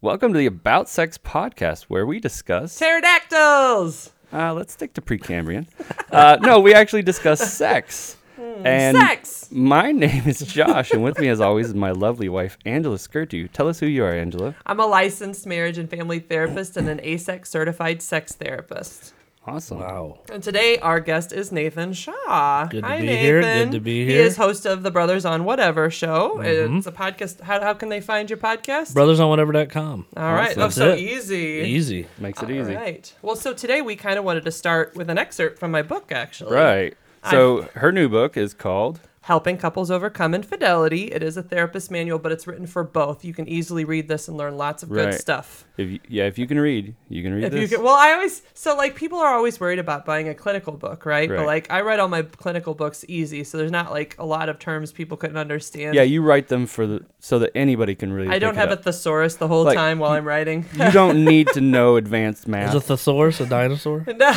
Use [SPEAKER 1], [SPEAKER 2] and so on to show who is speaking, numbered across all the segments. [SPEAKER 1] Welcome to the About Sex podcast, where we discuss.
[SPEAKER 2] Pterodactyls!
[SPEAKER 1] Uh, let's stick to Precambrian. uh, no, we actually discuss sex. And
[SPEAKER 2] Hmm, sex!
[SPEAKER 1] My name is Josh, and with me, as always, is my lovely wife, Angela Skirtu. Tell us who you are, Angela.
[SPEAKER 2] I'm a licensed marriage and family therapist and an ASEC certified sex therapist.
[SPEAKER 1] Awesome.
[SPEAKER 3] Wow.
[SPEAKER 2] And today our guest is Nathan Shaw.
[SPEAKER 3] Good to
[SPEAKER 2] Hi,
[SPEAKER 3] be
[SPEAKER 2] Nathan.
[SPEAKER 3] here. Good to be
[SPEAKER 2] He
[SPEAKER 3] here. Mm-hmm.
[SPEAKER 2] is host of the Brothers on Whatever show. It's a podcast. How, how can they find your podcast?
[SPEAKER 3] Brothersonwhatever.com.
[SPEAKER 2] All right.
[SPEAKER 1] Awesome.
[SPEAKER 2] Oh, so
[SPEAKER 3] That's it.
[SPEAKER 2] easy.
[SPEAKER 3] Easy.
[SPEAKER 1] Makes it
[SPEAKER 2] All
[SPEAKER 1] easy.
[SPEAKER 2] right. Well, so today we kind of wanted to start with an excerpt from my book, actually.
[SPEAKER 1] Right. So her new book is called.
[SPEAKER 2] Helping Couples Overcome Infidelity. It is a therapist manual, but it's written for both. You can easily read this and learn lots of
[SPEAKER 1] Right.
[SPEAKER 2] good stuff.
[SPEAKER 1] If you, yeah, if you can read, you can read
[SPEAKER 2] If you
[SPEAKER 1] this.
[SPEAKER 2] could, well, I always so like people are always worried about buying a clinical book, right? But
[SPEAKER 1] Right.
[SPEAKER 2] like I read all my clinical books easy, so there's not like a lot of terms people couldn't understand.
[SPEAKER 1] yeah, you write them for the so that anybody can really.
[SPEAKER 2] I don't
[SPEAKER 1] pick it
[SPEAKER 2] have a
[SPEAKER 1] up.
[SPEAKER 2] thesaurus the whole
[SPEAKER 1] Like,
[SPEAKER 2] time while I'm writing.
[SPEAKER 1] you don't need to know advanced math.
[SPEAKER 3] Is a thesaurus a dinosaur?
[SPEAKER 2] No,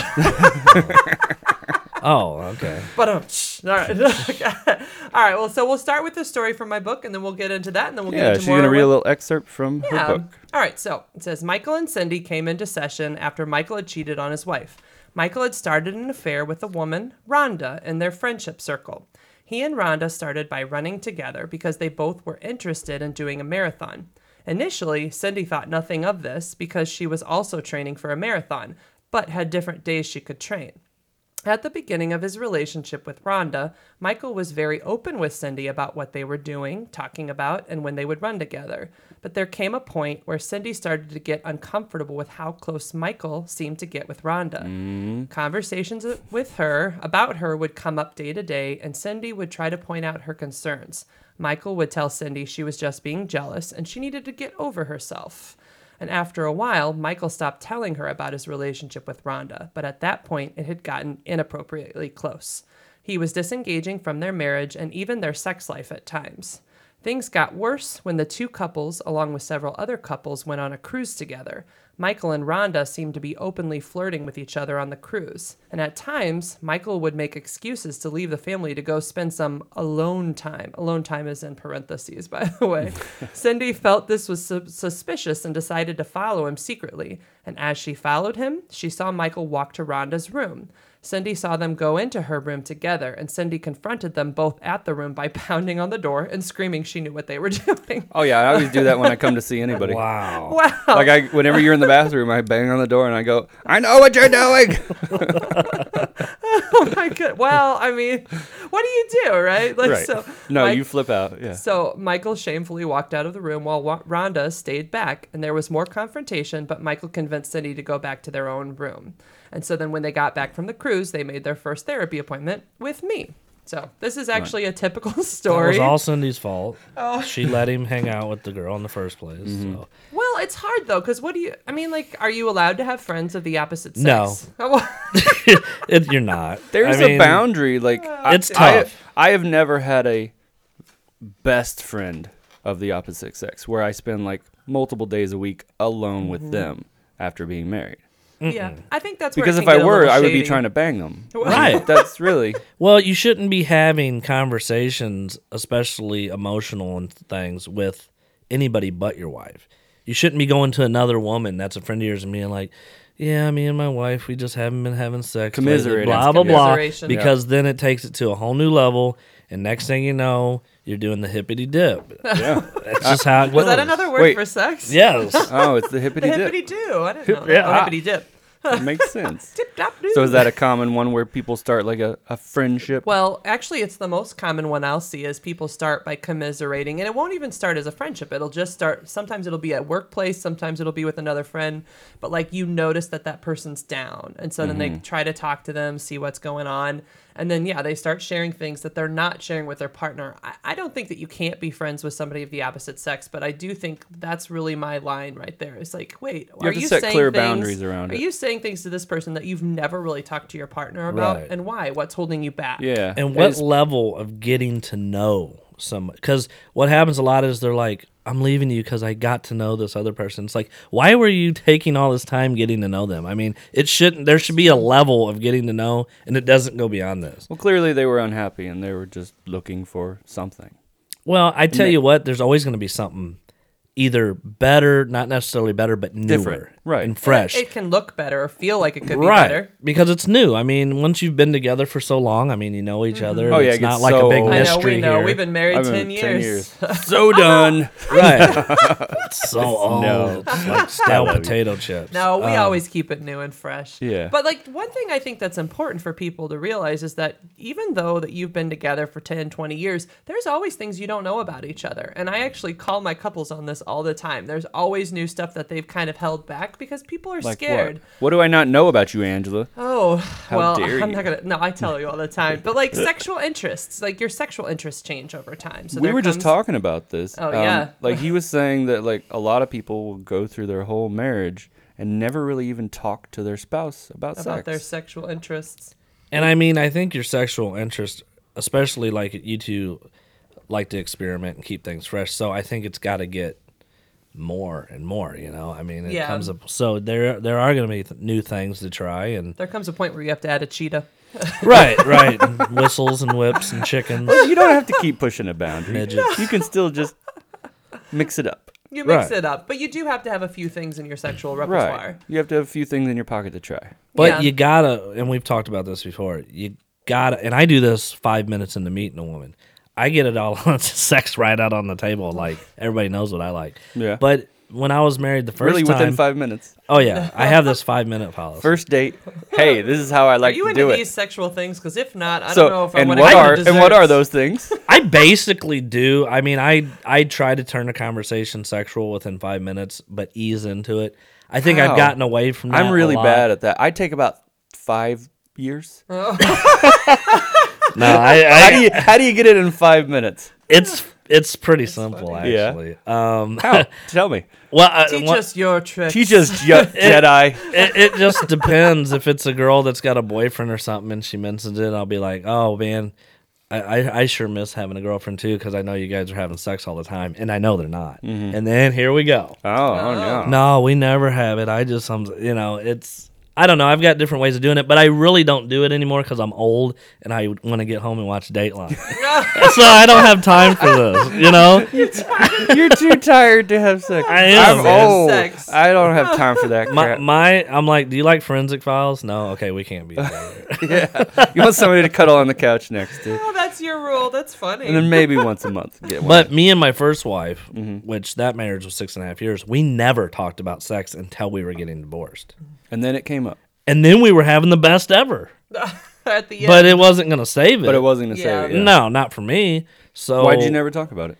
[SPEAKER 3] oh, okay.
[SPEAKER 2] but um, shh, all right, all right. Well, so we'll start with the story from my book, and then we'll get into that, and then we'll get
[SPEAKER 1] yeah,
[SPEAKER 2] into
[SPEAKER 1] she's
[SPEAKER 2] more.
[SPEAKER 1] gonna read
[SPEAKER 2] what-
[SPEAKER 1] a little excerpt from her book.
[SPEAKER 2] All right, so it says Michael and Cindy came into session after Michael had cheated on his wife. Michael had started an affair with a woman, Rhonda, in their friendship circle. He and Rhonda started by running together because they both were interested in doing a marathon. Initially, Cindy thought nothing of this because she was also training for a marathon, but had different days she could train. At the beginning of his relationship with Rhonda, Michael was very open with Cindy about what they were doing, talking about, and when they would run together. But there came a point where Cindy started to get uncomfortable with how close Michael seemed to get with Rhonda. Conversations with her about her would come up day to day, and Cindy would try to point out her concerns. Michael would tell Cindy she was just being jealous and she needed to get over herself. And after a while, Michael stopped telling her about his relationship with Rhonda, but at that point, it had gotten inappropriately close. He was disengaging from their marriage and even their sex life at times. Things got worse when the two couples, along with several other couples, went on a cruise together. Michael and Rhonda seemed to be openly flirting with each other on the cruise, and at times, Michael would make excuses to leave the family to go spend some alone time. Alone time is in parentheses, by the way. Cindy felt this was su- suspicious and decided to follow him secretly, and as she followed him, she saw Michael walk to Rhonda's room. Cindy saw them go into her room together, and Cindy confronted them both at the room by pounding on the door and screaming she knew what they were doing.
[SPEAKER 1] Oh yeah, I always do that when I come to see anybody.
[SPEAKER 3] Wow.
[SPEAKER 2] Wow.
[SPEAKER 1] Like I, whenever you're in the bathroom, I bang on the door and I go, "I know what you're doing."
[SPEAKER 2] oh my god. Well, I mean, what do you do, right? Like
[SPEAKER 1] right.
[SPEAKER 2] so
[SPEAKER 1] no,
[SPEAKER 2] Mi-
[SPEAKER 1] you flip out. Yeah.
[SPEAKER 2] So Michael shamefully walked out of the room while Wa- Rhonda stayed back, and there was more confrontation, but Michael convinced Cindy to go back to their own room. And so then when they got back from the cruise, they made their first therapy appointment with me. So this is actually a typical
[SPEAKER 3] It
[SPEAKER 2] story.
[SPEAKER 3] was all Cindy's fault.
[SPEAKER 1] Oh.
[SPEAKER 3] She let him hang out with the girl in the first place.
[SPEAKER 1] Mm-hmm.
[SPEAKER 3] So.
[SPEAKER 2] Well, it's hard though, because what do you? I mean, like, are you allowed to have friends of the opposite
[SPEAKER 3] No.
[SPEAKER 2] sex? No.
[SPEAKER 3] It, you're not.
[SPEAKER 1] There's
[SPEAKER 3] I mean,
[SPEAKER 1] a boundary. Like I-
[SPEAKER 3] It's
[SPEAKER 1] I,
[SPEAKER 3] tough.
[SPEAKER 1] I have never had a best friend of the opposite sex where I spend like multiple days a week alone with them after being married.
[SPEAKER 2] yeah, I think that's where
[SPEAKER 1] Because
[SPEAKER 2] it
[SPEAKER 1] if
[SPEAKER 2] can
[SPEAKER 1] I
[SPEAKER 2] get a
[SPEAKER 1] were,
[SPEAKER 2] little
[SPEAKER 1] I would be
[SPEAKER 2] shady.
[SPEAKER 1] trying to bang them.
[SPEAKER 3] Right.
[SPEAKER 1] That's really
[SPEAKER 3] Well, you shouldn't be having conversations, especially emotional and things, with anybody but your wife. You shouldn't be going to another woman that's a friend of yours and being like, "Yeah, me and my wife, we just haven't been having sex." lately,"
[SPEAKER 1] Commiserating.
[SPEAKER 3] Blah blah blah.
[SPEAKER 2] Commiseration.
[SPEAKER 3] Because then it takes it to a whole new level, and next thing you know, you're doing the hippity dip.
[SPEAKER 1] yeah.
[SPEAKER 3] That's just how it goes.
[SPEAKER 2] Is that another word
[SPEAKER 1] Wait.
[SPEAKER 2] for sex?
[SPEAKER 3] Yes.
[SPEAKER 1] Oh, it's the hippity
[SPEAKER 2] hippity
[SPEAKER 1] dip.
[SPEAKER 2] do. I didn't know. Oh,
[SPEAKER 1] yeah.
[SPEAKER 2] Yeah, hippity dip.
[SPEAKER 1] It makes sense.
[SPEAKER 2] Dip dop do.
[SPEAKER 1] So is that a common one where people start like a, a friendship?
[SPEAKER 2] Well, actually, it's the most common one I'll see is people start by commiserating, and it won't even start as a friendship. It'll just start. Sometimes it'll be at workplace. Sometimes it'll be with another friend. But like you notice that that person's down, and so then
[SPEAKER 1] Mm-hmm.
[SPEAKER 2] they try to talk to them, see what's going on, and then yeah, they start sharing things that they're not sharing with their partner. I, I don't think that you can't be friends with somebody of the opposite sex, but I do think that's really my line right there. It's like, wait, are
[SPEAKER 1] have to
[SPEAKER 2] you
[SPEAKER 1] set
[SPEAKER 2] saying
[SPEAKER 1] clear
[SPEAKER 2] things-
[SPEAKER 1] boundaries around
[SPEAKER 2] Are
[SPEAKER 1] it.
[SPEAKER 2] you saying things to this person that you've never really talked to your partner about,
[SPEAKER 3] Right.
[SPEAKER 2] and why? What's holding you back?
[SPEAKER 1] yeah.
[SPEAKER 3] And what
[SPEAKER 1] It's-
[SPEAKER 3] level of getting to know someone? Because what happens a lot is they're like, "I'm leaving you because I got to know this other person." It's like, why were you taking all this time getting to know them? I mean, it shouldn't. There should be a level of getting to know, and it doesn't go beyond this.
[SPEAKER 1] well, clearly they were unhappy and they were just looking for something.
[SPEAKER 3] Well, I tell you what, there's always going to be something either better, not necessarily better, but newer,
[SPEAKER 1] Different, right.
[SPEAKER 3] and fresh,
[SPEAKER 2] It can look better or feel like it could
[SPEAKER 3] right?
[SPEAKER 2] be better.
[SPEAKER 3] Because it's new. I mean, once you've been together for so long, I mean, you know each other.
[SPEAKER 1] Oh, yeah,
[SPEAKER 3] it's
[SPEAKER 1] it gets
[SPEAKER 3] not like a
[SPEAKER 1] so
[SPEAKER 3] big
[SPEAKER 1] old.
[SPEAKER 2] Mm-hmm. I know,
[SPEAKER 3] mystery
[SPEAKER 2] we know.
[SPEAKER 3] here.
[SPEAKER 2] We've been married
[SPEAKER 1] I've
[SPEAKER 2] 10
[SPEAKER 1] been
[SPEAKER 2] years.
[SPEAKER 1] so done.
[SPEAKER 3] right. it's so old,
[SPEAKER 1] No.
[SPEAKER 3] It's like stale potato chips.
[SPEAKER 2] No, we always keep it new and fresh.
[SPEAKER 1] Um, yeah.
[SPEAKER 2] But like one thing I think that's important for people to realize is that even though that you've been together for 10, 20 years, there's always things you don't know about each other. And I actually call my couples on this all the time. There's always new stuff that they've kind of held back because people are
[SPEAKER 1] Like
[SPEAKER 2] scared.
[SPEAKER 1] what? What do I not know about you, Angela?
[SPEAKER 2] Oh, well,
[SPEAKER 1] dare
[SPEAKER 2] I'm
[SPEAKER 1] you.
[SPEAKER 2] not gonna. No, I tell you all the time. But like sexual interests, like your sexual interests change over time. So
[SPEAKER 1] we
[SPEAKER 2] there
[SPEAKER 1] were just
[SPEAKER 2] comes-
[SPEAKER 1] talking about this. Um,
[SPEAKER 2] Oh, yeah.
[SPEAKER 1] like he was saying that like a lot of people will go through their whole marriage and never really even talk to their spouse about,
[SPEAKER 2] about
[SPEAKER 1] sex.
[SPEAKER 2] their sexual interests.
[SPEAKER 3] And I mean, I think your sexual interest, especially like you two, like to experiment and keep things fresh. So I think it's got to get more and more. You know, I mean, it
[SPEAKER 2] Yeah.
[SPEAKER 3] comes up. So there, there are going to be th- new things to try and
[SPEAKER 2] There comes a point where you have to add a cheetah.
[SPEAKER 3] right, right, and whistles and whips and chickens.
[SPEAKER 1] you don't have to keep pushing a boundary.
[SPEAKER 3] Midgets.
[SPEAKER 1] You can still just mix it up.
[SPEAKER 2] You mix
[SPEAKER 3] Right.
[SPEAKER 2] it up, but you do have to have a few things in your sexual repertoire.
[SPEAKER 1] Right. You have to have a few things in your pocket to try.
[SPEAKER 3] But
[SPEAKER 2] Yeah.
[SPEAKER 3] you gotta, and we've talked about this before. You gotta, and I do this five minutes into meeting a woman. I get it all on sex right out on the table. Like everybody knows what I like.
[SPEAKER 1] Yeah.
[SPEAKER 3] But when I was married the first
[SPEAKER 1] really
[SPEAKER 3] time,
[SPEAKER 1] within five minutes.
[SPEAKER 3] Oh yeah, I have this five minute policy.
[SPEAKER 1] First date. Hey, this is how I
[SPEAKER 2] Are
[SPEAKER 1] like
[SPEAKER 2] you
[SPEAKER 1] to
[SPEAKER 2] into
[SPEAKER 1] do
[SPEAKER 2] these
[SPEAKER 1] it.
[SPEAKER 2] sexual things? Because if not, I don't know
[SPEAKER 1] So
[SPEAKER 2] if I
[SPEAKER 1] and
[SPEAKER 2] want
[SPEAKER 1] what
[SPEAKER 2] to
[SPEAKER 1] are and what are those things?
[SPEAKER 3] I basically do. I mean, I I try to turn a conversation sexual within five minutes, but ease into it. I think
[SPEAKER 1] Wow.
[SPEAKER 3] I've gotten away from. That
[SPEAKER 1] I'm really bad at that. I take about five years.
[SPEAKER 2] Oh,
[SPEAKER 3] At- no, I,
[SPEAKER 1] How
[SPEAKER 3] I
[SPEAKER 1] do you how do you get it in five minutes?
[SPEAKER 3] it's it's pretty simple
[SPEAKER 1] Yeah.
[SPEAKER 3] actually. Um,
[SPEAKER 1] How? Tell me.
[SPEAKER 3] well, I,
[SPEAKER 2] Teach
[SPEAKER 3] one-
[SPEAKER 2] us your tricks.
[SPEAKER 1] She just Je- Jedi.
[SPEAKER 3] it, it just depends if it's a girl that's got a boyfriend or something and she mentions it i'll be like oh man i, I, I sure miss having a girlfriend too because i know you guys are having sex all the time and i know they're not and then here we go
[SPEAKER 1] Oh, oh no.
[SPEAKER 3] no we never have it i just um, you know it's i don't know i've got different ways of doing it but i really don't do it anymore because i'm old and i want to get home and watch dateline so i don't have time for this you know
[SPEAKER 1] You're too tired to have sex.
[SPEAKER 3] I am,
[SPEAKER 1] I'm
[SPEAKER 3] man.
[SPEAKER 1] old.
[SPEAKER 2] Sex.
[SPEAKER 1] I don't have time for that
[SPEAKER 3] my,
[SPEAKER 1] crap.
[SPEAKER 3] my i'm like do you like forensic files no okay we can't be together.
[SPEAKER 1] you want somebody to cuddle on the couch next to,
[SPEAKER 2] Oh, that's your rule. That's funny.
[SPEAKER 1] and then maybe once a month get one.
[SPEAKER 3] But me and my first wife,
[SPEAKER 1] Mm-hmm.
[SPEAKER 3] which that marriage was six and a half years, we never talked about sex until we were getting divorced.
[SPEAKER 1] and then it came up,
[SPEAKER 3] And then we were having the best ever.
[SPEAKER 2] At the end,
[SPEAKER 3] But it wasn't going to save it.
[SPEAKER 1] but it wasn't to say
[SPEAKER 2] Yeah.
[SPEAKER 1] it. yeah.
[SPEAKER 3] No, not for me. So
[SPEAKER 1] Why'd you never talk about it?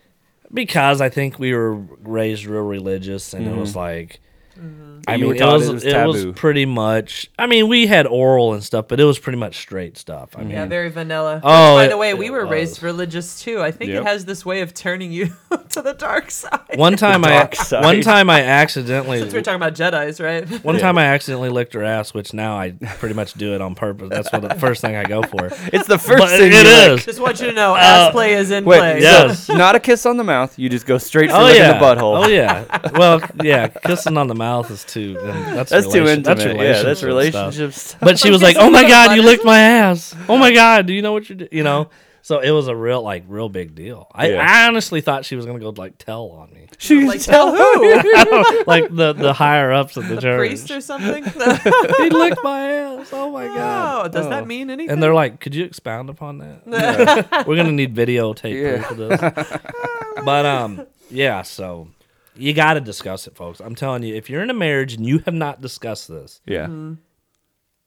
[SPEAKER 3] Because I think we were raised real religious, and it was like, I
[SPEAKER 1] Mm-hmm. You were
[SPEAKER 3] mean, it
[SPEAKER 1] taught
[SPEAKER 3] was,
[SPEAKER 1] it was
[SPEAKER 3] it was
[SPEAKER 1] taboo.
[SPEAKER 3] pretty much. I mean, we had oral and stuff, but it was pretty much straight stuff. I mean,
[SPEAKER 1] Mm-hmm.
[SPEAKER 2] yeah, very vanilla. Which,
[SPEAKER 3] Oh,
[SPEAKER 2] by
[SPEAKER 3] it-
[SPEAKER 2] the way, we
[SPEAKER 3] it
[SPEAKER 2] were raised
[SPEAKER 3] was.
[SPEAKER 2] religious too. I think
[SPEAKER 1] Yep.
[SPEAKER 2] it has this way of turning you to the dark side.
[SPEAKER 3] one time I
[SPEAKER 1] dark side.
[SPEAKER 3] one time I accidentally
[SPEAKER 2] Since we're talking about Jedi's, right?
[SPEAKER 3] One time I accidentally licked her ass, which now I pretty much do it on purpose. That's what the first thing I go for.
[SPEAKER 1] It's the first
[SPEAKER 3] But
[SPEAKER 1] thing.
[SPEAKER 3] it
[SPEAKER 1] you
[SPEAKER 3] is.
[SPEAKER 2] Just want you to know, ass play is in
[SPEAKER 1] Uh, Wait,
[SPEAKER 2] play.
[SPEAKER 3] yeah.
[SPEAKER 1] yes. not a kiss on the mouth. You just go straight for
[SPEAKER 3] Oh
[SPEAKER 1] licking
[SPEAKER 3] yeah.
[SPEAKER 1] the butthole.
[SPEAKER 3] Oh yeah. Well, yeah. Kissing on the mouth is too. um, That's,
[SPEAKER 1] That's too
[SPEAKER 3] relation-
[SPEAKER 1] intimate.
[SPEAKER 3] That's
[SPEAKER 1] yeah, that's
[SPEAKER 3] relationship stuff.
[SPEAKER 1] relationship stuff.
[SPEAKER 3] But she was
[SPEAKER 2] Like
[SPEAKER 3] like,
[SPEAKER 2] kissing
[SPEAKER 3] "Oh my
[SPEAKER 2] on the
[SPEAKER 3] god,
[SPEAKER 2] butt
[SPEAKER 3] you
[SPEAKER 2] is-
[SPEAKER 3] licked my ass. Oh my god, do you know what you're doing? You know." So it was a real, like, real big deal. I,
[SPEAKER 1] Yeah.
[SPEAKER 3] I honestly thought she was gonna go like tell on me,
[SPEAKER 1] She
[SPEAKER 2] Like,
[SPEAKER 1] like, tell who?
[SPEAKER 3] like the the higher ups of the church.
[SPEAKER 2] priest or something.
[SPEAKER 3] he licked my ass. Oh my god.
[SPEAKER 2] oh, does that
[SPEAKER 3] Oh.
[SPEAKER 2] mean anything?
[SPEAKER 3] And they're like, "Could you expound upon that?" We're gonna need videotape
[SPEAKER 1] Yeah.
[SPEAKER 3] proof of this. but um, yeah. So you got to discuss it, folks. I'm telling you, if you're in a marriage and you have not discussed this,
[SPEAKER 1] yeah,
[SPEAKER 2] Mm-hmm.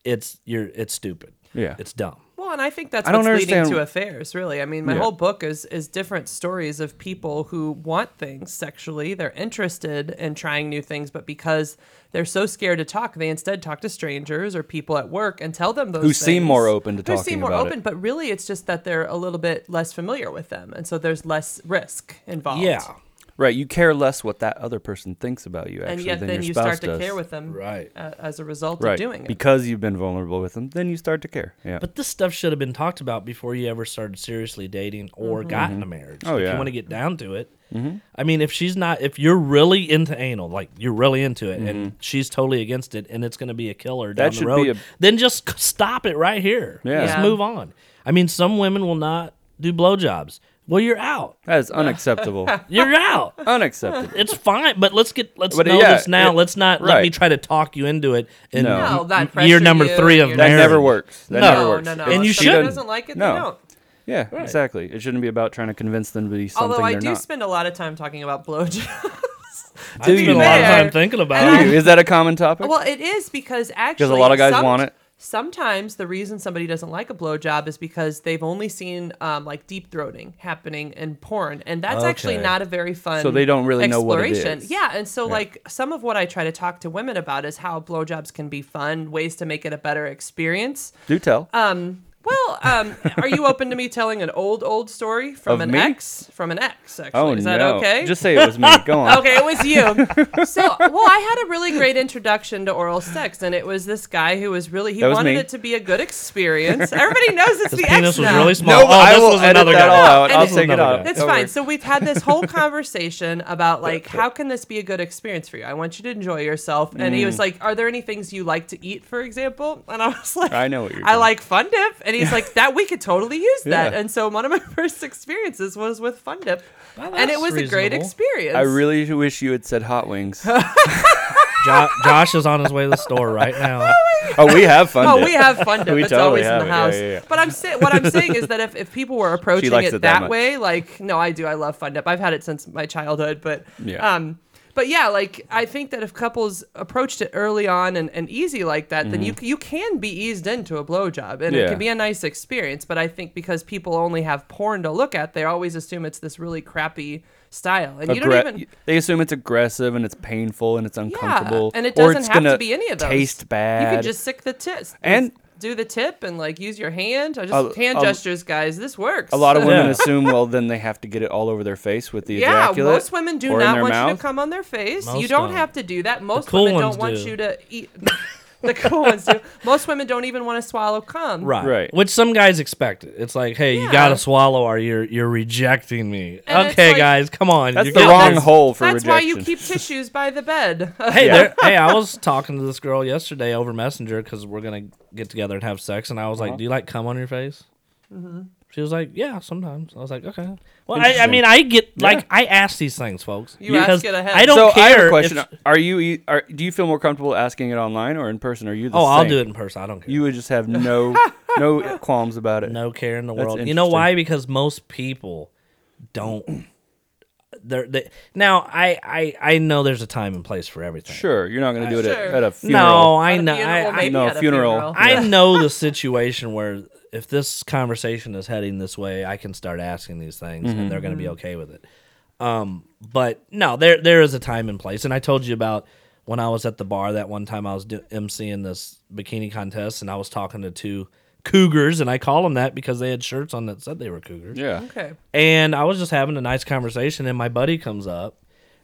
[SPEAKER 3] it's you're it's stupid.
[SPEAKER 1] yeah.
[SPEAKER 3] It's dumb.
[SPEAKER 2] Well, and I think that's
[SPEAKER 1] I don't
[SPEAKER 2] what's leading
[SPEAKER 1] understand-
[SPEAKER 2] to affairs, really. I mean, my
[SPEAKER 1] Yeah.
[SPEAKER 2] whole book is is different stories of people who want things sexually. They're interested in trying new things, but because they're so scared to talk, they instead talk to strangers or people at work and tell them those
[SPEAKER 1] Who seem
[SPEAKER 2] things.
[SPEAKER 1] more open to
[SPEAKER 2] Who
[SPEAKER 1] talking
[SPEAKER 2] seem more
[SPEAKER 1] about it.
[SPEAKER 2] open, but really it's just that they're a little bit less familiar with them, and so there's less risk involved.
[SPEAKER 3] Yeah.
[SPEAKER 1] Right, you care less what that other person thinks about you actually
[SPEAKER 2] and yet
[SPEAKER 1] than
[SPEAKER 2] then
[SPEAKER 1] your
[SPEAKER 2] you
[SPEAKER 1] spouse
[SPEAKER 2] start to
[SPEAKER 1] does.
[SPEAKER 2] care with them,
[SPEAKER 3] Right.
[SPEAKER 2] a- as a result
[SPEAKER 1] right
[SPEAKER 2] of doing it.
[SPEAKER 1] because you've been vulnerable with them. Then you start to care. Yeah,
[SPEAKER 3] But this stuff should have been talked about before you ever started seriously dating or got in a marriage.
[SPEAKER 1] Oh,
[SPEAKER 3] if
[SPEAKER 1] yeah. Mm-hmm.
[SPEAKER 3] you want to get down to it. I mean, if she's not, if you're really into anal, like you're really into it, and she's totally against it, and it's going to be a killer down the
[SPEAKER 1] Mm-hmm. should
[SPEAKER 3] road,
[SPEAKER 1] be a-
[SPEAKER 3] then just c- stop it right here.
[SPEAKER 1] Yeah.
[SPEAKER 3] Just
[SPEAKER 2] Yeah.
[SPEAKER 3] move on. I mean, some women will not do blowjobs. Well, you're out.
[SPEAKER 1] That is unacceptable.
[SPEAKER 3] You're out.
[SPEAKER 1] unacceptable.
[SPEAKER 3] It's fine, but let's get let's
[SPEAKER 1] But,
[SPEAKER 3] know
[SPEAKER 1] yeah,
[SPEAKER 3] this now.
[SPEAKER 1] it-
[SPEAKER 3] let's not let me
[SPEAKER 1] right.
[SPEAKER 3] try to talk you into it. In
[SPEAKER 1] No.
[SPEAKER 2] No, that pressure
[SPEAKER 3] year number
[SPEAKER 2] you,
[SPEAKER 3] three of
[SPEAKER 2] you're-
[SPEAKER 1] That
[SPEAKER 3] marriage.
[SPEAKER 1] never works. That
[SPEAKER 3] No.
[SPEAKER 1] never works.
[SPEAKER 2] No, no, no.
[SPEAKER 1] It-
[SPEAKER 3] And you
[SPEAKER 2] If
[SPEAKER 1] she
[SPEAKER 2] someone
[SPEAKER 3] shouldn't.
[SPEAKER 2] doesn't like it,
[SPEAKER 1] No.
[SPEAKER 2] they don't.
[SPEAKER 1] Yeah, exactly. It shouldn't be about trying to convince them to be something
[SPEAKER 2] Although I
[SPEAKER 1] they're
[SPEAKER 2] do
[SPEAKER 1] not.
[SPEAKER 2] spend a lot of time talking about blowjobs.
[SPEAKER 3] I spent a
[SPEAKER 1] you
[SPEAKER 3] lot of
[SPEAKER 1] now?
[SPEAKER 3] time thinking about
[SPEAKER 1] Do
[SPEAKER 3] it.
[SPEAKER 1] you? Is that a common topic?
[SPEAKER 2] well, it is because actually,
[SPEAKER 1] Because a lot of guys
[SPEAKER 2] some-
[SPEAKER 1] want it.
[SPEAKER 2] Sometimes the reason somebody doesn't like a blowjob is because they've only seen um, like deep throating happening in porn, and that's actually
[SPEAKER 3] Okay.
[SPEAKER 2] not a very fun.
[SPEAKER 1] So they don't really know what it
[SPEAKER 2] exploration.
[SPEAKER 1] is.
[SPEAKER 2] Yeah, and so like some of what I try to talk to women about is how blowjobs can be fun, ways to make it a better experience.
[SPEAKER 1] do tell.
[SPEAKER 2] Um, well, um, are you open to me telling an old, old story from
[SPEAKER 1] Of
[SPEAKER 2] an
[SPEAKER 1] me?
[SPEAKER 2] ex? From an ex, actually.
[SPEAKER 1] oh
[SPEAKER 2] Is
[SPEAKER 1] no.
[SPEAKER 2] that okay?
[SPEAKER 1] Just say it was me. Go on.
[SPEAKER 2] Okay, it was you. So, well, I had a really great introduction to oral sex, and it was this guy who was really, he
[SPEAKER 1] That was
[SPEAKER 2] wanted
[SPEAKER 1] me.
[SPEAKER 2] it to be a good experience. Everybody knows it's the
[SPEAKER 3] Penis
[SPEAKER 2] ex
[SPEAKER 3] was
[SPEAKER 2] now.
[SPEAKER 3] really small.
[SPEAKER 1] No,
[SPEAKER 3] oh,
[SPEAKER 1] I
[SPEAKER 3] this
[SPEAKER 1] will
[SPEAKER 3] was
[SPEAKER 1] edit
[SPEAKER 3] another
[SPEAKER 1] that
[SPEAKER 3] guy.
[SPEAKER 1] all out.
[SPEAKER 2] No,
[SPEAKER 1] I'll
[SPEAKER 2] and-
[SPEAKER 1] take it out.
[SPEAKER 2] That's
[SPEAKER 1] Don't
[SPEAKER 2] fine.
[SPEAKER 1] worry.
[SPEAKER 2] So we've had this whole conversation about like how can this be a good experience for you? I want you to enjoy yourself. And
[SPEAKER 1] Mm.
[SPEAKER 2] he was like, "Are there any things you like to eat, for example?" And I was like,
[SPEAKER 1] I know what you're
[SPEAKER 2] I
[SPEAKER 1] doing.
[SPEAKER 2] like Fun Dip." And he's like, "That we could totally use that."
[SPEAKER 1] Yeah.
[SPEAKER 2] And so one of my first experiences was with Fun Dip,
[SPEAKER 3] Well,
[SPEAKER 2] and it was
[SPEAKER 3] that's
[SPEAKER 2] a great
[SPEAKER 3] reasonable.
[SPEAKER 2] experience.
[SPEAKER 1] I really wish you had said hot wings.
[SPEAKER 3] Jo- Josh is on his way to the store right now.
[SPEAKER 1] oh, we have fun.
[SPEAKER 2] Oh,
[SPEAKER 1] dip.
[SPEAKER 2] we have fun dip.
[SPEAKER 1] We
[SPEAKER 2] it's
[SPEAKER 1] totally
[SPEAKER 2] always in
[SPEAKER 1] have
[SPEAKER 2] the
[SPEAKER 1] it. Yeah,
[SPEAKER 2] house.
[SPEAKER 1] yeah, yeah.
[SPEAKER 2] But I'm saying what I'm saying is that if, if people were approaching
[SPEAKER 1] likes
[SPEAKER 2] it,
[SPEAKER 1] it that
[SPEAKER 2] that,
[SPEAKER 1] much.
[SPEAKER 2] way, like no, I do. I love fun dip. I've had it since my childhood, but
[SPEAKER 1] Yeah.
[SPEAKER 2] um but yeah, like I think that if couples approached it early on and, and easy like that, then you c- you can be eased into a blowjob and it
[SPEAKER 1] Mm-hmm. Yeah.
[SPEAKER 2] can be a nice experience. But I think because people only have porn to look at, they always assume it's this really crappy style, and you don't
[SPEAKER 1] Aggre-
[SPEAKER 2] even
[SPEAKER 1] They assume it's aggressive and it's painful and it's uncomfortable.
[SPEAKER 2] and it
[SPEAKER 1] or
[SPEAKER 2] doesn't
[SPEAKER 1] it's
[SPEAKER 2] have to
[SPEAKER 1] gonna
[SPEAKER 2] be any of those.
[SPEAKER 1] Taste bad.
[SPEAKER 2] You can just sick the tips
[SPEAKER 1] And-
[SPEAKER 2] do the tip and like use your hand. I just
[SPEAKER 1] A-
[SPEAKER 2] hand
[SPEAKER 1] a-
[SPEAKER 2] gestures, guys. This works.
[SPEAKER 1] A lot of women
[SPEAKER 3] Yeah.
[SPEAKER 1] assume, well, then they have to get it all over their face with the
[SPEAKER 2] Yeah,
[SPEAKER 1] ejaculate.
[SPEAKER 2] most women do
[SPEAKER 1] or in
[SPEAKER 2] not
[SPEAKER 1] their
[SPEAKER 2] want you
[SPEAKER 1] mouth.
[SPEAKER 2] to come on their face. you
[SPEAKER 3] Most
[SPEAKER 2] don't
[SPEAKER 3] don't.
[SPEAKER 2] have to do that. Most
[SPEAKER 3] cool
[SPEAKER 2] women
[SPEAKER 3] ones
[SPEAKER 2] don't want
[SPEAKER 3] do.
[SPEAKER 2] you to eat. the cool ones do. Most women don't even want to swallow cum.
[SPEAKER 3] Right.
[SPEAKER 1] Right.
[SPEAKER 3] Which some guys expect it. It's like, hey,
[SPEAKER 2] Yeah.
[SPEAKER 3] you gotta swallow or you're you're rejecting me.
[SPEAKER 2] And it's
[SPEAKER 3] okay,
[SPEAKER 2] like-
[SPEAKER 3] guys, come on.
[SPEAKER 1] That's
[SPEAKER 3] you're
[SPEAKER 1] the
[SPEAKER 3] getting
[SPEAKER 1] wrong
[SPEAKER 3] this.
[SPEAKER 1] hole for
[SPEAKER 2] That's
[SPEAKER 1] rejection.
[SPEAKER 2] why you keep tissues by the bed.
[SPEAKER 3] Hey,
[SPEAKER 1] Yeah.
[SPEAKER 3] there, hey, I was talking to this girl yesterday over Messenger because we're gonna get together and have sex, and I was
[SPEAKER 1] Uh-huh.
[SPEAKER 3] like, "Do you like cum on your face?"
[SPEAKER 2] Mm-hmm.
[SPEAKER 3] She was like, "Yeah, sometimes." I was like, "Okay." Well, I, I
[SPEAKER 1] Interesting.
[SPEAKER 3] mean, I get like I ask these things, folks.
[SPEAKER 2] You ask
[SPEAKER 3] because
[SPEAKER 2] it ahead.
[SPEAKER 3] I don't
[SPEAKER 1] so
[SPEAKER 3] care.
[SPEAKER 1] I have
[SPEAKER 3] if-
[SPEAKER 1] a question: Are you? e- Are, do you feel more comfortable asking it online or in person? Are you? The
[SPEAKER 3] oh, I'll
[SPEAKER 1] same?
[SPEAKER 3] do it in person. I don't care.
[SPEAKER 1] You would just have no no qualms about it.
[SPEAKER 3] no care in the world. You know
[SPEAKER 1] interesting.
[SPEAKER 3] why? Because most people don't. They're, they, now, I, I I know there's a time and place for everything.
[SPEAKER 1] Sure, you're not going to do it at,
[SPEAKER 2] Sure.
[SPEAKER 1] at a
[SPEAKER 3] No,
[SPEAKER 1] funeral.
[SPEAKER 3] I
[SPEAKER 2] At a
[SPEAKER 3] know.
[SPEAKER 2] funeral,
[SPEAKER 3] I, I,
[SPEAKER 2] maybe
[SPEAKER 1] No,
[SPEAKER 2] at a
[SPEAKER 1] funeral.
[SPEAKER 3] I know the situation where if this conversation is heading this way, I can start asking these things, and they're going to be okay with it. Um, but no, there there is a time and place, and I told you about when I was at the bar that one time I was do- emceeing this bikini contest, and I was talking to two cougars, and I call them that because they had shirts on that said they were cougars.
[SPEAKER 1] Yeah.
[SPEAKER 2] Okay.
[SPEAKER 3] And I was just having a nice conversation, and my buddy comes up,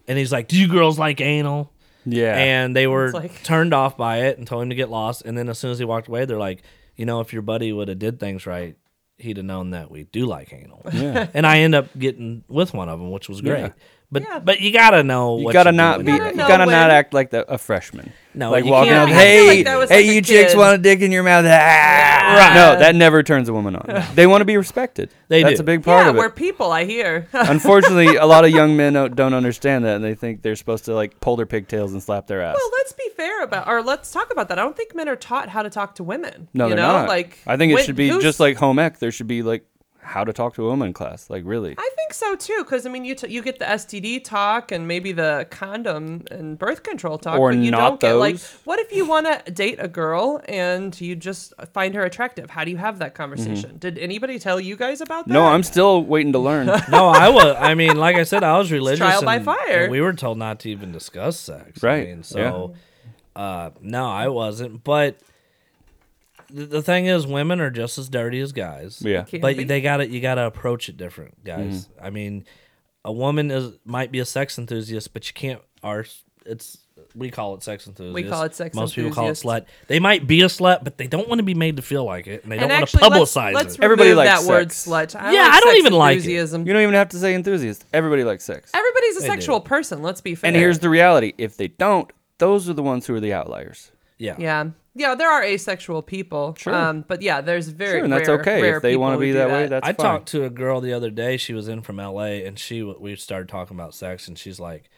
[SPEAKER 3] and he's like, "Do you girls like anal?"
[SPEAKER 1] Yeah.
[SPEAKER 3] and they were
[SPEAKER 2] It's like-
[SPEAKER 3] turned off by it and told him to get lost. And then as soon as he walked away, they're like, you know, if your buddy would have did things right, he'd have known that we do like anal.
[SPEAKER 1] Yeah.
[SPEAKER 3] and I end up getting with one of them, which was great.
[SPEAKER 1] Yeah.
[SPEAKER 3] But
[SPEAKER 2] Yeah.
[SPEAKER 3] but you gotta know
[SPEAKER 1] you
[SPEAKER 3] what
[SPEAKER 1] gotta
[SPEAKER 3] do
[SPEAKER 1] not
[SPEAKER 3] when
[SPEAKER 1] be.
[SPEAKER 3] you're
[SPEAKER 1] You
[SPEAKER 2] gotta
[SPEAKER 1] gotta,
[SPEAKER 3] doing
[SPEAKER 2] know
[SPEAKER 3] it.
[SPEAKER 2] when-
[SPEAKER 1] not act like the, a freshman.
[SPEAKER 3] No,
[SPEAKER 1] like
[SPEAKER 3] you
[SPEAKER 1] walking
[SPEAKER 3] can't.
[SPEAKER 1] up,
[SPEAKER 3] I feel
[SPEAKER 1] hey,
[SPEAKER 2] like that was
[SPEAKER 1] hey,
[SPEAKER 2] like a
[SPEAKER 1] you chicks
[SPEAKER 2] kid."
[SPEAKER 1] want a dick in your mouth? Ah.
[SPEAKER 3] Right.
[SPEAKER 1] No, that never turns a woman on. They want to be respected.
[SPEAKER 3] They
[SPEAKER 1] That's
[SPEAKER 3] do.
[SPEAKER 1] a big part
[SPEAKER 2] Yeah,
[SPEAKER 1] of it.
[SPEAKER 2] we're people. I hear.
[SPEAKER 1] Unfortunately, a lot of young men don't- don't understand that, and they think they're supposed to like pull their pigtails and slap their ass.
[SPEAKER 2] Well, let's be fair about, or let's talk about that. I don't think men are taught how to talk to women.
[SPEAKER 1] no,
[SPEAKER 2] you
[SPEAKER 1] they're
[SPEAKER 2] know?
[SPEAKER 1] not.
[SPEAKER 2] Like,
[SPEAKER 1] I think it
[SPEAKER 2] when-
[SPEAKER 1] should be
[SPEAKER 2] who's-
[SPEAKER 1] just like home ec. There should be like how to talk to a woman class. Like really,
[SPEAKER 2] I think so too, because I mean, you t- you get the STD talk and maybe the condom and birth control talk,
[SPEAKER 1] Or
[SPEAKER 2] but you don't
[SPEAKER 1] not
[SPEAKER 2] get like,
[SPEAKER 1] those.
[SPEAKER 2] what if you want to date a girl and you just find her attractive? How do you have that conversation? Did anybody tell you guys about
[SPEAKER 1] Mm-hmm.
[SPEAKER 2] that?
[SPEAKER 1] no, I'm still waiting to learn.
[SPEAKER 3] no, I was. I mean, like I said, I was religious.
[SPEAKER 2] trial by
[SPEAKER 3] and-
[SPEAKER 2] fire.
[SPEAKER 3] and we were told not to even discuss sex.
[SPEAKER 1] Right,
[SPEAKER 3] I mean, so, uh, no, I wasn't. But the, the thing is, women are just as dirty as guys.
[SPEAKER 1] Yeah. Mm-hmm.
[SPEAKER 2] Can
[SPEAKER 3] but
[SPEAKER 2] be.
[SPEAKER 3] they got to You got to approach it different, guys. I mean, a woman is might be a sex enthusiast, but you can't. Our it's we call it sex enthusiast.
[SPEAKER 2] call it sex
[SPEAKER 3] Most people call it
[SPEAKER 2] enthusiast.
[SPEAKER 3] slut. They might be a slut, but they don't want to be made to feel like it, and they
[SPEAKER 2] and
[SPEAKER 3] don't
[SPEAKER 2] actually,
[SPEAKER 3] want to
[SPEAKER 2] let's-
[SPEAKER 3] publicize
[SPEAKER 2] let's
[SPEAKER 3] it.
[SPEAKER 1] Everybody
[SPEAKER 2] remove that
[SPEAKER 1] likes
[SPEAKER 2] word
[SPEAKER 1] sex.
[SPEAKER 2] slut. I
[SPEAKER 3] Yeah,
[SPEAKER 2] like
[SPEAKER 3] I don't
[SPEAKER 2] sex
[SPEAKER 3] even like it.
[SPEAKER 2] enthusiasm.
[SPEAKER 1] You don't even have to say enthusiast. Everybody likes sex.
[SPEAKER 2] Everybody's a
[SPEAKER 3] do.
[SPEAKER 2] sexual person. Let's be fair.
[SPEAKER 1] And here's the reality: if they don't, those are the ones who are the outliers.
[SPEAKER 3] Yeah.
[SPEAKER 2] Yeah. Yeah, there are asexual people.
[SPEAKER 1] Sure.
[SPEAKER 2] Um, but yeah, there's very
[SPEAKER 1] Sure, and that's
[SPEAKER 2] rare-
[SPEAKER 1] okay
[SPEAKER 2] rare
[SPEAKER 1] if they
[SPEAKER 2] people
[SPEAKER 1] want to
[SPEAKER 2] who
[SPEAKER 1] be
[SPEAKER 2] do
[SPEAKER 1] that, way. That's
[SPEAKER 3] I
[SPEAKER 1] fine.
[SPEAKER 3] talked to a girl the other day. She was in from LA, and she w- we started talking about sex, and she's like,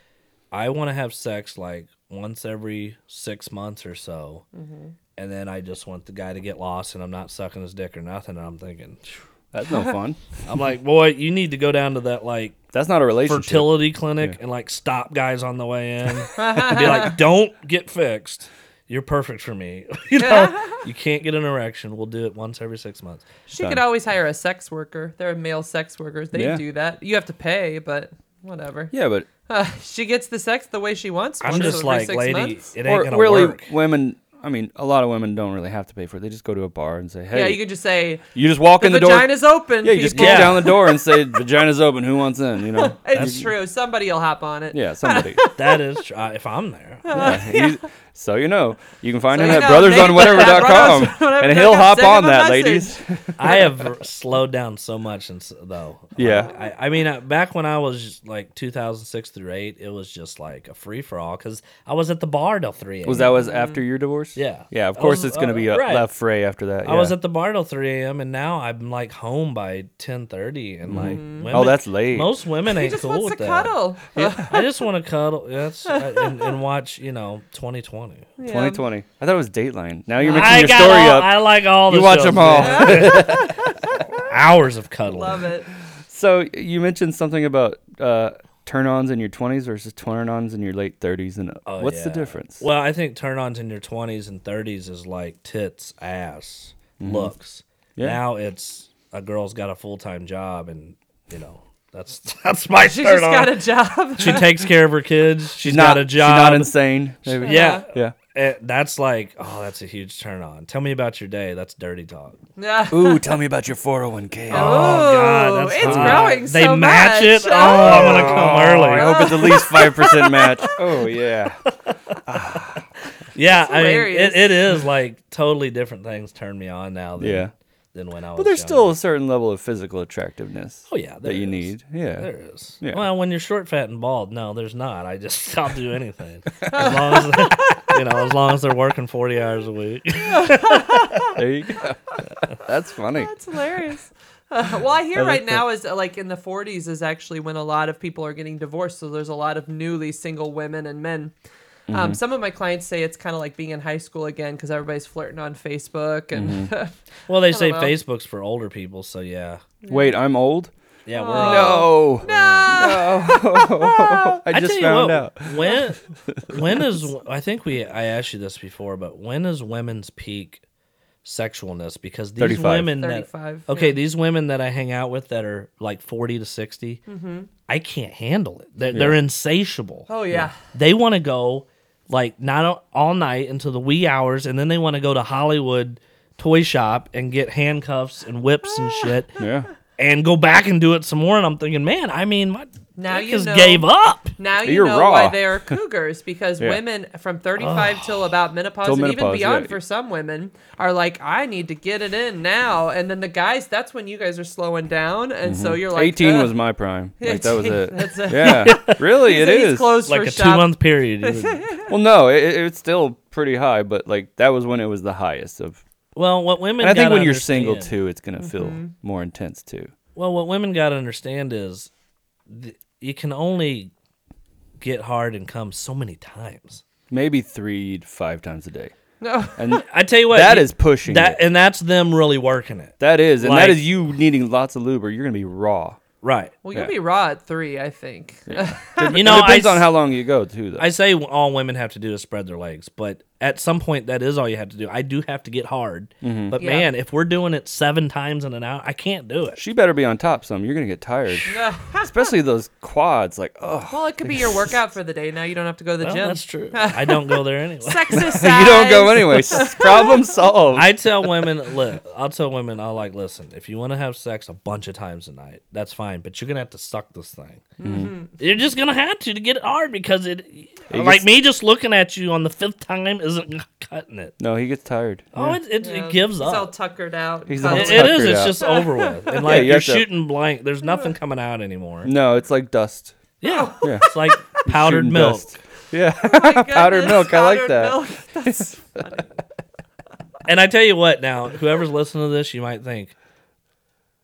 [SPEAKER 3] "I want to have sex like once every six months or so, and then I just want the guy to get lost, and I'm not sucking his dick or nothing." And I'm thinking, phew.
[SPEAKER 1] That's no fun.
[SPEAKER 3] I'm like, boy, you need to go down to that like
[SPEAKER 1] That's not a relationship.
[SPEAKER 3] fertility clinic and like stop guys on the way in and be like, "Don't get fixed." You're perfect for me. you know, you can't get an erection. We'll do it once every six months.
[SPEAKER 2] She could always hire a sex worker. There are male sex workers. They
[SPEAKER 1] Yeah.
[SPEAKER 2] do that. You have to pay, but whatever.
[SPEAKER 1] yeah, but
[SPEAKER 2] Uh, she gets the sex the way she wants.
[SPEAKER 3] I'm
[SPEAKER 2] once
[SPEAKER 3] just
[SPEAKER 2] every
[SPEAKER 3] like,
[SPEAKER 2] six
[SPEAKER 3] lady,
[SPEAKER 2] months.
[SPEAKER 3] it
[SPEAKER 1] or
[SPEAKER 3] ain't gonna
[SPEAKER 1] really,
[SPEAKER 3] work.
[SPEAKER 1] women. I mean, a lot of women don't really have to pay for it. They just go to a bar and say, "Hey,
[SPEAKER 2] yeah,
[SPEAKER 1] you,
[SPEAKER 2] you could just say
[SPEAKER 1] just walk
[SPEAKER 2] the,
[SPEAKER 1] in the door."
[SPEAKER 2] vagina's open.
[SPEAKER 1] Yeah, you just kick
[SPEAKER 2] people.
[SPEAKER 3] Yeah.
[SPEAKER 1] down the door and say, "Vagina's open. Who wants in?" You know.
[SPEAKER 2] It's true. Somebody'll hop on it.
[SPEAKER 1] Yeah, somebody.
[SPEAKER 3] That is tr- uh, if I'm there.
[SPEAKER 1] Yeah, you- so you know, you can find
[SPEAKER 2] So
[SPEAKER 1] him
[SPEAKER 2] you
[SPEAKER 1] at
[SPEAKER 2] know,
[SPEAKER 1] brothersonwhatever.com,
[SPEAKER 2] Nate- brothersonwhatever.com,
[SPEAKER 1] and he'll hop
[SPEAKER 2] send him
[SPEAKER 1] on
[SPEAKER 2] a
[SPEAKER 1] that,
[SPEAKER 2] message.
[SPEAKER 1] ladies.
[SPEAKER 3] I have r- slowed down so much, and s though,
[SPEAKER 1] Yeah.
[SPEAKER 3] Like, I, I mean, uh, back when I was like 2006 through eight, it was just like a free for all because I was at the bar till three.
[SPEAKER 1] Was that was after your divorce?
[SPEAKER 3] Yeah.
[SPEAKER 1] Yeah, of
[SPEAKER 3] I
[SPEAKER 1] course
[SPEAKER 3] was-
[SPEAKER 1] it's going to
[SPEAKER 3] uh,
[SPEAKER 1] be a
[SPEAKER 3] right.
[SPEAKER 1] left fray after that.
[SPEAKER 3] I was
[SPEAKER 1] yeah.
[SPEAKER 3] at the bar till 3 a.m. and now I'm like home by 10:30 and like women,
[SPEAKER 1] Oh, that's late.
[SPEAKER 3] most women
[SPEAKER 2] He
[SPEAKER 3] ain't
[SPEAKER 2] just
[SPEAKER 3] cool
[SPEAKER 2] wants
[SPEAKER 3] with
[SPEAKER 2] to
[SPEAKER 3] that.
[SPEAKER 2] cuddle.
[SPEAKER 3] Yeah, I just want to cuddle. Yes, I- and, and watch you know 2020.
[SPEAKER 2] Yeah.
[SPEAKER 1] 2020. I thought it was Dateline. Now you're mixing
[SPEAKER 3] I
[SPEAKER 1] your
[SPEAKER 3] got
[SPEAKER 1] story
[SPEAKER 3] all-
[SPEAKER 1] up.
[SPEAKER 3] I like all the
[SPEAKER 1] you watch
[SPEAKER 3] shows,
[SPEAKER 1] them all.
[SPEAKER 3] man. Hours of cuddling.
[SPEAKER 2] Love it.
[SPEAKER 1] so you mentioned something about uh, turn-ons in your 20s versus turn-ons in your late 30s, and uh,
[SPEAKER 3] Oh,
[SPEAKER 1] what's the
[SPEAKER 3] yeah.
[SPEAKER 1] difference?
[SPEAKER 3] Well, I think turn ons in your 20s and 30s is like tits, ass, looks.
[SPEAKER 1] Mm-hmm. Yeah.
[SPEAKER 3] Now it's a girl's got a full time job and, you know, that's that's my
[SPEAKER 2] She
[SPEAKER 3] turn
[SPEAKER 2] just
[SPEAKER 3] on.
[SPEAKER 2] got a job.
[SPEAKER 3] she takes care of her kids.
[SPEAKER 1] she's
[SPEAKER 3] she's
[SPEAKER 1] not
[SPEAKER 3] got a job.
[SPEAKER 1] She's not insane. Maybe.
[SPEAKER 3] yeah.
[SPEAKER 1] Yeah.
[SPEAKER 3] Eh, that's like, oh, that's a huge turn on. Tell me about your day. That's dirty talk.
[SPEAKER 2] Yeah.
[SPEAKER 1] Ooh, tell me about your 401k.
[SPEAKER 3] Oh,
[SPEAKER 2] Ooh,
[SPEAKER 3] God, that's
[SPEAKER 2] it's
[SPEAKER 3] hot.
[SPEAKER 2] growing
[SPEAKER 3] They
[SPEAKER 2] so
[SPEAKER 3] match
[SPEAKER 2] much.
[SPEAKER 3] it. Oh, I'm gonna come
[SPEAKER 1] I
[SPEAKER 3] early.
[SPEAKER 1] hope it's at least five percent match. Oh yeah.
[SPEAKER 3] Yeah, I mean,
[SPEAKER 2] hilarious.
[SPEAKER 3] it, it is like totally different things turn me on now. Than,
[SPEAKER 1] Yeah.
[SPEAKER 3] than when I was.
[SPEAKER 1] But there's
[SPEAKER 3] younger.
[SPEAKER 1] still a certain level of physical attractiveness.
[SPEAKER 3] Oh, yeah,
[SPEAKER 1] that
[SPEAKER 3] there
[SPEAKER 1] you
[SPEAKER 3] is.
[SPEAKER 1] need. Yeah.
[SPEAKER 3] There is.
[SPEAKER 1] Yeah.
[SPEAKER 3] Well, when you're short, fat, and bald, no, there's not. I just I'll do anything as long as you know, as long as they're working forty hours a week.
[SPEAKER 1] There you go. That's funny.
[SPEAKER 3] Oh,
[SPEAKER 2] That's hilarious. Uh, well, I hear
[SPEAKER 1] like
[SPEAKER 2] right now is uh, like in the 40s is actually when a lot of people are getting divorced. So there's a lot of newly single women and men.
[SPEAKER 1] Mm-hmm.
[SPEAKER 2] Um, some of my clients say it's kind of like being in high school again because everybody's flirting on Facebook and
[SPEAKER 3] Well, they say
[SPEAKER 2] know.
[SPEAKER 3] Facebook's for older people, so yeah,
[SPEAKER 1] Wait, I'm old.
[SPEAKER 3] yeah, we're all.
[SPEAKER 1] No. Mm-hmm.
[SPEAKER 2] no.
[SPEAKER 1] I just
[SPEAKER 3] tell you
[SPEAKER 1] found
[SPEAKER 3] what,
[SPEAKER 1] out.
[SPEAKER 3] when when is I think we I asked you this before, but when is women's peak sexualness? Because these
[SPEAKER 1] 35.
[SPEAKER 3] women that
[SPEAKER 2] 35,
[SPEAKER 3] okay,
[SPEAKER 2] yeah.
[SPEAKER 3] these women that I hang out with that are like forty to 60 I can't handle it. They're, they're insatiable.
[SPEAKER 2] Mm-hmm. Oh, yeah.
[SPEAKER 3] they want to go like not all- all night until the wee hours, and then they want to go to Hollywood toy shop and get handcuffs and whips and
[SPEAKER 2] Ah.
[SPEAKER 3] shit.
[SPEAKER 1] Yeah.
[SPEAKER 3] And go back and do it some more, and I'm thinking, man, I mean, my
[SPEAKER 2] Now
[SPEAKER 3] dick
[SPEAKER 2] you
[SPEAKER 3] just
[SPEAKER 2] know.
[SPEAKER 3] gave up.
[SPEAKER 2] Now you
[SPEAKER 1] You're
[SPEAKER 2] know
[SPEAKER 1] raw.
[SPEAKER 2] why they are cougars because
[SPEAKER 1] Yeah.
[SPEAKER 2] women from 35 till about menopause
[SPEAKER 1] Till
[SPEAKER 2] and even
[SPEAKER 1] menopause,
[SPEAKER 2] beyond
[SPEAKER 1] yeah.
[SPEAKER 2] for some women are like, I need to get it in now. And then the guys, that's when you guys are slowing down. And so you're like,
[SPEAKER 1] 18
[SPEAKER 2] "Ugh."
[SPEAKER 1] Mm-hmm. was my prime. Like that was
[SPEAKER 2] 18,
[SPEAKER 1] it.
[SPEAKER 2] that's it.
[SPEAKER 1] Yeah. Really, it
[SPEAKER 2] So he's
[SPEAKER 1] is.
[SPEAKER 2] closed
[SPEAKER 3] like
[SPEAKER 2] for
[SPEAKER 3] a two
[SPEAKER 2] shop.
[SPEAKER 3] month period. you would-
[SPEAKER 1] Well, no, it, it- it's still pretty high, but like that was when it was the highest of.
[SPEAKER 3] well, what women
[SPEAKER 1] And I think
[SPEAKER 3] gotta
[SPEAKER 1] when you're single
[SPEAKER 3] understand-
[SPEAKER 1] too, it's gonna
[SPEAKER 2] Mm-hmm.
[SPEAKER 1] feel more intense too.
[SPEAKER 3] Well, what women got to understand is th- you can only get hard and come so many times.
[SPEAKER 1] Maybe three to five times a day,
[SPEAKER 2] No.
[SPEAKER 1] and
[SPEAKER 3] I tell you what,
[SPEAKER 1] that
[SPEAKER 3] you-
[SPEAKER 1] is pushing.
[SPEAKER 3] that,
[SPEAKER 1] it.
[SPEAKER 3] and that's them really working it.
[SPEAKER 1] that is, and
[SPEAKER 3] like-
[SPEAKER 1] that is you needing lots of lube, or you're gonna be raw.
[SPEAKER 3] Right.
[SPEAKER 2] Well, you'll
[SPEAKER 1] Yeah.
[SPEAKER 2] be raw at three, I think.
[SPEAKER 3] You know,
[SPEAKER 1] it depends
[SPEAKER 3] I,
[SPEAKER 1] on
[SPEAKER 3] s-
[SPEAKER 1] how long you go too, though.
[SPEAKER 3] I say all women have to do is spread their legs, but at some point that is all you have to do. I do have to get hard,
[SPEAKER 1] Mm-hmm.
[SPEAKER 3] but
[SPEAKER 2] Yeah.
[SPEAKER 3] man, if we're doing it seven times in an hour, I can't do it.
[SPEAKER 1] She better be on top some. You're gonna get tired, especially those quads. Like, oh,
[SPEAKER 2] well, it could be your workout for the day. Now you don't have to go to the
[SPEAKER 3] Well,
[SPEAKER 2] gym.
[SPEAKER 3] that's true. I don't go there anyway.
[SPEAKER 2] Sexercise.
[SPEAKER 1] you don't go anyway. S- Problem solved.
[SPEAKER 3] I tell women, look, I'll tell women, I'll like, listen, if you want to have sex a bunch of times a night, that's fine, but you're gonna have to suck this thing.
[SPEAKER 2] Mm-hmm.
[SPEAKER 3] You're just gonna have to to get it hard because it, like
[SPEAKER 1] gets-
[SPEAKER 3] me, just looking at you on the fifth time isn't cutting it.
[SPEAKER 1] no, he gets tired.
[SPEAKER 3] Oh, it, it,
[SPEAKER 2] Yeah.
[SPEAKER 3] it gives
[SPEAKER 2] He's
[SPEAKER 3] up.
[SPEAKER 2] all tuckered out. Oh
[SPEAKER 1] He's
[SPEAKER 2] Cuddled.
[SPEAKER 1] all
[SPEAKER 3] It- it is.
[SPEAKER 1] tuckered
[SPEAKER 3] It's
[SPEAKER 1] out.
[SPEAKER 3] just over with, and like
[SPEAKER 1] you
[SPEAKER 3] you're
[SPEAKER 1] have to-
[SPEAKER 3] shooting blank. There's nothing coming out anymore.
[SPEAKER 1] No, it's like dust.
[SPEAKER 3] Yeah,
[SPEAKER 1] Yeah.
[SPEAKER 3] it's like powdered
[SPEAKER 1] Shooting
[SPEAKER 3] milk.
[SPEAKER 1] dust. Yeah.
[SPEAKER 2] My goodness,
[SPEAKER 1] Powdered milk. I like
[SPEAKER 2] powdered
[SPEAKER 1] that.
[SPEAKER 2] milk. That's funny.
[SPEAKER 3] And I tell you what, now whoever's listening to this, you might think,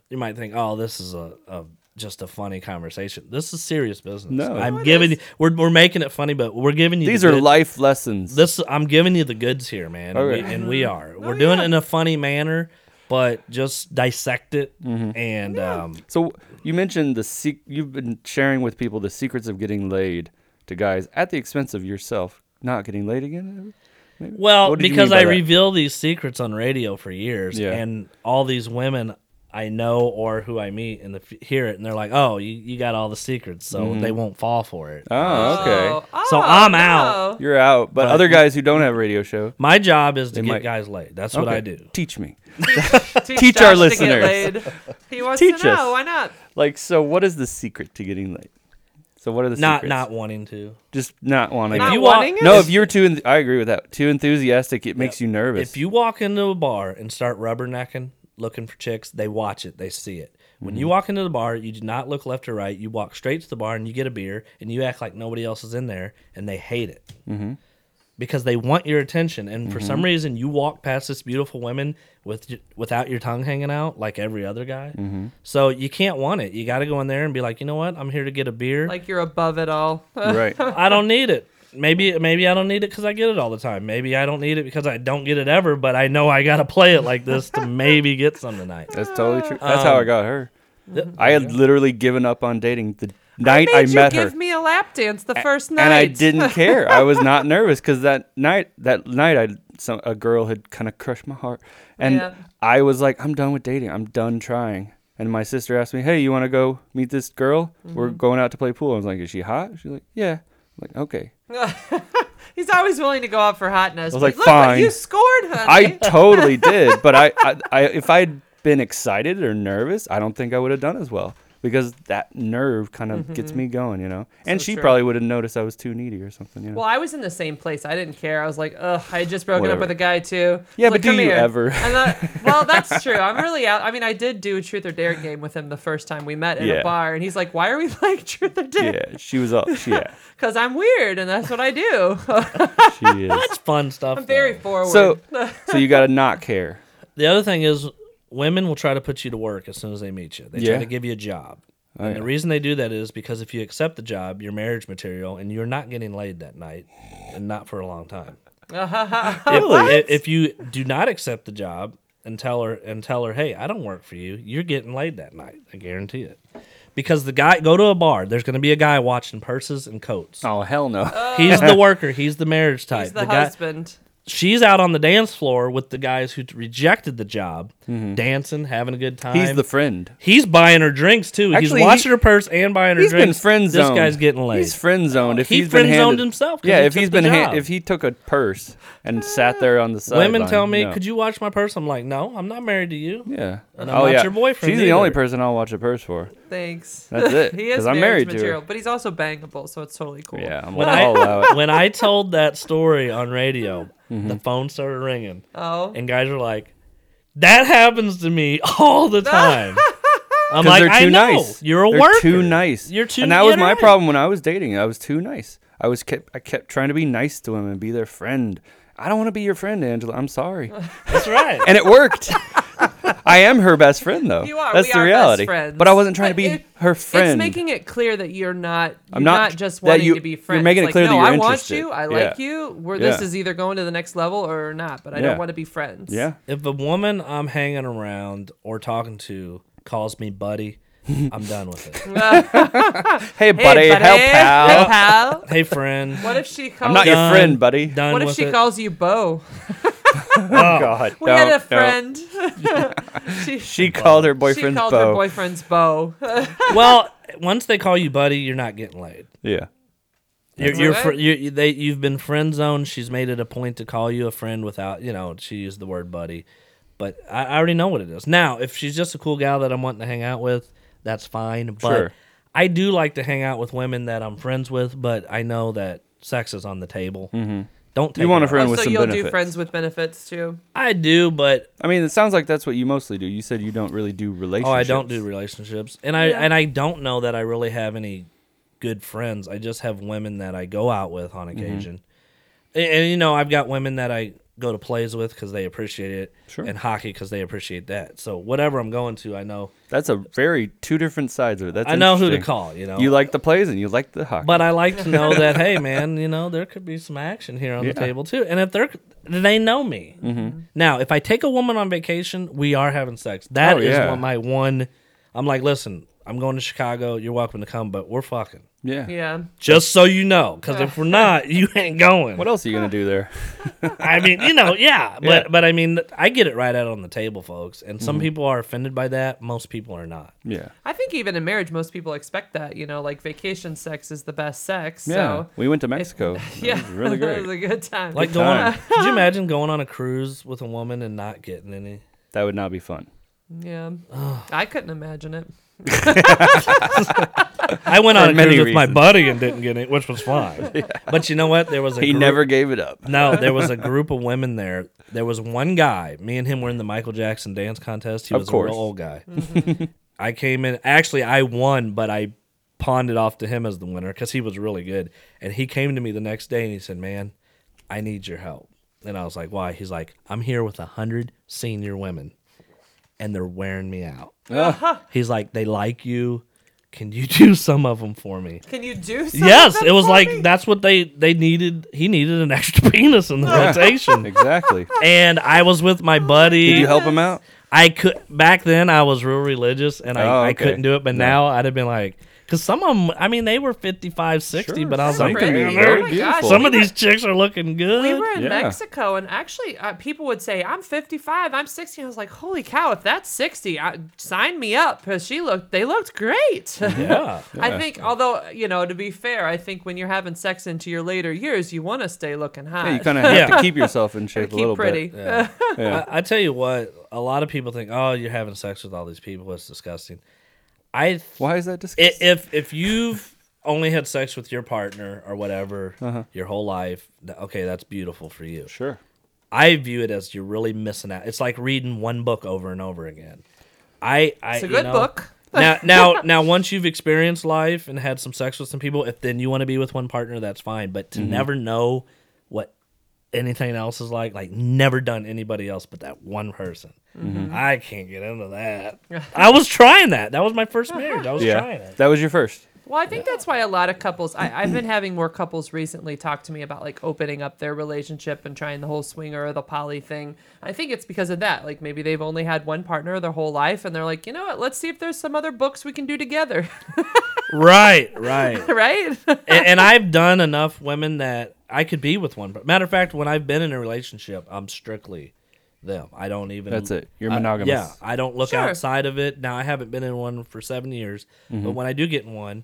[SPEAKER 3] you might think, oh, this is a, a just a funny conversation. This is serious business.
[SPEAKER 1] No. No,
[SPEAKER 3] I'm
[SPEAKER 2] it
[SPEAKER 3] giving
[SPEAKER 2] is.
[SPEAKER 3] you. We're, we're making it funny, but we're giving you
[SPEAKER 1] These
[SPEAKER 3] the
[SPEAKER 1] are
[SPEAKER 3] good-
[SPEAKER 1] life lessons.
[SPEAKER 3] This I'm giving you the goods here, man. and
[SPEAKER 1] Okay. Oh,
[SPEAKER 3] we- And, we, are. we're doing
[SPEAKER 2] yeah.
[SPEAKER 3] it in a funny manner, but just dissect it
[SPEAKER 1] Mm-hmm.
[SPEAKER 3] and um,
[SPEAKER 1] so you mentioned the sec- you've been sharing with people the secrets of getting laid to guys at the expense of yourself not getting laid again.
[SPEAKER 3] Well,
[SPEAKER 1] What did you
[SPEAKER 3] because
[SPEAKER 1] mean by
[SPEAKER 3] I
[SPEAKER 1] that?
[SPEAKER 3] reveal these secrets on radio for years,
[SPEAKER 1] Yeah.
[SPEAKER 3] and all these women I know or who I meet and the, f- hear it, and they're like, "Oh, you, you got all the secrets," so
[SPEAKER 1] Mm-hmm.
[SPEAKER 3] they won't fall for it.
[SPEAKER 1] Oh, okay.
[SPEAKER 2] Oh, oh,
[SPEAKER 3] So I'm
[SPEAKER 2] no.
[SPEAKER 3] out.
[SPEAKER 1] You're out. But
[SPEAKER 3] But-
[SPEAKER 1] other guys who don't have a radio show.
[SPEAKER 3] My job is to get
[SPEAKER 1] might-
[SPEAKER 3] guys laid. That's what
[SPEAKER 1] okay,
[SPEAKER 3] I do.
[SPEAKER 1] Teach me.
[SPEAKER 2] Teach,
[SPEAKER 1] Teach
[SPEAKER 2] Josh
[SPEAKER 1] our
[SPEAKER 2] to get
[SPEAKER 1] listeners.
[SPEAKER 2] laid. He wants
[SPEAKER 1] Teach
[SPEAKER 2] to know.
[SPEAKER 1] us.
[SPEAKER 2] Why not?
[SPEAKER 1] Like, so what is the secret to getting laid? So what are the
[SPEAKER 3] Not
[SPEAKER 1] secrets?
[SPEAKER 3] not wanting to.
[SPEAKER 1] just not wanting.
[SPEAKER 2] Not
[SPEAKER 1] to.
[SPEAKER 3] you want-
[SPEAKER 2] wanting it?
[SPEAKER 1] no, if you're too, en- I agree with that. Too enthusiastic, it makes you nervous.
[SPEAKER 3] If you walk into a bar and start rubbernecking, looking for chicks, they watch it, they see it. When you walk into the bar, you do not look left or right. You walk straight to the bar and you get a beer and you act like nobody else is in there and they hate it because they want your attention. And for some reason, you walk past this beautiful woman with y- without your tongue hanging out like every other guy. So you can't want it. You got to go in there and be like, you know what? I'm here to get a beer.
[SPEAKER 2] Like you're above it all.
[SPEAKER 1] right.
[SPEAKER 3] I don't need it. Maybe maybe I don't need it because I get it all the time. Maybe I don't need it because I don't get it ever. But I know I gotta play it like this to maybe get some tonight.
[SPEAKER 1] That's totally true. That's how I got her. I had literally given up on dating the night
[SPEAKER 2] Mm-hmm. Made
[SPEAKER 1] I
[SPEAKER 2] you
[SPEAKER 1] met her.
[SPEAKER 2] give me a lap dance the first night.
[SPEAKER 1] and I didn't care. I was not nervous because that night, that night, I some, a girl had kind of crushed my heart, and
[SPEAKER 2] Yeah.
[SPEAKER 1] I was like, I'm done with dating. I'm done trying. And my sister asked me, Hey, you want to go meet this girl? We're
[SPEAKER 2] Mm-hmm.
[SPEAKER 1] going out to play pool. I was like, Is she hot? She's like, Yeah. I'm like, okay.
[SPEAKER 2] He's always willing to go out for hotness.
[SPEAKER 1] I was
[SPEAKER 2] but
[SPEAKER 1] like,
[SPEAKER 2] look what
[SPEAKER 1] fine.
[SPEAKER 2] you scored, honey.
[SPEAKER 1] I totally did, but I, I, I if I'd been excited or nervous, I don't think I would have done as well because that nerve kind of gets
[SPEAKER 3] Mm-hmm.
[SPEAKER 1] me going, you know. And
[SPEAKER 2] So
[SPEAKER 1] she
[SPEAKER 2] true.
[SPEAKER 1] probably would have noticed I was too needy or something, you know.
[SPEAKER 2] Well, I was in the same place. I didn't care. I was like, ugh, I had just broken up
[SPEAKER 1] Whatever.
[SPEAKER 2] with a guy too.
[SPEAKER 1] Yeah, but
[SPEAKER 2] It's like,
[SPEAKER 1] do
[SPEAKER 2] "Come
[SPEAKER 1] you
[SPEAKER 2] here."
[SPEAKER 1] ever?
[SPEAKER 2] And the- well, that's true. I'm really out. I mean, I did do a truth or dare game with him the first time we met at
[SPEAKER 1] Yeah.
[SPEAKER 2] a bar, and he's like, "Why are we like truth or dare?
[SPEAKER 1] yeah, she was up. She, yeah,
[SPEAKER 2] Because I'm weird, and that's what I do.
[SPEAKER 1] she is.
[SPEAKER 3] It's fun stuff.
[SPEAKER 2] I'm very
[SPEAKER 3] though.
[SPEAKER 2] forward."
[SPEAKER 1] So, so you got to not care.
[SPEAKER 3] The other thing is, women will try to put you to work as soon as they meet you. They
[SPEAKER 1] Yeah. Oh,
[SPEAKER 3] try to give you a job. and
[SPEAKER 1] yeah.
[SPEAKER 3] the reason they do that is because if you accept the job, you're marriage material, and you're not getting laid that night, and not for a long time. if, if- if you do not accept the job and tell her and tell her, hey, I don't work for you, you're getting laid that night. I guarantee it. Because the guy go to a bar, there's going to be a guy watching purses and coats.
[SPEAKER 1] Oh hell no!
[SPEAKER 3] He's the worker. He's the marriage type.
[SPEAKER 2] he's the,
[SPEAKER 3] guy-
[SPEAKER 2] husband.
[SPEAKER 3] she's out on the dance floor with the guys who t- rejected the job, dancing, having a good time.
[SPEAKER 1] Mm-hmm. He's the friend.
[SPEAKER 3] He's buying her drinks too.
[SPEAKER 1] Actually,
[SPEAKER 3] he's
[SPEAKER 1] he-
[SPEAKER 3] watching her purse and buying her
[SPEAKER 1] He's been
[SPEAKER 3] drinks.
[SPEAKER 1] friend zoned.
[SPEAKER 3] This guy's getting laid.
[SPEAKER 1] He's friend zoned. If
[SPEAKER 3] He
[SPEAKER 1] he's been
[SPEAKER 3] friend-zoned
[SPEAKER 1] handed-
[SPEAKER 3] himself 'cause
[SPEAKER 1] Yeah,
[SPEAKER 3] he
[SPEAKER 1] if
[SPEAKER 3] took
[SPEAKER 1] he's
[SPEAKER 3] the
[SPEAKER 1] been hand-
[SPEAKER 3] job.
[SPEAKER 1] if he took a purse and sat there on the side.
[SPEAKER 3] Women tell me, "Could you watch my purse?" I'm like, "No, I'm not married to you."
[SPEAKER 1] Yeah.
[SPEAKER 3] And I'm not your boyfriend
[SPEAKER 1] She's the only
[SPEAKER 3] either.
[SPEAKER 1] person I'll watch a purse for.
[SPEAKER 2] Thanks.
[SPEAKER 1] That's it,
[SPEAKER 2] he is
[SPEAKER 1] 'cause I'm married
[SPEAKER 2] marriage
[SPEAKER 1] to her.
[SPEAKER 2] material, but he's also bangable, so it's totally cool.
[SPEAKER 1] Yeah, I'm
[SPEAKER 3] When
[SPEAKER 1] like,
[SPEAKER 3] I
[SPEAKER 1] I'll allow it. Mm-hmm.
[SPEAKER 3] when I told that story on radio, the phone started ringing,
[SPEAKER 2] Oh.
[SPEAKER 3] and guys are like, "That happens to me all the time." I'm
[SPEAKER 1] 'Cause
[SPEAKER 3] like,
[SPEAKER 1] they're
[SPEAKER 3] "I
[SPEAKER 1] too
[SPEAKER 3] know
[SPEAKER 1] nice.
[SPEAKER 3] you're a
[SPEAKER 1] They're
[SPEAKER 3] worker.
[SPEAKER 1] Too nice.
[SPEAKER 3] You're too."
[SPEAKER 1] And that was
[SPEAKER 3] yeah,
[SPEAKER 1] my
[SPEAKER 3] right.
[SPEAKER 1] problem when I was dating. I was too nice. I was kept. I kept trying to be nice to him and be their friend. I don't want to be your friend, Angela. I'm sorry.
[SPEAKER 3] That's right.
[SPEAKER 1] and it worked. I am her best friend, though.
[SPEAKER 2] You are.
[SPEAKER 1] That's
[SPEAKER 2] we
[SPEAKER 1] the
[SPEAKER 2] are
[SPEAKER 1] reality.
[SPEAKER 2] Best friends.
[SPEAKER 1] But I wasn't trying to be
[SPEAKER 2] it-
[SPEAKER 1] her friend.
[SPEAKER 2] It's making it clear that you're not. You're
[SPEAKER 1] I'm not-
[SPEAKER 2] not, just
[SPEAKER 1] that
[SPEAKER 2] wanting
[SPEAKER 1] you-
[SPEAKER 2] to be
[SPEAKER 1] you're
[SPEAKER 2] friends.
[SPEAKER 1] making it
[SPEAKER 2] like,
[SPEAKER 1] clear that
[SPEAKER 2] no,
[SPEAKER 1] you're
[SPEAKER 2] I
[SPEAKER 1] interested.
[SPEAKER 2] want you. I
[SPEAKER 1] Yeah.
[SPEAKER 2] like you. Where this
[SPEAKER 1] Yeah.
[SPEAKER 2] is either going to the next level or not. But I
[SPEAKER 1] Yeah.
[SPEAKER 2] don't want to be friends.
[SPEAKER 1] yeah.
[SPEAKER 3] if a woman I'm hanging around or talking to calls me buddy, I'm done with it.
[SPEAKER 1] Hey,
[SPEAKER 2] Hey,
[SPEAKER 1] buddy.
[SPEAKER 2] buddy.
[SPEAKER 1] How
[SPEAKER 2] Hey,
[SPEAKER 1] pal?
[SPEAKER 2] pal.
[SPEAKER 3] Hey friend,
[SPEAKER 2] What if she calls?
[SPEAKER 1] I'm not your
[SPEAKER 3] Done.
[SPEAKER 1] friend, buddy.
[SPEAKER 3] done
[SPEAKER 2] what if
[SPEAKER 3] with
[SPEAKER 2] she
[SPEAKER 3] it.
[SPEAKER 2] calls you Bo?
[SPEAKER 1] Oh God.
[SPEAKER 2] We had
[SPEAKER 1] no,
[SPEAKER 2] a
[SPEAKER 1] no.
[SPEAKER 2] friend. she,
[SPEAKER 1] She called her
[SPEAKER 2] she
[SPEAKER 1] boyfriend's
[SPEAKER 2] called her
[SPEAKER 1] beau.
[SPEAKER 2] boyfriend's Bo.
[SPEAKER 3] well, once they call you buddy, you're not getting laid.
[SPEAKER 1] Yeah.
[SPEAKER 3] You're, you're,
[SPEAKER 2] right.
[SPEAKER 3] fr- you're you- they you've been friend zoned. She's made it a point to call you a friend without you know she used the word buddy, but I, I already know what it is. Now, if she's just a cool gal that I'm wanting to hang out with, that's fine. But
[SPEAKER 1] Sure.
[SPEAKER 3] I do like to hang out with women that I'm friends with, but I know that sex is on the table. Mm-hmm. Don't take
[SPEAKER 1] You want
[SPEAKER 3] it
[SPEAKER 1] a
[SPEAKER 3] out.
[SPEAKER 1] friend with
[SPEAKER 2] so
[SPEAKER 1] some
[SPEAKER 2] you'll
[SPEAKER 1] benefits.
[SPEAKER 2] do friends with benefits too.
[SPEAKER 3] I do, but
[SPEAKER 1] I mean, it sounds like that's what you mostly do. You said you don't really do relationships.
[SPEAKER 3] oh, I don't do relationships, and I
[SPEAKER 2] Yeah.
[SPEAKER 3] and I don't know that I really have any good friends. I just have women that I go out with on
[SPEAKER 1] Mm-hmm.
[SPEAKER 3] occasion. And, and, you know, I've got women that I go to plays with because they appreciate it,
[SPEAKER 1] Sure.
[SPEAKER 3] and hockey because they appreciate that. So whatever I'm going to, I know
[SPEAKER 1] That's a very two different sides of it. That's
[SPEAKER 3] I know who to
[SPEAKER 1] interesting.
[SPEAKER 3] call. You know,
[SPEAKER 1] You like the plays and you like the hockey.
[SPEAKER 3] but I like to know that hey, man, you know there could be some action here on the
[SPEAKER 1] Yeah. Mm-hmm.
[SPEAKER 3] table too. And if they're they know me now, if I take a woman on vacation, we are having sex. That
[SPEAKER 1] Oh,
[SPEAKER 3] is
[SPEAKER 1] yeah.
[SPEAKER 3] one, my one. I'm like, listen, I'm going to Chicago. You're welcome to come, but we're fucking.
[SPEAKER 1] yeah.
[SPEAKER 2] Yeah.
[SPEAKER 3] Just so you know, because if we're not, you ain't going.
[SPEAKER 1] What else are you gonna do there?
[SPEAKER 3] I mean, you know, yeah, but
[SPEAKER 1] Yeah. Mm-hmm.
[SPEAKER 3] but I mean, I get it right out on the table, folks. And some people are offended by that. Most people are not.
[SPEAKER 1] Yeah.
[SPEAKER 2] I think even in marriage, most people expect that. You know, like vacation sex is the best sex.
[SPEAKER 1] Yeah.
[SPEAKER 2] So
[SPEAKER 1] we went to Mexico. It
[SPEAKER 2] yeah,
[SPEAKER 1] was really
[SPEAKER 2] it was
[SPEAKER 1] great.
[SPEAKER 2] a good time.
[SPEAKER 3] Like
[SPEAKER 1] Good
[SPEAKER 3] going.
[SPEAKER 1] time.
[SPEAKER 3] could you imagine going on a cruise with a woman and not getting any?
[SPEAKER 1] that would not be fun.
[SPEAKER 2] yeah, I couldn't imagine it.
[SPEAKER 3] I went on
[SPEAKER 1] For
[SPEAKER 3] a
[SPEAKER 1] many
[SPEAKER 3] cruise with my
[SPEAKER 1] reasons.
[SPEAKER 3] buddy and didn't get it, which was fine. But you know what? There was a
[SPEAKER 1] He
[SPEAKER 3] group-
[SPEAKER 1] never gave it up.
[SPEAKER 3] No, there was a group of women there. There was one guy. Me and him were in the Michael Jackson dance contest. He
[SPEAKER 1] Of
[SPEAKER 3] was a
[SPEAKER 1] course.
[SPEAKER 3] real old guy. I came in. Actually, I won, but I pawned it off to him as the winner because he was really good. And he came to me the next day and he said, "Man, I need your help." And I was like, "Why?" He's like, "I'm here with a hundred senior women, and they're wearing me out." He's like, "They like you. Can you do some of them for me?"
[SPEAKER 2] Can you do? Some
[SPEAKER 3] Yes,
[SPEAKER 2] of
[SPEAKER 3] it was
[SPEAKER 2] that for
[SPEAKER 3] like
[SPEAKER 2] me?
[SPEAKER 3] that's what they they needed. He needed an extra penis in the rotation,
[SPEAKER 1] Exactly.
[SPEAKER 3] and I was with my
[SPEAKER 2] Oh.
[SPEAKER 3] buddy.
[SPEAKER 1] Did you help him out?
[SPEAKER 3] I could back then. I was real religious, and I,
[SPEAKER 1] Oh,
[SPEAKER 3] I
[SPEAKER 1] okay.
[SPEAKER 3] couldn't do it. But now I'd have been like, because some of them, I mean, they were 55, 60, but I was
[SPEAKER 1] Some
[SPEAKER 3] like,
[SPEAKER 1] can be
[SPEAKER 2] "Damn,
[SPEAKER 1] very
[SPEAKER 2] oh my gosh,
[SPEAKER 1] beautiful.
[SPEAKER 3] some of these chicks are looking good.
[SPEAKER 2] We were in
[SPEAKER 1] Yeah.
[SPEAKER 2] Mexico, and actually, uh, people would say, "I'm 55, I'm 60." I was like, "Holy cow! If that's 60, I, sign me up." Because she looked, they looked great.
[SPEAKER 3] yeah.
[SPEAKER 2] I think, although you know, to be fair, I think when you're having sex into your later years, you want to stay looking hot.
[SPEAKER 1] Yeah, you kind of have
[SPEAKER 3] Yeah.
[SPEAKER 1] to keep yourself in shape
[SPEAKER 2] Keep
[SPEAKER 1] a little
[SPEAKER 2] pretty.
[SPEAKER 1] bit.
[SPEAKER 3] I, I tell you what, a lot of people think, oh, you're having sex with all these people. It's disgusting. I
[SPEAKER 1] Why is that disgusting?
[SPEAKER 3] I- if if you've only had sex with your partner or whatever your whole life, th- okay, that's beautiful for you.
[SPEAKER 1] sure.
[SPEAKER 3] I view it as you're really missing out. It's like reading one book over and over again. I, I
[SPEAKER 2] It's a
[SPEAKER 3] you
[SPEAKER 2] good
[SPEAKER 3] know-
[SPEAKER 2] book.
[SPEAKER 3] now, now, now, once you've experienced life and had some sex with some people, if then you want to be with one partner, that's fine. But to never know what anything else is like, like never done anybody else but that one person, I can't get into that. I was trying that. That was my first marriage. I was trying
[SPEAKER 1] Yeah.
[SPEAKER 3] it.
[SPEAKER 1] That was your first.
[SPEAKER 2] Well, I think that's why a lot of couples. I, I've been having more couples recently talk to me about like opening up their relationship and trying the whole swinger or the poly thing. I think it's because of that. Like maybe they've only had one partner their whole life, and they're like, you know what? Let's see if there's some other books we can do together,
[SPEAKER 3] Right, right.
[SPEAKER 2] right?
[SPEAKER 3] and, and I've done enough women that I could be with one. But matter of fact, when I've been in a relationship, I'm strictly them. I don't even.
[SPEAKER 1] That's it. You're
[SPEAKER 3] I-
[SPEAKER 1] monogamous.
[SPEAKER 3] Mm. Uh, yeah, I don't look
[SPEAKER 2] Sure.
[SPEAKER 3] outside of it. Now I haven't been in one for seven years,
[SPEAKER 1] Mm-hmm.
[SPEAKER 3] but when I do get in one,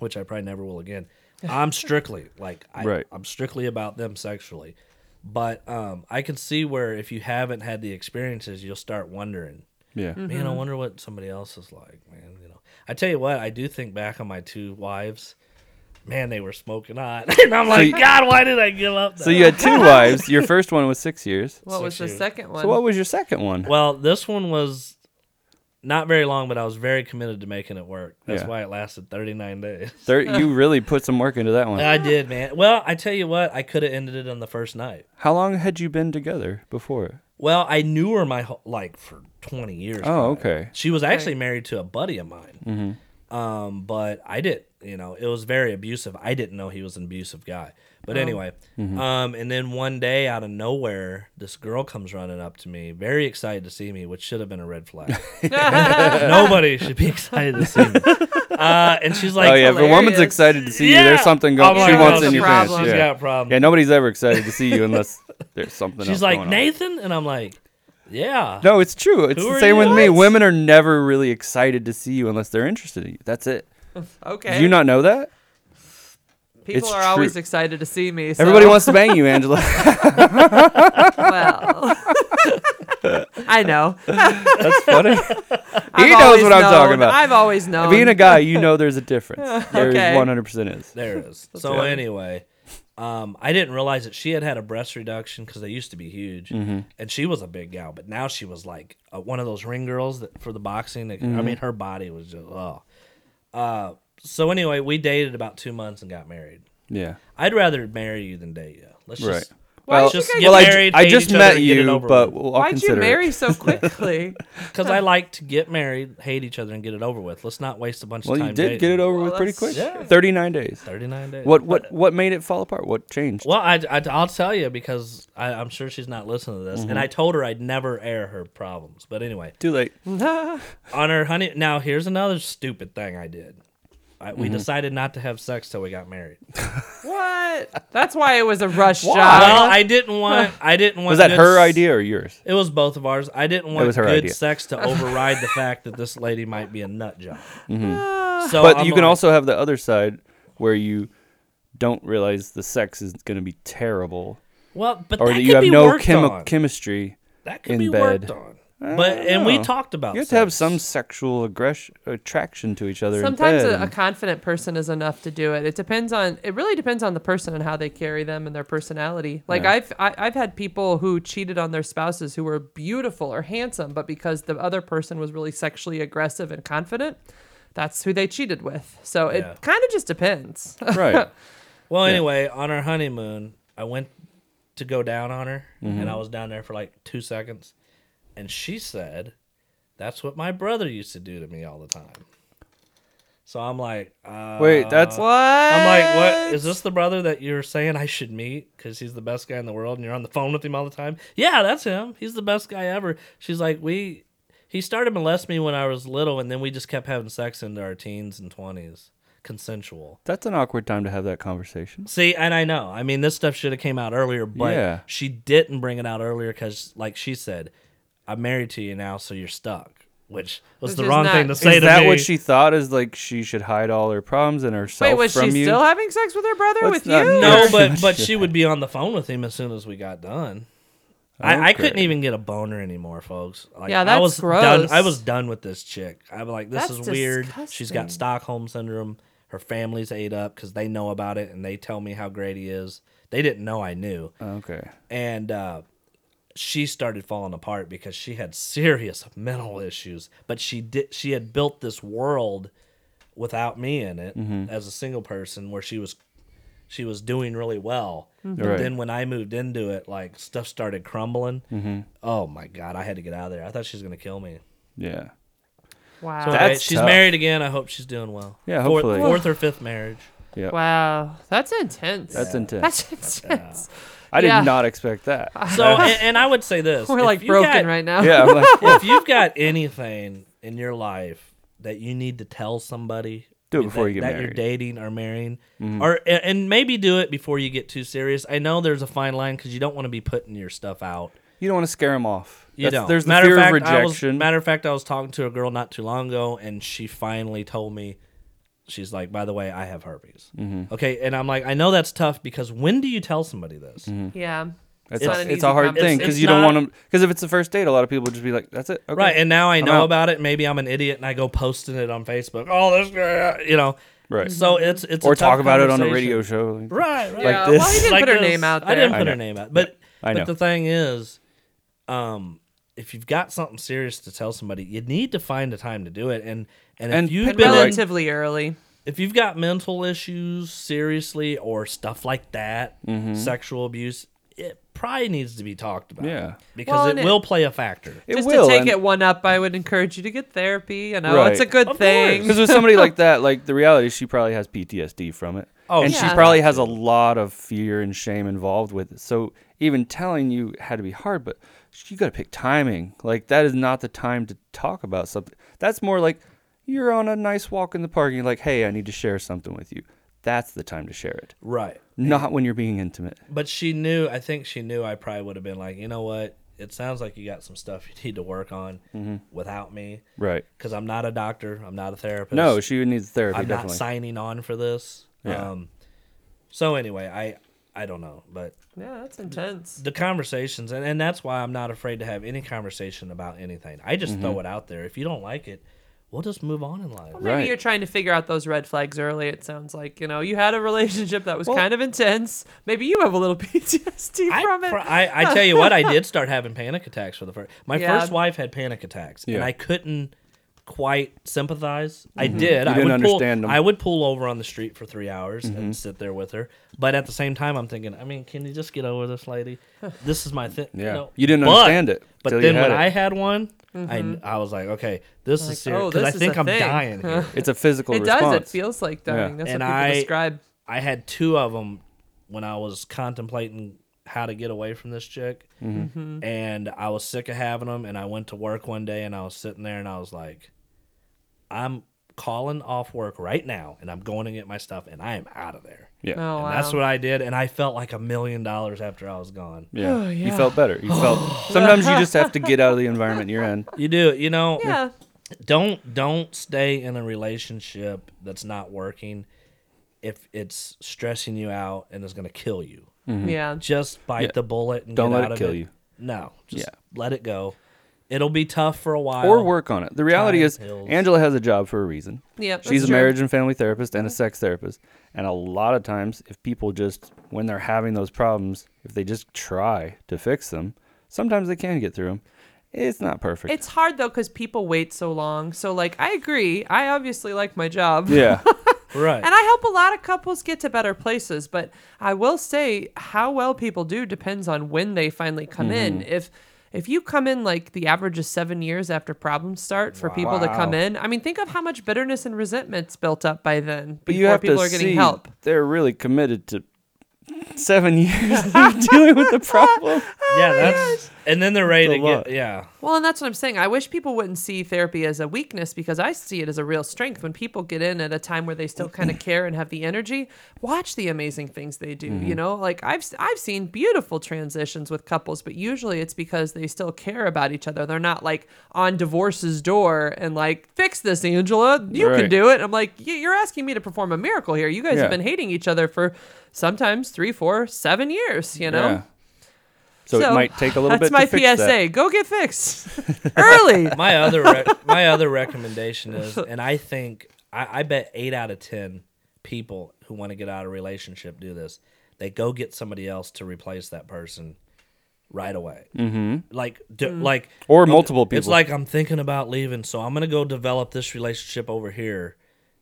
[SPEAKER 3] which I probably never will again, I'm strictly like I,
[SPEAKER 1] Right.
[SPEAKER 3] I'm strictly about them sexually. But um, I can see where if you haven't had the experiences, you'll start wondering
[SPEAKER 1] Yeah.
[SPEAKER 3] man, I wonder what somebody else is like, man. You know, I tell you what, I do think back on my two wives. Man, they were smoking hot, and I'm like,
[SPEAKER 1] you-
[SPEAKER 3] God, why did I give up? That?
[SPEAKER 1] So you had two wives. Your first one was six years.
[SPEAKER 2] What was the
[SPEAKER 3] years.
[SPEAKER 2] second one?
[SPEAKER 1] So what was your second one?
[SPEAKER 3] well, this one was not very long, but I was very committed to making it work. That's
[SPEAKER 1] Yeah.
[SPEAKER 3] why it lasted 39 days.
[SPEAKER 1] Thir- you really put some work into that one.
[SPEAKER 3] I did, man. Well, I tell you what, I could have ended it on the first night.
[SPEAKER 1] How long had you been together before?
[SPEAKER 3] Well, I knew her my whole, like for 20 years.
[SPEAKER 1] Oh,
[SPEAKER 3] probably.
[SPEAKER 1] okay. Mm-hmm.
[SPEAKER 3] She was actually married to a buddy of mine. Um, but I didn't, you know, it was very abusive. I didn't know he was an abusive guy. But anyway,
[SPEAKER 1] Mm-hmm.
[SPEAKER 3] um, and then one day out of nowhere, this girl comes running up to me, very excited to see me, which should have been a red flag. Nobody should be excited to see me. Uh, and she's like,
[SPEAKER 1] oh yeah, if a woman's
[SPEAKER 2] hilarious.
[SPEAKER 1] excited to see you, there's
[SPEAKER 3] Yeah.
[SPEAKER 1] something
[SPEAKER 3] Oh
[SPEAKER 1] going.
[SPEAKER 3] my
[SPEAKER 1] she
[SPEAKER 3] God,
[SPEAKER 1] wants
[SPEAKER 3] she's
[SPEAKER 1] in your
[SPEAKER 2] got
[SPEAKER 1] pants.
[SPEAKER 2] problems.
[SPEAKER 1] Yeah.
[SPEAKER 3] She's got problems.
[SPEAKER 1] Yeah, nobody's ever excited to see you unless there's something.
[SPEAKER 3] she's
[SPEAKER 1] else
[SPEAKER 3] like
[SPEAKER 1] going
[SPEAKER 3] Nathan, and I'm like, yeah.
[SPEAKER 1] On. No, it's true. It's
[SPEAKER 3] Who
[SPEAKER 1] the
[SPEAKER 3] are
[SPEAKER 1] same
[SPEAKER 3] you?
[SPEAKER 1] with me.
[SPEAKER 3] What?
[SPEAKER 1] Women are never really excited to see you unless they're interested in you. That's it.
[SPEAKER 2] okay.
[SPEAKER 1] Do you not know that?
[SPEAKER 2] People
[SPEAKER 1] it's
[SPEAKER 2] are always
[SPEAKER 1] true.
[SPEAKER 2] excited to see me. so-
[SPEAKER 1] Everybody wants to bang you, Angela.
[SPEAKER 2] Well, I know.
[SPEAKER 1] That's funny.
[SPEAKER 2] I've
[SPEAKER 1] he knows
[SPEAKER 2] always
[SPEAKER 1] what I'm talking
[SPEAKER 2] known.
[SPEAKER 1] about.
[SPEAKER 2] I've always known.
[SPEAKER 1] Being a guy, you know there's a difference. There
[SPEAKER 2] Okay.
[SPEAKER 1] 100% is.
[SPEAKER 3] There it is. so anyway, um, I didn't realize that she had had a breast reduction because they used to be huge,
[SPEAKER 1] Mm-hmm.
[SPEAKER 3] and she was a big gal, but now she was like
[SPEAKER 1] Mm-hmm.
[SPEAKER 3] uh, one of those ring girls that for the boxing. That, I mean, her body was just oh. Uh, So anyway, we dated about two months and got married.
[SPEAKER 1] Yeah.
[SPEAKER 3] I'd rather marry you than date you. Let's
[SPEAKER 1] Right.
[SPEAKER 3] just
[SPEAKER 2] Why
[SPEAKER 1] well,
[SPEAKER 2] did you
[SPEAKER 1] just
[SPEAKER 2] guys-
[SPEAKER 1] well, I,
[SPEAKER 3] Get married,
[SPEAKER 1] I
[SPEAKER 3] hate
[SPEAKER 1] just
[SPEAKER 3] each other,
[SPEAKER 1] met
[SPEAKER 3] and get it
[SPEAKER 1] you,
[SPEAKER 3] over
[SPEAKER 1] but
[SPEAKER 3] with.
[SPEAKER 1] we'll- I'll
[SPEAKER 2] Why'd you
[SPEAKER 1] consider it.
[SPEAKER 2] marry so quickly?
[SPEAKER 3] because I like to get married, hate each other, and get it over with. Let's not waste a bunch
[SPEAKER 1] Well,
[SPEAKER 3] of time.
[SPEAKER 1] you did get it over
[SPEAKER 2] Well,
[SPEAKER 1] with pretty
[SPEAKER 2] that's-
[SPEAKER 1] quick.
[SPEAKER 3] Yeah.
[SPEAKER 1] Thirty-nine days.
[SPEAKER 3] Thirty nine days.
[SPEAKER 1] What what what made it fall apart? What changed?
[SPEAKER 3] Well, I, I will tell you because I, I'm sure she's not listening to this, and
[SPEAKER 1] Mm-hmm.
[SPEAKER 3] I told her I'd never air her problems. But anyway,
[SPEAKER 1] Too late.
[SPEAKER 3] on her honey. Now here's another stupid thing I did. I,
[SPEAKER 1] Mm-hmm.
[SPEAKER 3] we decided not to have sex till we got married.
[SPEAKER 2] what? That's why it was a rush
[SPEAKER 3] Well,
[SPEAKER 2] job.
[SPEAKER 3] I didn't want. I didn't want.
[SPEAKER 1] Was that
[SPEAKER 3] good
[SPEAKER 1] her
[SPEAKER 3] s-
[SPEAKER 1] idea or yours?
[SPEAKER 3] It was both of ours. I didn't want
[SPEAKER 1] was her
[SPEAKER 3] good
[SPEAKER 1] idea.
[SPEAKER 3] sex to override the fact that this lady might be a nut job. Ah.
[SPEAKER 1] Mm-hmm.
[SPEAKER 3] So
[SPEAKER 1] But
[SPEAKER 3] Oh, I'm
[SPEAKER 1] you can
[SPEAKER 3] like-
[SPEAKER 1] also have the other side where you don't realize the sex is going to be terrible,
[SPEAKER 3] well, but
[SPEAKER 1] or
[SPEAKER 3] that,
[SPEAKER 1] that
[SPEAKER 3] could
[SPEAKER 1] you have
[SPEAKER 3] be
[SPEAKER 1] no
[SPEAKER 3] worked
[SPEAKER 1] chemi-
[SPEAKER 3] on.
[SPEAKER 1] chemistry.
[SPEAKER 3] that could
[SPEAKER 1] in
[SPEAKER 3] be
[SPEAKER 1] bed.
[SPEAKER 3] worked on. But and we
[SPEAKER 1] know.
[SPEAKER 3] talked about
[SPEAKER 1] You have to have
[SPEAKER 3] sex.
[SPEAKER 1] some sexual aggression, attraction to each other. in
[SPEAKER 2] Sometimes
[SPEAKER 1] bed
[SPEAKER 2] a, a
[SPEAKER 1] and-
[SPEAKER 2] confident person is enough to do it. It depends on. It really depends on the person and how they carry them and their personality. Like
[SPEAKER 1] Yeah.
[SPEAKER 2] I've I, I've had people who cheated on their spouses who were beautiful or handsome, but because the other person was really sexually aggressive and confident, that's who they cheated with. So it
[SPEAKER 3] Yeah.
[SPEAKER 2] kind of just depends.
[SPEAKER 1] right.
[SPEAKER 3] Well, anyway, on our honeymoon, I went to go down on her, and I was down there for like two seconds, and she said, "That's what my brother used to do to me all the time." So I'm like, uh,
[SPEAKER 1] Wait, that's
[SPEAKER 2] what?
[SPEAKER 3] I'm like, what is this the brother that you're saying I should meet because he's the best guy in the world and you're on the phone with him all the time? Yeah, that's him. He's the best guy ever. She's like, we, he started molesting me when I was little, and then we just kept having sex into our teens and twenties, consensual.
[SPEAKER 1] that's an awkward time to have that conversation.
[SPEAKER 3] See, and I know. I mean, this stuff should have came out earlier, but
[SPEAKER 1] Yeah.
[SPEAKER 3] she didn't bring it out earlier because, like she said, I'm married to you now, so you're stuck, which was
[SPEAKER 2] Which
[SPEAKER 3] the
[SPEAKER 2] is
[SPEAKER 3] wrong
[SPEAKER 2] not-
[SPEAKER 3] thing to
[SPEAKER 2] Is
[SPEAKER 3] say
[SPEAKER 1] is
[SPEAKER 3] to
[SPEAKER 1] that
[SPEAKER 3] me.
[SPEAKER 1] what she thought? Is like she should hide all her problems and herself
[SPEAKER 2] Wait, was
[SPEAKER 1] from
[SPEAKER 2] she
[SPEAKER 1] you?
[SPEAKER 2] still having sex with her brother
[SPEAKER 1] Let's
[SPEAKER 2] with
[SPEAKER 1] not-
[SPEAKER 2] you?
[SPEAKER 3] No,
[SPEAKER 1] Yeah.
[SPEAKER 3] but but she would be on the phone with him as soon as we got done. I, I couldn't
[SPEAKER 1] Okay.
[SPEAKER 3] even get a boner anymore, folks. Like,
[SPEAKER 2] Yeah,
[SPEAKER 3] I
[SPEAKER 2] that's
[SPEAKER 3] was done.
[SPEAKER 2] gross.
[SPEAKER 3] I was done with this chick. I'm like, this
[SPEAKER 2] That's
[SPEAKER 3] is weird. She's
[SPEAKER 2] disgusting.
[SPEAKER 3] got Stockholm syndrome. Her family's ate up because they know about it and they tell me how great he is. They didn't know I knew.
[SPEAKER 1] Okay.
[SPEAKER 3] and uh, she started falling apart because she had serious mental issues. But she did she had built this world without me in it
[SPEAKER 1] Mm-hmm.
[SPEAKER 3] as a single person, where she was she was doing really well.
[SPEAKER 2] Mm-hmm.
[SPEAKER 3] But
[SPEAKER 1] Right.
[SPEAKER 3] then when I moved into it, like stuff started crumbling.
[SPEAKER 1] Mm-hmm.
[SPEAKER 3] Oh my god, I had to get out of there. I thought she was gonna kill me.
[SPEAKER 1] Yeah.
[SPEAKER 2] Wow.
[SPEAKER 3] So,
[SPEAKER 1] That's
[SPEAKER 3] alright, she's
[SPEAKER 1] tough.
[SPEAKER 3] married again. I hope she's doing well.
[SPEAKER 1] Yeah,
[SPEAKER 3] Fourth-
[SPEAKER 1] hopefully.
[SPEAKER 3] fourth or fifth marriage.
[SPEAKER 1] Yeah.
[SPEAKER 2] Wow, that's intense.
[SPEAKER 1] That's intense.
[SPEAKER 2] That's intense.
[SPEAKER 1] I did
[SPEAKER 2] yeah.
[SPEAKER 1] not expect that.
[SPEAKER 3] So, and, and I would say this:
[SPEAKER 2] We're
[SPEAKER 3] if
[SPEAKER 2] like
[SPEAKER 3] you
[SPEAKER 2] broken
[SPEAKER 3] got-
[SPEAKER 2] right now.
[SPEAKER 1] yeah. I'm like,
[SPEAKER 3] if you've got anything in your life that you need to tell somebody,
[SPEAKER 1] Do it before
[SPEAKER 3] that,
[SPEAKER 1] you get
[SPEAKER 3] that
[SPEAKER 1] married. Mm-hmm.
[SPEAKER 3] you're dating or marrying, or a- and maybe do it before you get too serious. I know there's a fine line because you don't want to be putting your stuff out.
[SPEAKER 1] you don't want to scare them off.
[SPEAKER 3] You
[SPEAKER 1] That's-
[SPEAKER 3] don't.
[SPEAKER 1] There's the
[SPEAKER 3] matter
[SPEAKER 1] fear
[SPEAKER 3] of fact,
[SPEAKER 1] of
[SPEAKER 3] I was-
[SPEAKER 1] rejection.
[SPEAKER 3] matter of fact, I was talking to a girl not too long ago, and she finally told me. She's like, by the way, I have herpes.
[SPEAKER 1] Mm-hmm.
[SPEAKER 3] Okay, and I'm like, I know that's tough because when do you tell somebody this?
[SPEAKER 2] Yeah.
[SPEAKER 1] It's,
[SPEAKER 2] not
[SPEAKER 1] a,
[SPEAKER 2] an
[SPEAKER 1] it's
[SPEAKER 2] easy
[SPEAKER 1] a hard thing
[SPEAKER 2] conversation.
[SPEAKER 1] because
[SPEAKER 3] It's
[SPEAKER 1] you don't
[SPEAKER 3] not-
[SPEAKER 1] want them. Because if it's the first date, a lot of people just be like, "That's it." Okay.
[SPEAKER 3] Right, and now I know
[SPEAKER 1] out.
[SPEAKER 3] about it. Maybe I'm an idiot, and I go posting it on Facebook. Oh, this, girl," you know.
[SPEAKER 1] Right.
[SPEAKER 3] So it's it's a
[SPEAKER 1] or
[SPEAKER 3] tough
[SPEAKER 1] talk about it on a
[SPEAKER 3] conversation.
[SPEAKER 1] radio show. Like,
[SPEAKER 3] Right. Right.
[SPEAKER 1] Like
[SPEAKER 2] Mm-hmm. yeah.
[SPEAKER 1] this.
[SPEAKER 2] Well, he didn't
[SPEAKER 3] Like
[SPEAKER 2] put her
[SPEAKER 3] this.
[SPEAKER 2] name out there.
[SPEAKER 3] I didn't put
[SPEAKER 1] know.
[SPEAKER 3] her name out, but
[SPEAKER 1] I know.
[SPEAKER 3] but the thing is, um, if you've got something serious to tell somebody, you need to find a time to do it. And and,
[SPEAKER 1] And
[SPEAKER 3] if you've
[SPEAKER 1] put
[SPEAKER 3] been
[SPEAKER 1] like-
[SPEAKER 2] relatively early.
[SPEAKER 3] if you've got mental issues seriously or stuff like that,
[SPEAKER 1] Mm-hmm.
[SPEAKER 3] sexual abuse, it probably needs to be talked about.
[SPEAKER 1] Yeah.
[SPEAKER 3] Because
[SPEAKER 2] Well,
[SPEAKER 3] it,
[SPEAKER 2] and it-
[SPEAKER 3] will play a factor.
[SPEAKER 1] It
[SPEAKER 2] Just
[SPEAKER 1] will.
[SPEAKER 2] to take
[SPEAKER 1] and-
[SPEAKER 2] it one up, I would encourage you to get therapy. You know, it's a
[SPEAKER 1] Right.
[SPEAKER 2] good
[SPEAKER 3] Of
[SPEAKER 2] thing.
[SPEAKER 1] Because with somebody like that, like the reality, is she probably has PTSD from it,
[SPEAKER 3] Oh,
[SPEAKER 1] and
[SPEAKER 2] Yeah.
[SPEAKER 1] she probably has a lot of fear and shame involved with it. So even telling you had to be hard, but you got to pick timing. Like that is not the time to talk about something. That's more like you're on a nice walk in the park, and you're like, "Hey, I need to share something with you." That's the time to share it,
[SPEAKER 3] Right.
[SPEAKER 1] not when you're being intimate.
[SPEAKER 3] But she knew. I think she knew. I probably would have been like, you know what? It sounds like you got some stuff you need to work on without me,
[SPEAKER 1] Mm-hmm. Right?
[SPEAKER 3] because I'm not a doctor. I'm not a therapist.
[SPEAKER 1] No, she would need therapy.
[SPEAKER 3] I'm
[SPEAKER 1] definitely.
[SPEAKER 3] not signing on for this.
[SPEAKER 1] Yeah.
[SPEAKER 3] Um, so anyway, I I don't know, but
[SPEAKER 2] yeah, that's intense.
[SPEAKER 3] the conversations, and, and that's why I'm not afraid to have any conversation about anything. I just
[SPEAKER 1] Mm-hmm.
[SPEAKER 3] throw it out there. If you don't like it, we'll just move on in life.
[SPEAKER 2] Maybe
[SPEAKER 1] Right.
[SPEAKER 2] you're trying to figure out those red flags early. It sounds like you know you had a relationship that was
[SPEAKER 1] Well-
[SPEAKER 2] kind of intense. Maybe you have a little PTSD
[SPEAKER 3] I,
[SPEAKER 2] from it.
[SPEAKER 3] pr- I, I tell you what, I did start having panic attacks for the first. My
[SPEAKER 2] Yeah.
[SPEAKER 3] first wife had panic attacks,
[SPEAKER 1] Yeah. Mm-hmm.
[SPEAKER 3] and I couldn't quite sympathize. I did. I
[SPEAKER 1] didn't
[SPEAKER 3] would pull,
[SPEAKER 1] understand 'em. Mm-hmm.
[SPEAKER 3] I would pull over on the street for three hours and sit there with her. But at the same time, I'm thinking, I mean, can you just get over this lady? This is my thing.
[SPEAKER 1] Yeah.
[SPEAKER 3] No.
[SPEAKER 1] You didn't
[SPEAKER 3] But-
[SPEAKER 1] understand it
[SPEAKER 3] But
[SPEAKER 1] till
[SPEAKER 3] then
[SPEAKER 1] you
[SPEAKER 3] when
[SPEAKER 1] had it.
[SPEAKER 3] I had one, I I was like, okay, this is serious
[SPEAKER 2] Mm-hmm. oh,
[SPEAKER 3] because
[SPEAKER 2] this
[SPEAKER 3] I
[SPEAKER 2] is
[SPEAKER 3] think
[SPEAKER 2] a
[SPEAKER 3] I'm
[SPEAKER 2] thing.
[SPEAKER 3] dying here.
[SPEAKER 1] It's a physical
[SPEAKER 2] It
[SPEAKER 1] response.
[SPEAKER 2] does. It feels like dying.
[SPEAKER 1] Yeah.
[SPEAKER 2] That's
[SPEAKER 3] And
[SPEAKER 2] what people
[SPEAKER 3] I-
[SPEAKER 2] describe.
[SPEAKER 3] I had two of them when I was contemplating how to get away from this chick,
[SPEAKER 2] Mm-hmm.
[SPEAKER 3] and I was sick of having them. And I went to work one day, and I was sitting there, and I was like, I'm calling off work right now, and I'm going to get my stuff, and I am out of there.
[SPEAKER 1] yeah.
[SPEAKER 2] Oh,
[SPEAKER 3] And
[SPEAKER 2] wow.
[SPEAKER 3] that's what I did, and I felt like a million dollars after I was gone.
[SPEAKER 1] Yeah.
[SPEAKER 2] Oh,
[SPEAKER 1] You
[SPEAKER 2] yeah.
[SPEAKER 1] felt better. You felt sometimes you just have to get out of the environment you're in.
[SPEAKER 3] You do, you know.
[SPEAKER 2] yeah.
[SPEAKER 3] don't don't stay in a relationship that's not working if it's stressing you out and is going to kill you
[SPEAKER 2] Yeah.
[SPEAKER 3] just bite
[SPEAKER 1] Yeah.
[SPEAKER 3] the bullet and
[SPEAKER 1] Don't
[SPEAKER 3] get
[SPEAKER 1] let
[SPEAKER 3] out
[SPEAKER 1] it
[SPEAKER 3] of
[SPEAKER 1] kill
[SPEAKER 3] it.
[SPEAKER 1] you.
[SPEAKER 3] no just
[SPEAKER 1] Yeah.
[SPEAKER 3] let it go it'll be tough for a while
[SPEAKER 1] Or work on it. The reality
[SPEAKER 3] Time
[SPEAKER 1] is
[SPEAKER 3] heals.
[SPEAKER 1] Angela has a job for a reason.
[SPEAKER 2] Yep,
[SPEAKER 1] She's
[SPEAKER 2] that's
[SPEAKER 1] a
[SPEAKER 2] true.
[SPEAKER 1] marriage and family therapist and a sex therapist. And a lot of times if people just when they're having those problems, if they just try to fix them, sometimes they can get through them. It's not perfect.
[SPEAKER 2] It's hard though because people wait so long. So like, I agree. I obviously like my job.
[SPEAKER 1] yeah.
[SPEAKER 3] right
[SPEAKER 2] And I help a lot of couples get to better places, but I will say how well people do depends on when they finally come
[SPEAKER 1] Mm-hmm.
[SPEAKER 2] in. If if you come in like the average is seven years after problems start for people to come
[SPEAKER 1] Wow.
[SPEAKER 2] in, I mean, think of how much bitterness and resentment's built up by then
[SPEAKER 1] But
[SPEAKER 2] before
[SPEAKER 1] you have
[SPEAKER 2] people
[SPEAKER 1] to
[SPEAKER 2] are getting
[SPEAKER 1] see
[SPEAKER 2] help.
[SPEAKER 1] they're really committed to seven years of dealing with the problem.
[SPEAKER 3] yeah that's and then they're ready
[SPEAKER 1] It's a
[SPEAKER 3] to get
[SPEAKER 1] lot.
[SPEAKER 3] yeah
[SPEAKER 2] Well, and that's what I'm saying. I wish people wouldn't see therapy as a weakness because I see it as a real strength. When people get in at a time where they still kind of care and have the energy, watch the amazing things they do.
[SPEAKER 1] Mm-hmm.
[SPEAKER 2] You know, like I've I've seen beautiful transitions with couples, but usually it's because they still care about each other. They're not like on divorce's door and like fix this, Angela. You can
[SPEAKER 1] Right.
[SPEAKER 2] do it. I'm like, "Y- you're asking me to perform a miracle here. You guys
[SPEAKER 1] Yeah.
[SPEAKER 2] have been hating each other for sometimes three, four, seven years. You know.
[SPEAKER 1] So, it might take a little
[SPEAKER 2] that's
[SPEAKER 1] bit to
[SPEAKER 2] my
[SPEAKER 1] fix
[SPEAKER 2] PSA.
[SPEAKER 1] that.
[SPEAKER 2] Go get fixed early.
[SPEAKER 3] my other rec- my other recommendation is, and I think I, I bet eight out of ten people who want to get out of a relationship do this. They go get somebody else to replace that person right away. Mm-hmm. Like, d- like,
[SPEAKER 1] Or multiple people.
[SPEAKER 3] it's like I'm thinking about leaving, so I'm gonna go develop this relationship over here,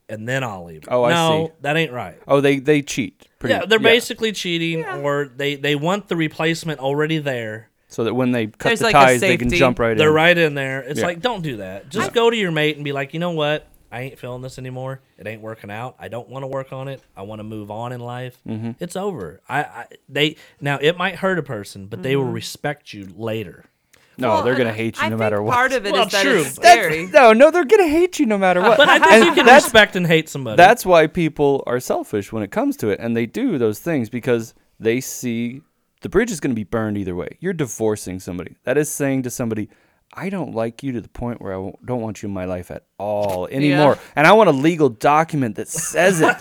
[SPEAKER 3] and then I'll leave.
[SPEAKER 1] Oh, I
[SPEAKER 3] no,
[SPEAKER 1] see.
[SPEAKER 3] that ain't right.
[SPEAKER 1] oh, they they cheat. Pretty,
[SPEAKER 3] yeah, they're basically cheating, or they they want the replacement already there.
[SPEAKER 1] so that when they cut
[SPEAKER 2] There's
[SPEAKER 1] the
[SPEAKER 2] like a
[SPEAKER 1] ties, they can
[SPEAKER 2] safety.
[SPEAKER 1] jump right
[SPEAKER 3] They're
[SPEAKER 1] in.
[SPEAKER 3] right in there. It's
[SPEAKER 1] Yeah.
[SPEAKER 3] like, don't do that. Just go to your mate and be like, you know what? I ain't feeling this anymore. It ain't working out. I don't want to work on it. I want to move on in life.
[SPEAKER 1] Mm-hmm.
[SPEAKER 3] It's over. I, I they now it might hurt a person, but they will respect you later.
[SPEAKER 1] No, they're gonna hate you
[SPEAKER 2] I
[SPEAKER 1] no
[SPEAKER 2] think
[SPEAKER 1] matter what.
[SPEAKER 2] Part of it is
[SPEAKER 3] Well,
[SPEAKER 2] that
[SPEAKER 3] true,
[SPEAKER 2] it's
[SPEAKER 3] but-
[SPEAKER 2] scary.
[SPEAKER 1] no, no, they're gonna hate you no matter what.
[SPEAKER 3] But I think
[SPEAKER 1] And
[SPEAKER 3] you can
[SPEAKER 1] that's
[SPEAKER 3] respect and hate somebody.
[SPEAKER 1] that's why people are selfish when it comes to it, and they do those things because they see the bridge is gonna be burned either way. You're divorcing somebody. That is saying to somebody. I don't like you to the point where I won't- don't want you in my life at all anymore. And I want a legal document that says it.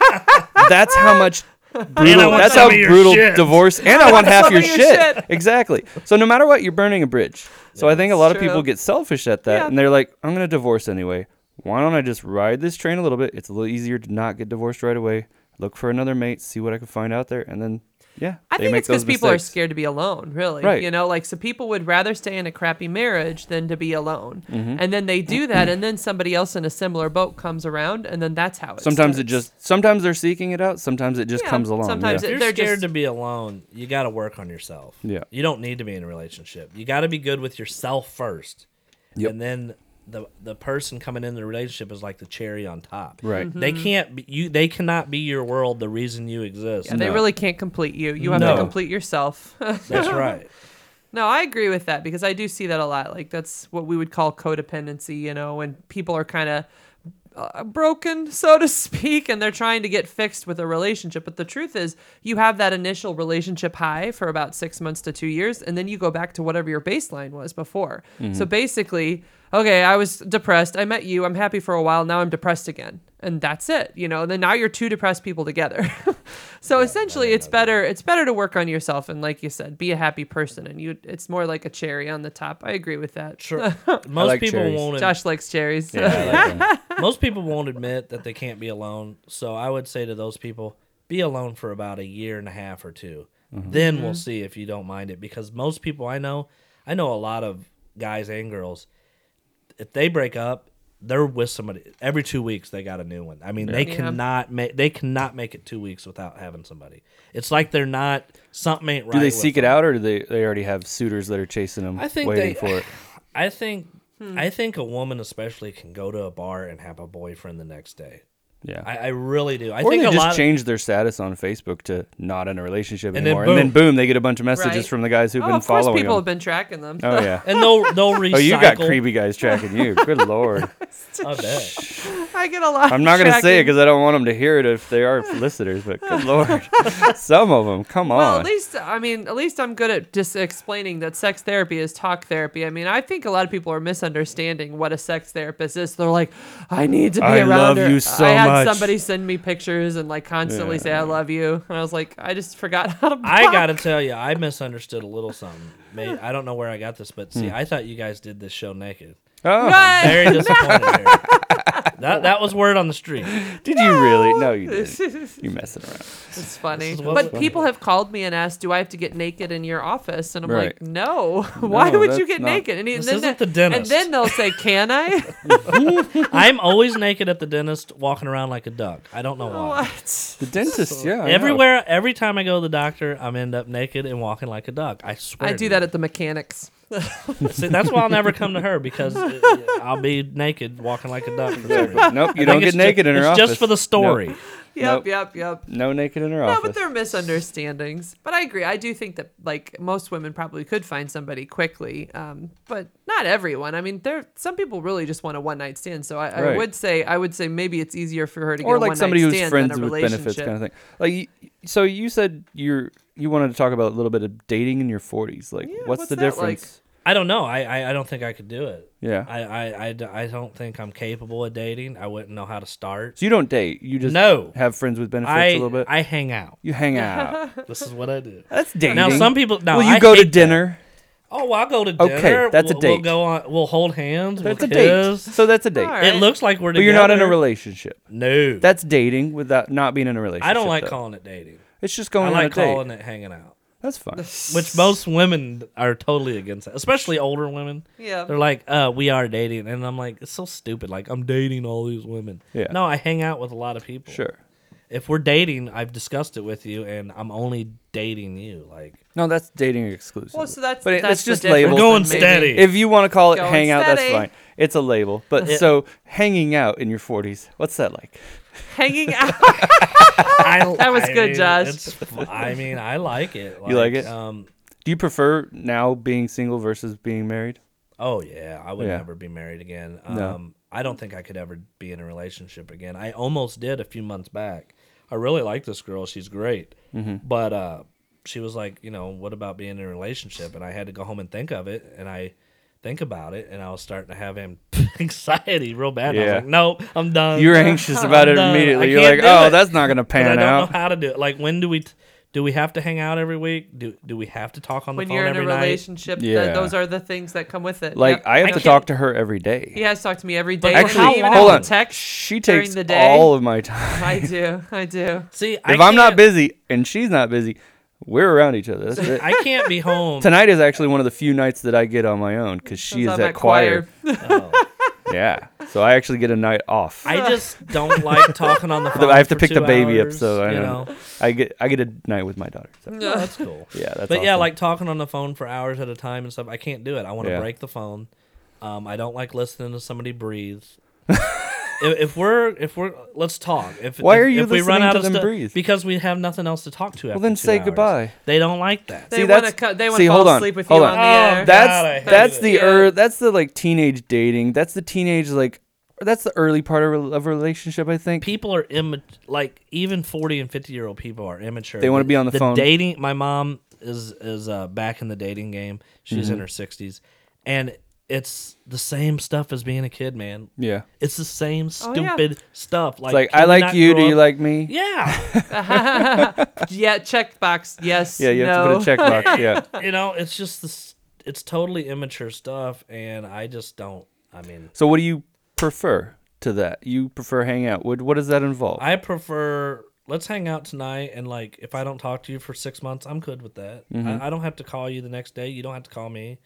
[SPEAKER 1] that's how much
[SPEAKER 3] And I
[SPEAKER 1] brutal.
[SPEAKER 3] want
[SPEAKER 1] That's
[SPEAKER 3] some
[SPEAKER 1] how
[SPEAKER 3] of your
[SPEAKER 1] brutal
[SPEAKER 3] shit.
[SPEAKER 1] divorce, and I want half
[SPEAKER 2] some
[SPEAKER 1] your
[SPEAKER 2] of your
[SPEAKER 1] shit.
[SPEAKER 2] shit.
[SPEAKER 1] Exactly. So no matter what, you're burning a bridge. So I think a lot of
[SPEAKER 2] true.
[SPEAKER 1] people get selfish at that,
[SPEAKER 2] Yeah.
[SPEAKER 1] and they're like, "I'm gonna divorce anyway. Why don't I just ride this train a little bit? It's a little easier to not get divorced right away. Look for another mate, see what I can find out there, and then yeah,
[SPEAKER 2] I
[SPEAKER 1] they
[SPEAKER 2] think
[SPEAKER 1] make
[SPEAKER 2] it's because
[SPEAKER 1] those
[SPEAKER 2] people are
[SPEAKER 1] mistakes.
[SPEAKER 2] scared to be alone, really.
[SPEAKER 1] Right.
[SPEAKER 2] You know, like, so people would rather stay in a crappy marriage than to be alone.
[SPEAKER 1] Mm-hmm.
[SPEAKER 2] And then they do that, and then somebody else in a similar boat comes around, and then that's how it
[SPEAKER 1] Sometimes it
[SPEAKER 2] starts.
[SPEAKER 1] just sometimes they're seeking it out. Sometimes it just
[SPEAKER 2] Yeah,
[SPEAKER 1] comes along.
[SPEAKER 2] sometimes
[SPEAKER 1] yeah.
[SPEAKER 3] if you're
[SPEAKER 2] They're
[SPEAKER 3] scared
[SPEAKER 2] just-
[SPEAKER 3] to be alone, you got to work on yourself.
[SPEAKER 1] Yeah.
[SPEAKER 3] You don't need to be in a relationship. You got to be good with yourself first.
[SPEAKER 1] Yep.
[SPEAKER 3] And then the the person coming in the relationship is like the cherry on top.
[SPEAKER 1] Right. Mhm.
[SPEAKER 2] Mm-hmm.
[SPEAKER 3] They can't be, you they cannot be your world the reason you exist.
[SPEAKER 2] Yeah, they
[SPEAKER 1] No.
[SPEAKER 2] really can't complete you. You have
[SPEAKER 3] No.
[SPEAKER 2] to complete yourself.
[SPEAKER 3] That's right.
[SPEAKER 2] No, I agree with that because I do see that a lot. Like that's what we would call codependency, you know, when people are kind of uh, broken, so to speak, and they're trying to get fixed with a relationship. But the truth is, you have that initial relationship high for about six months to two years, and then you go back to whatever your baseline was before.
[SPEAKER 1] Mm-hmm.
[SPEAKER 2] So basically, okay, I was depressed. I met you. I'm happy for a while. Now I'm depressed again. And that's it, you know. And then now you're two depressed people together. so essentially, it's better. It's better to work on yourself and, like you said, be a happy person. And you, it's more like a cherry on the top. I agree with that.
[SPEAKER 3] Sure. Most
[SPEAKER 1] like
[SPEAKER 3] people
[SPEAKER 1] cherries.
[SPEAKER 3] won't
[SPEAKER 2] Josh likes cherries.
[SPEAKER 3] most people won't admit that they can't be alone. So I would say to those people, be alone for about a year and a half or 2
[SPEAKER 1] Mm-hmm.
[SPEAKER 3] Then we'll see if you don't mind it. Because most people I know, I know a lot of guys and girls, if they break up, they're with somebody every two weeks. They got a new one. I mean, they
[SPEAKER 2] Yeah.
[SPEAKER 3] cannot make they cannot make it two weeks without having somebody. It's like they're not something ain't right.
[SPEAKER 1] Do they
[SPEAKER 3] with
[SPEAKER 1] seek it
[SPEAKER 3] them.
[SPEAKER 1] out, or do they they already have suitors that are chasing them,
[SPEAKER 3] I think
[SPEAKER 1] waiting
[SPEAKER 3] they,
[SPEAKER 1] for it?
[SPEAKER 3] I think
[SPEAKER 2] Hmm.
[SPEAKER 3] I think a woman especially can go to a bar and have a boyfriend the next day.
[SPEAKER 1] Yeah.
[SPEAKER 3] I, I really do. I
[SPEAKER 1] or
[SPEAKER 3] think
[SPEAKER 1] they
[SPEAKER 3] a lot.
[SPEAKER 1] just
[SPEAKER 3] of-
[SPEAKER 1] change their status on Facebook to not in a relationship
[SPEAKER 3] And then
[SPEAKER 1] anymore, and then boom, they get a bunch of messages
[SPEAKER 2] Right.
[SPEAKER 1] from the guys who've
[SPEAKER 2] Oh,
[SPEAKER 1] been
[SPEAKER 2] of course,
[SPEAKER 1] following
[SPEAKER 2] people have
[SPEAKER 1] them.
[SPEAKER 2] been tracking them.
[SPEAKER 1] Oh yeah.
[SPEAKER 3] and they'll they'll recycle.
[SPEAKER 1] Oh, you got creepy guys tracking you. Good lord.
[SPEAKER 3] I bet.
[SPEAKER 2] I get a lot.
[SPEAKER 1] I'm not
[SPEAKER 2] going
[SPEAKER 1] gonna say it because I don't want them to hear it if they are listeners. But good lord, some of them. Come
[SPEAKER 2] Well,
[SPEAKER 1] on.
[SPEAKER 2] at least I mean, at least I'm good at just explaining that sex therapy is talk therapy. I mean, I think a lot of people are misunderstanding what a sex therapist is. They're like, I need to be
[SPEAKER 1] I
[SPEAKER 2] around
[SPEAKER 1] love
[SPEAKER 2] her.
[SPEAKER 1] you so
[SPEAKER 2] I had
[SPEAKER 1] much.
[SPEAKER 2] somebody send me pictures and like constantly say I love you, and I was like, I just forgot how to.
[SPEAKER 3] I
[SPEAKER 2] block.
[SPEAKER 3] gotta tell you, I misunderstood a little something. May I don't know where I got this, but
[SPEAKER 1] Hmm.
[SPEAKER 3] see, I thought you guys did this show naked.
[SPEAKER 1] oh,
[SPEAKER 2] Right.
[SPEAKER 3] Very disappointed. here. That that was word on the street.
[SPEAKER 1] did you really? No, you didn't. You messing around.
[SPEAKER 2] It's funny.
[SPEAKER 3] is what's
[SPEAKER 2] But
[SPEAKER 3] funny.
[SPEAKER 2] people have called me and asked, "Do I have to get naked in your office?" And I'm like,
[SPEAKER 1] Right.
[SPEAKER 2] "No. Why
[SPEAKER 1] No,
[SPEAKER 2] would you
[SPEAKER 1] that's
[SPEAKER 2] get
[SPEAKER 1] not-
[SPEAKER 2] naked?" And, he-
[SPEAKER 3] This
[SPEAKER 2] then
[SPEAKER 3] isn't
[SPEAKER 2] they-
[SPEAKER 3] the dentist.
[SPEAKER 2] And then they'll say, "Can I?"
[SPEAKER 3] I'm always naked at the dentist, walking around like a duck. I don't know
[SPEAKER 2] Oh,
[SPEAKER 3] why.
[SPEAKER 2] what?
[SPEAKER 1] The dentist. Yeah. I know.
[SPEAKER 3] Everywhere, every time I go to the doctor, I'm end up naked and walking like a duck. I swear.
[SPEAKER 2] I do
[SPEAKER 3] to
[SPEAKER 2] that
[SPEAKER 3] you.
[SPEAKER 2] at the mechanics.
[SPEAKER 3] See, that's why I'll never come to her because uh, I'll be naked walking like a duck. For some reason.
[SPEAKER 1] Nope.
[SPEAKER 3] I
[SPEAKER 1] You don't
[SPEAKER 3] think
[SPEAKER 1] get
[SPEAKER 3] it's
[SPEAKER 1] naked
[SPEAKER 3] ju-
[SPEAKER 1] in her
[SPEAKER 3] it's
[SPEAKER 1] office.
[SPEAKER 3] Just for the story.
[SPEAKER 1] No,
[SPEAKER 2] Yep,
[SPEAKER 1] Nope.
[SPEAKER 2] yep, yep.
[SPEAKER 1] no naked in her
[SPEAKER 2] No,
[SPEAKER 1] office.
[SPEAKER 2] but they're misunderstandings. But I agree. I do think that like most women probably could find somebody quickly, um, but not everyone. I mean, there some people really just want a one night stand. So I, I
[SPEAKER 1] Right.
[SPEAKER 2] would say I would say maybe it's easier for her to get
[SPEAKER 1] or
[SPEAKER 2] a
[SPEAKER 1] like
[SPEAKER 2] one-night
[SPEAKER 1] somebody who's
[SPEAKER 2] stand
[SPEAKER 1] friends
[SPEAKER 2] than a
[SPEAKER 1] with benefits
[SPEAKER 2] relationship.
[SPEAKER 1] kind of thing like you- so you said you're you wanted to talk about a little bit of dating in your 40s like what's,
[SPEAKER 2] what's
[SPEAKER 1] the
[SPEAKER 2] that like?
[SPEAKER 1] difference
[SPEAKER 3] I don't know. I, I, I don't think I could do it.
[SPEAKER 1] yeah
[SPEAKER 3] I, I, I d- I don't think I'm capable of dating. I wouldn't know how to start.
[SPEAKER 1] so you don't date you just
[SPEAKER 3] No.
[SPEAKER 1] have friends with benefits
[SPEAKER 3] I,
[SPEAKER 1] a little bit
[SPEAKER 3] I hang out.
[SPEAKER 1] you hang out
[SPEAKER 3] This is what I do.
[SPEAKER 1] that's dating
[SPEAKER 3] Now some people now
[SPEAKER 1] well you
[SPEAKER 3] I
[SPEAKER 1] go to
[SPEAKER 3] hate that.
[SPEAKER 1] dinner
[SPEAKER 3] Oh, well, I'll go to dinner.
[SPEAKER 1] Okay, that's a
[SPEAKER 3] We'll- We'll
[SPEAKER 1] date.
[SPEAKER 3] go on. We'll hold hands.
[SPEAKER 1] that's a
[SPEAKER 3] we'll
[SPEAKER 1] date
[SPEAKER 3] kiss.
[SPEAKER 1] so that's a date
[SPEAKER 2] All right.
[SPEAKER 3] It looks like we're
[SPEAKER 1] but
[SPEAKER 3] together.
[SPEAKER 1] you're not in a relationship
[SPEAKER 3] No,
[SPEAKER 1] that's dating without not being in a relationship
[SPEAKER 3] I don't like
[SPEAKER 1] though.
[SPEAKER 3] calling it dating.
[SPEAKER 1] it's just
[SPEAKER 3] I
[SPEAKER 1] going
[SPEAKER 3] like
[SPEAKER 1] on a date
[SPEAKER 3] calling it hanging out,
[SPEAKER 1] that's fine
[SPEAKER 3] which most women are totally against that, especially older women.
[SPEAKER 2] Yeah.
[SPEAKER 3] They're like, uh, we are dating. And I'm like, it's so stupid. Like, I'm dating all these women.
[SPEAKER 1] Yeah.
[SPEAKER 3] No, I hang out with a lot of people.
[SPEAKER 1] sure
[SPEAKER 3] If we're dating, I've discussed it with you, and I'm only dating you. Like,
[SPEAKER 1] no that's dating exclusive
[SPEAKER 2] Well, so that's
[SPEAKER 1] but it,
[SPEAKER 2] that's
[SPEAKER 1] it's
[SPEAKER 2] the
[SPEAKER 1] just
[SPEAKER 2] difference,
[SPEAKER 1] labeled
[SPEAKER 3] Going
[SPEAKER 2] maybe.
[SPEAKER 3] steady.
[SPEAKER 1] If you want to call it
[SPEAKER 2] Going
[SPEAKER 1] hangout, that's
[SPEAKER 2] steady.
[SPEAKER 1] fine. It's a label. But so hanging out in your 40s, what's that like?
[SPEAKER 2] Hanging out.
[SPEAKER 3] I,
[SPEAKER 2] That was
[SPEAKER 3] I
[SPEAKER 2] good,
[SPEAKER 3] mean,
[SPEAKER 2] Josh.
[SPEAKER 3] it's fu- I mean, I like it.
[SPEAKER 1] You like it?
[SPEAKER 3] Um,
[SPEAKER 1] Do you prefer now being single versus being married?
[SPEAKER 3] Oh yeah, I would
[SPEAKER 1] Yeah.
[SPEAKER 3] never be married again. Um,
[SPEAKER 1] No.
[SPEAKER 3] I don't think I could ever be in a relationship again. I almost did a few months back. I really like this girl; she's great.
[SPEAKER 1] Mm-hmm.
[SPEAKER 3] But uh, she was like, you know, what about being in a relationship? And I had to go home and think of it, and I think about it, and I was starting to have am- anxiety real bad. And I
[SPEAKER 1] Yeah.
[SPEAKER 3] was like, nope, I'm done.
[SPEAKER 1] You're anxious about it
[SPEAKER 3] done. I
[SPEAKER 1] immediately. You're
[SPEAKER 3] can't
[SPEAKER 1] like,
[SPEAKER 3] do
[SPEAKER 1] oh,
[SPEAKER 3] it."
[SPEAKER 1] that's not going to
[SPEAKER 3] But I
[SPEAKER 1] pan
[SPEAKER 3] don't
[SPEAKER 1] out.
[SPEAKER 3] know how to do it. Like, when do we? T- do we have to hang out every week? Do do we have to talk on the
[SPEAKER 2] when
[SPEAKER 3] phone
[SPEAKER 2] you're in a
[SPEAKER 3] every night?
[SPEAKER 2] relationship, th-
[SPEAKER 1] Yeah.
[SPEAKER 2] those are the things that come with it.
[SPEAKER 1] Like,
[SPEAKER 2] Yep.
[SPEAKER 1] I have to
[SPEAKER 2] can't-
[SPEAKER 1] talk to her every day.
[SPEAKER 2] He has talked to me every day.
[SPEAKER 3] Actually,
[SPEAKER 2] Actually, even
[SPEAKER 3] hold
[SPEAKER 2] hold on.
[SPEAKER 3] on.
[SPEAKER 2] Text
[SPEAKER 1] She
[SPEAKER 2] during
[SPEAKER 1] takes
[SPEAKER 2] the day.
[SPEAKER 1] all of my time.
[SPEAKER 2] I do. I do.
[SPEAKER 3] See, I
[SPEAKER 1] If I'm
[SPEAKER 3] can't-
[SPEAKER 1] not busy and she's not busy, we're around each other. That's it.
[SPEAKER 3] I can't be home.
[SPEAKER 1] Tonight is actually one of the few nights that I get on my own because she is
[SPEAKER 2] Sounds
[SPEAKER 1] at,
[SPEAKER 2] like
[SPEAKER 1] choir. yeah. So I actually get a night off.
[SPEAKER 3] I just don't like talking on the phone.
[SPEAKER 1] I have to
[SPEAKER 3] for
[SPEAKER 1] pick the
[SPEAKER 3] two
[SPEAKER 1] baby
[SPEAKER 3] hours,
[SPEAKER 1] up, so I
[SPEAKER 3] you
[SPEAKER 1] don't
[SPEAKER 3] know.
[SPEAKER 1] know. I get I get a night with my daughter. so-
[SPEAKER 3] No, that's cool.
[SPEAKER 1] Yeah, that's.
[SPEAKER 3] but yeah,
[SPEAKER 1] awesome.
[SPEAKER 3] like talking on the phone for hours at a time and stuff. I can't do it. I want to
[SPEAKER 1] Yeah.
[SPEAKER 3] break the phone. Um, I don't like listening to somebody breathe. if, if we're if we're let's talk. If
[SPEAKER 1] Why
[SPEAKER 3] if-
[SPEAKER 1] are you
[SPEAKER 3] if we run
[SPEAKER 1] listening
[SPEAKER 3] out
[SPEAKER 1] to
[SPEAKER 3] of
[SPEAKER 1] them
[SPEAKER 3] stuff-
[SPEAKER 1] breathe?
[SPEAKER 3] Because we have nothing else to talk to. Well, after
[SPEAKER 1] then
[SPEAKER 3] two
[SPEAKER 1] say
[SPEAKER 3] hours.
[SPEAKER 1] goodbye.
[SPEAKER 3] They don't like that.
[SPEAKER 2] They want
[SPEAKER 1] that's-
[SPEAKER 2] to. They want
[SPEAKER 1] see,
[SPEAKER 2] to fall
[SPEAKER 1] hold on,
[SPEAKER 2] asleep with
[SPEAKER 1] hold
[SPEAKER 2] you on,
[SPEAKER 1] on.
[SPEAKER 2] the
[SPEAKER 3] Oh,
[SPEAKER 2] air.
[SPEAKER 3] that-
[SPEAKER 1] that's
[SPEAKER 3] God, I hate
[SPEAKER 1] that's
[SPEAKER 3] it.
[SPEAKER 1] the
[SPEAKER 2] Yeah.
[SPEAKER 1] er, that's the like teenage dating. That's the teenage like that's the early part of, a- of a relationship. I think.
[SPEAKER 3] people are imma- like even 40 and 50 year old people are immature
[SPEAKER 1] They wanna be on the phone.
[SPEAKER 3] dating my mom is is uh, back in the dating game she's
[SPEAKER 1] Mm-hmm.
[SPEAKER 3] in her 60s and it's the same stuff as being a kid man
[SPEAKER 1] yeah.
[SPEAKER 3] it's the same
[SPEAKER 2] Oh, yeah.
[SPEAKER 3] stupid stuff like
[SPEAKER 1] It's like
[SPEAKER 3] can
[SPEAKER 1] I
[SPEAKER 3] we
[SPEAKER 1] like
[SPEAKER 3] not
[SPEAKER 1] you.
[SPEAKER 3] grow
[SPEAKER 1] Do you
[SPEAKER 3] up-
[SPEAKER 1] like me?
[SPEAKER 3] yeah
[SPEAKER 2] yeah, checkbox. Yes.
[SPEAKER 1] Yeah, you have
[SPEAKER 2] no.
[SPEAKER 1] to put a checkbox. Yeah.
[SPEAKER 3] you know it's just this it's totally immature stuff and i just don't i mean
[SPEAKER 1] So what do you prefer to that? You prefer hang out? What what does that involve?
[SPEAKER 3] i prefer let's hang out tonight and like if
[SPEAKER 1] Mm-hmm.
[SPEAKER 3] i don't talk to you for six months i'm good with that I, I don't have to call you the next day you don't have to call me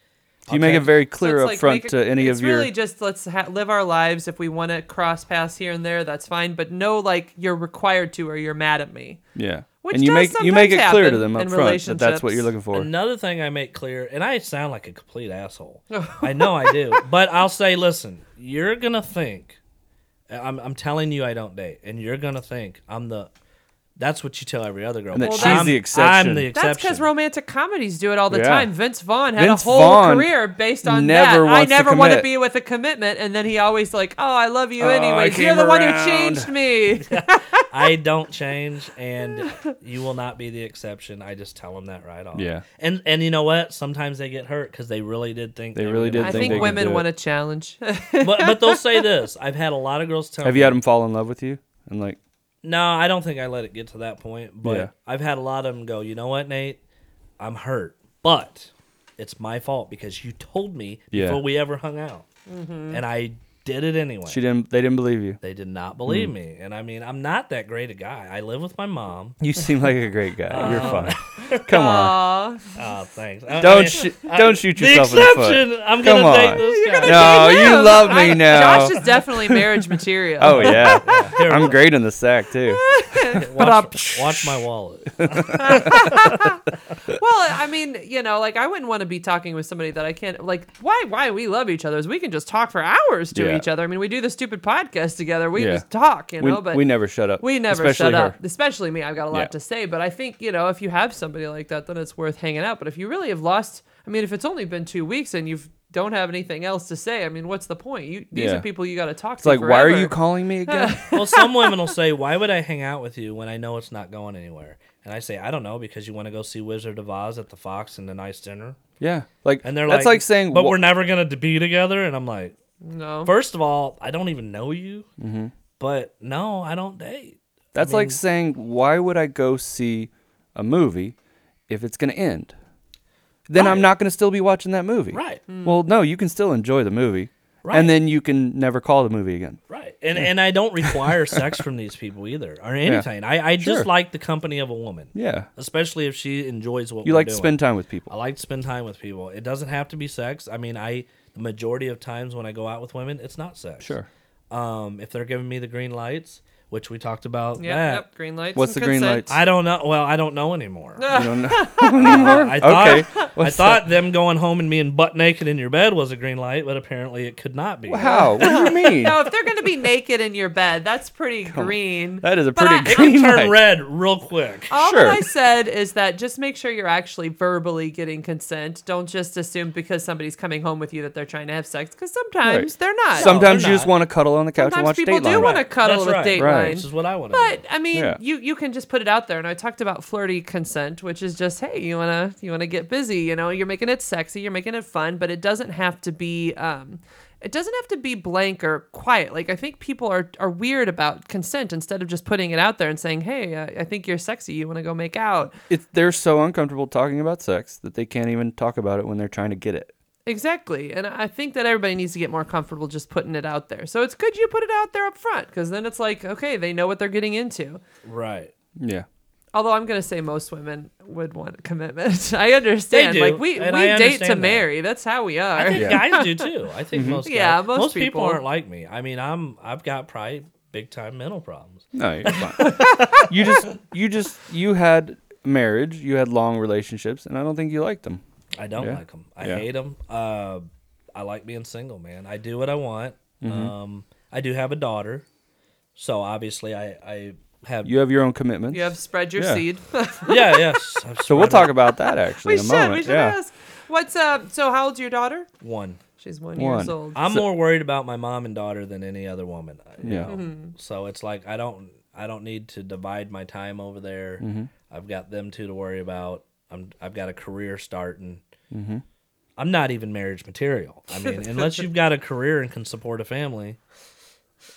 [SPEAKER 1] you make it very clear
[SPEAKER 2] it's
[SPEAKER 1] up
[SPEAKER 2] like
[SPEAKER 1] front
[SPEAKER 2] make it-
[SPEAKER 1] to any
[SPEAKER 2] it's
[SPEAKER 1] of your
[SPEAKER 2] really just let's ha- live our lives. If we want to cross paths here and there, that's fine. But no, like you're required to, or you're mad at me.
[SPEAKER 1] yeah.
[SPEAKER 2] Which
[SPEAKER 1] and you
[SPEAKER 2] does
[SPEAKER 1] make you make it
[SPEAKER 2] sometimes
[SPEAKER 1] clear to
[SPEAKER 2] happen
[SPEAKER 1] them up
[SPEAKER 2] in
[SPEAKER 1] front that that's what
[SPEAKER 2] relationships.
[SPEAKER 1] you're looking for.
[SPEAKER 3] Another thing I make clear, and I sound like a complete asshole. I know I do, but I'll say, listen, you're gonna think. I'm, I'm telling you, I don't date, and you're gonna think I'm the. That's what you tell every other girl.
[SPEAKER 1] And that
[SPEAKER 3] Well,
[SPEAKER 1] she's
[SPEAKER 3] I'm-
[SPEAKER 1] the exception.
[SPEAKER 3] I'm the
[SPEAKER 2] That's
[SPEAKER 3] exception.
[SPEAKER 2] because romantic comedies do it all the
[SPEAKER 1] Yeah.
[SPEAKER 2] time. Vince Vaughn had
[SPEAKER 1] Vince
[SPEAKER 2] a whole
[SPEAKER 1] Vaughn
[SPEAKER 2] career based on
[SPEAKER 1] never
[SPEAKER 2] that.
[SPEAKER 1] wants to
[SPEAKER 2] I never want to
[SPEAKER 1] commit.
[SPEAKER 2] be with a commitment, and then he always like, "Oh, I love you
[SPEAKER 1] I
[SPEAKER 2] anyways. You're
[SPEAKER 1] came
[SPEAKER 2] the one who
[SPEAKER 1] around."
[SPEAKER 2] changed me."
[SPEAKER 3] I don't change, and you will not be the exception. I just tell them that right off.
[SPEAKER 1] Yeah.
[SPEAKER 3] and and you know what? Sometimes they get hurt because they really did think
[SPEAKER 1] They really
[SPEAKER 3] were
[SPEAKER 1] did
[SPEAKER 3] gonna-
[SPEAKER 2] I
[SPEAKER 1] think they
[SPEAKER 2] think
[SPEAKER 1] could do
[SPEAKER 2] women
[SPEAKER 1] it.
[SPEAKER 2] want a challenge.
[SPEAKER 3] but but they'll say this. I've had a lot of girls tell
[SPEAKER 1] Have
[SPEAKER 3] me.
[SPEAKER 1] you had them fall in love with you? And like,
[SPEAKER 3] No, I don't think I let it get to that point. But
[SPEAKER 1] Yeah.
[SPEAKER 3] I've had a lot of them go, you know what, Nate? I'm hurt, but it's my fault because you told me
[SPEAKER 1] Yeah.
[SPEAKER 3] before we ever hung out, and I did it anyway.
[SPEAKER 1] she Mm. didn't. They didn't believe you.
[SPEAKER 3] they did not believe me, and I mean, I'm not that great a guy. I live with my mom.
[SPEAKER 1] You seem like a great guy. You're
[SPEAKER 2] Uh-huh.
[SPEAKER 1] fine. Come on.
[SPEAKER 2] Aw.
[SPEAKER 3] Oh, thanks. I- I
[SPEAKER 1] Don't
[SPEAKER 3] mean,
[SPEAKER 1] shoo- don't shoot
[SPEAKER 3] the
[SPEAKER 1] yourself in the foot.
[SPEAKER 3] exception. I'm gonna
[SPEAKER 1] Come
[SPEAKER 3] date
[SPEAKER 1] on.
[SPEAKER 3] this guy.
[SPEAKER 1] No,
[SPEAKER 2] Hey,
[SPEAKER 1] Oh, you
[SPEAKER 2] Liv,
[SPEAKER 1] love me
[SPEAKER 2] I-
[SPEAKER 1] now.
[SPEAKER 2] Josh is definitely marriage material.
[SPEAKER 1] Oh yeah,
[SPEAKER 3] Here,
[SPEAKER 1] I'm great in the sack too.
[SPEAKER 3] watch, watch my wallet.
[SPEAKER 2] Well, I mean, you know, like I wouldn't want to be talking with somebody that I can't like why why we love each other is we can just talk for hours to
[SPEAKER 1] Yeah.
[SPEAKER 2] each other. I mean, we do the stupid podcast together. We
[SPEAKER 1] Yeah.
[SPEAKER 2] just talk, you
[SPEAKER 1] We,
[SPEAKER 2] know, but
[SPEAKER 1] we never shut up.
[SPEAKER 2] we never
[SPEAKER 1] especially
[SPEAKER 2] shut up.
[SPEAKER 1] her.
[SPEAKER 2] Especially me. I've got a lot
[SPEAKER 1] Yeah.
[SPEAKER 2] to say, but I think, you know, if you have somebody like that, then it's worth hanging out. But if you really have lost I mean, if it's only been 2 weeks and you've don't have anything else to say, I mean, what's the point? You these
[SPEAKER 1] Yeah.
[SPEAKER 2] are people you got to talk
[SPEAKER 1] It's
[SPEAKER 2] to
[SPEAKER 1] like, why are
[SPEAKER 2] forever.
[SPEAKER 1] you calling me again?
[SPEAKER 3] Well, some women will say, "Why would I hang out with you when I know it's not going anywhere?" And I say, "I don't know because you want to go see Wizard of Oz at the Fox and a nice dinner."
[SPEAKER 1] yeah, like
[SPEAKER 3] And they're
[SPEAKER 1] that's
[SPEAKER 3] like,
[SPEAKER 1] like saying,
[SPEAKER 3] "But
[SPEAKER 1] wh-
[SPEAKER 3] we're never gonna be together." And I'm like,
[SPEAKER 2] No.
[SPEAKER 3] first of all, I don't even know you."
[SPEAKER 1] Mm-hmm.
[SPEAKER 3] But no, I don't date.
[SPEAKER 1] That's like saying, why would I go see a movie if it's going to end? Then I'm not going to still be watching that movie.
[SPEAKER 3] Right.
[SPEAKER 2] Hmm.
[SPEAKER 1] Well, no, you can still enjoy the movie.
[SPEAKER 3] Right.
[SPEAKER 1] And then you can never call the movie again.
[SPEAKER 3] Right. And and I don't require sex from these people either or anything. I, I
[SPEAKER 1] Sure.
[SPEAKER 3] just like the company of a woman.
[SPEAKER 1] Yeah.
[SPEAKER 3] Especially if she enjoys what
[SPEAKER 1] You
[SPEAKER 3] we're
[SPEAKER 1] like to
[SPEAKER 3] doing.
[SPEAKER 1] spend time with
[SPEAKER 3] I
[SPEAKER 1] people.
[SPEAKER 3] like to spend time with people. It doesn't have to be sex. I mean, I the majority of times when I go out with women, it's not sex.
[SPEAKER 1] Sure.
[SPEAKER 3] Um, if they're giving me the green lights, which we talked about
[SPEAKER 2] Yep,
[SPEAKER 3] that.
[SPEAKER 2] yep, green lights.
[SPEAKER 1] What's
[SPEAKER 2] and
[SPEAKER 1] the green
[SPEAKER 2] consent.
[SPEAKER 1] lights?
[SPEAKER 3] I don't know. Well, I don't know anymore.
[SPEAKER 1] You don't know.
[SPEAKER 3] I thought
[SPEAKER 1] Okay.
[SPEAKER 3] I
[SPEAKER 1] What's
[SPEAKER 3] thought them going home and being butt naked in your bed was a green light, but apparently it could not be.
[SPEAKER 1] How? What do you mean?
[SPEAKER 2] No, if they're going to be naked in your bed, that's pretty green.
[SPEAKER 1] That is a
[SPEAKER 2] But
[SPEAKER 1] pretty
[SPEAKER 2] I-
[SPEAKER 1] green
[SPEAKER 3] It can turn
[SPEAKER 1] light.
[SPEAKER 3] red real quick.
[SPEAKER 2] All
[SPEAKER 1] Sure.
[SPEAKER 2] that I said is that just make sure you're actually verbally getting consent. Don't just assume because somebody's coming home with you that they're trying to have sex, because sometimes
[SPEAKER 1] Right.
[SPEAKER 2] they're not.
[SPEAKER 1] Sometimes you
[SPEAKER 3] not.
[SPEAKER 1] just want to cuddle on the couch and
[SPEAKER 2] Sometimes people
[SPEAKER 1] watch Dateline.
[SPEAKER 2] do want to cuddle
[SPEAKER 3] That's
[SPEAKER 2] with
[SPEAKER 3] right.
[SPEAKER 2] Dateline.
[SPEAKER 1] Right.
[SPEAKER 3] Which is what I want to do.
[SPEAKER 2] But I mean,
[SPEAKER 1] Yeah.
[SPEAKER 2] you you can just put it out there. And I talked about flirty consent, which is just, hey, you wanna you wanna get busy. You know, you're making it sexy, you're making it fun, but it doesn't have to be. Um, it doesn't have to be blank or quiet. Like I think people are are weird about consent instead of just putting it out there and saying, hey, uh, I, I think you're sexy. You wanna go make out?
[SPEAKER 1] It's, they're so uncomfortable talking about sex that they can't even talk about it when they're trying to get it.
[SPEAKER 2] Exactly. And I think that everybody needs to get more comfortable just putting it out there. So it's good you put it out there up front because then it's like, okay, they know what they're getting into.
[SPEAKER 3] Right.
[SPEAKER 1] Yeah.
[SPEAKER 2] Although I'm gonna say most women would want commitment. I understand.
[SPEAKER 3] They do,
[SPEAKER 2] like we,
[SPEAKER 3] and
[SPEAKER 2] we date
[SPEAKER 3] I
[SPEAKER 2] to
[SPEAKER 3] understand that.
[SPEAKER 2] marry. That's how we
[SPEAKER 3] I
[SPEAKER 2] are.
[SPEAKER 3] think guys do too. I
[SPEAKER 1] Mm-hmm.
[SPEAKER 3] think most guys,
[SPEAKER 2] Yeah, most
[SPEAKER 3] most,
[SPEAKER 2] people.
[SPEAKER 3] people. aren't like me. I mean, I'm I've got probably big time mental problems.
[SPEAKER 1] No, you're fine. you just you just you had marriage, you had long relationships, and I don't think you liked them.
[SPEAKER 3] I don't
[SPEAKER 1] Yeah.
[SPEAKER 3] like 'em. like them. I
[SPEAKER 1] Yeah.
[SPEAKER 3] hate them. Uh, I like being single, man. I do what I want.
[SPEAKER 1] Mm-hmm.
[SPEAKER 3] Um, I do have a daughter, so obviously I I have
[SPEAKER 1] You have your own commitments.
[SPEAKER 2] You have spread your
[SPEAKER 1] Yeah.
[SPEAKER 2] seed.
[SPEAKER 3] yeah yes. I've
[SPEAKER 1] So we'll
[SPEAKER 3] spread
[SPEAKER 1] talk about that actually in
[SPEAKER 2] we
[SPEAKER 1] a
[SPEAKER 2] should.
[SPEAKER 1] moment.
[SPEAKER 2] We should
[SPEAKER 1] yeah.
[SPEAKER 2] ask. What's up? So how old's your daughter?
[SPEAKER 3] it. one.
[SPEAKER 2] She's one,
[SPEAKER 1] One.
[SPEAKER 2] years old.
[SPEAKER 3] I'm more worried about my mom and daughter than any other woman.
[SPEAKER 1] Yeah.
[SPEAKER 3] yeah.
[SPEAKER 2] Mm-hmm.
[SPEAKER 3] So it's like I don't I don't need to divide my time over there. I've got them two to worry about. I'm I've got a career starting. I'm not even marriage material. I mean, unless you've got a career and can support a family,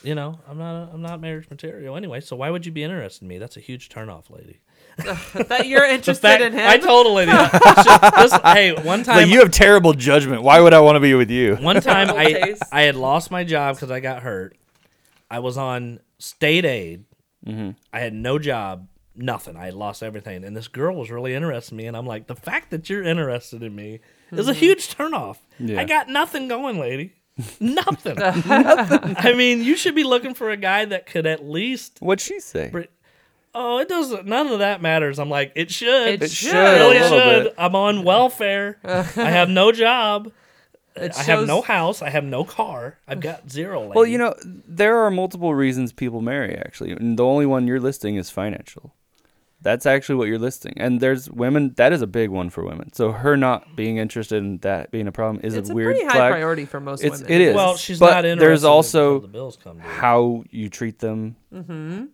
[SPEAKER 3] you know, I'm not I'm not marriage material anyway. So why would you be interested in me? That's a huge turnoff, lady.
[SPEAKER 2] that you're
[SPEAKER 3] The
[SPEAKER 2] interested
[SPEAKER 3] fact-
[SPEAKER 2] in him.
[SPEAKER 3] I told a lady. this, hey, one time
[SPEAKER 1] have terrible judgment. Why would I want to be with you?
[SPEAKER 3] one time I,
[SPEAKER 2] taste.
[SPEAKER 3] I had lost my job because I got hurt. I was on state aid. I had no job, nothing. I lost everything. And this girl was really interested in me. And I'm like, the fact that you're interested in me is a huge turnoff.
[SPEAKER 1] Yeah.
[SPEAKER 3] I got nothing going, lady. nothing. nothing. I mean, you should be looking for a guy that could at least.
[SPEAKER 1] What'd she say?
[SPEAKER 3] Br- Oh, it doesn't. None of that matters. I'm like, it should.
[SPEAKER 2] It
[SPEAKER 1] It
[SPEAKER 2] should.
[SPEAKER 1] should.
[SPEAKER 3] It really
[SPEAKER 1] a little
[SPEAKER 3] should.
[SPEAKER 1] bit.
[SPEAKER 3] I'm on welfare. I have no job.
[SPEAKER 2] It
[SPEAKER 3] I have
[SPEAKER 2] shows-
[SPEAKER 3] no house. I have no car. I've got zero. Lady.
[SPEAKER 1] Well, you know, there are multiple reasons people marry, actually. And the only one you're listing is financial. That's actually what you're listing. And there's women, that is a big one for women. So her not being interested in that being a problem is
[SPEAKER 2] It's
[SPEAKER 1] a
[SPEAKER 2] a
[SPEAKER 1] weird
[SPEAKER 2] pretty high
[SPEAKER 1] flag.
[SPEAKER 2] priority for most
[SPEAKER 1] It's-
[SPEAKER 2] women.
[SPEAKER 1] it is.
[SPEAKER 3] Well, she's
[SPEAKER 1] But
[SPEAKER 3] not interested.
[SPEAKER 1] there's also-
[SPEAKER 3] until the bills come. due.
[SPEAKER 1] How you treat them,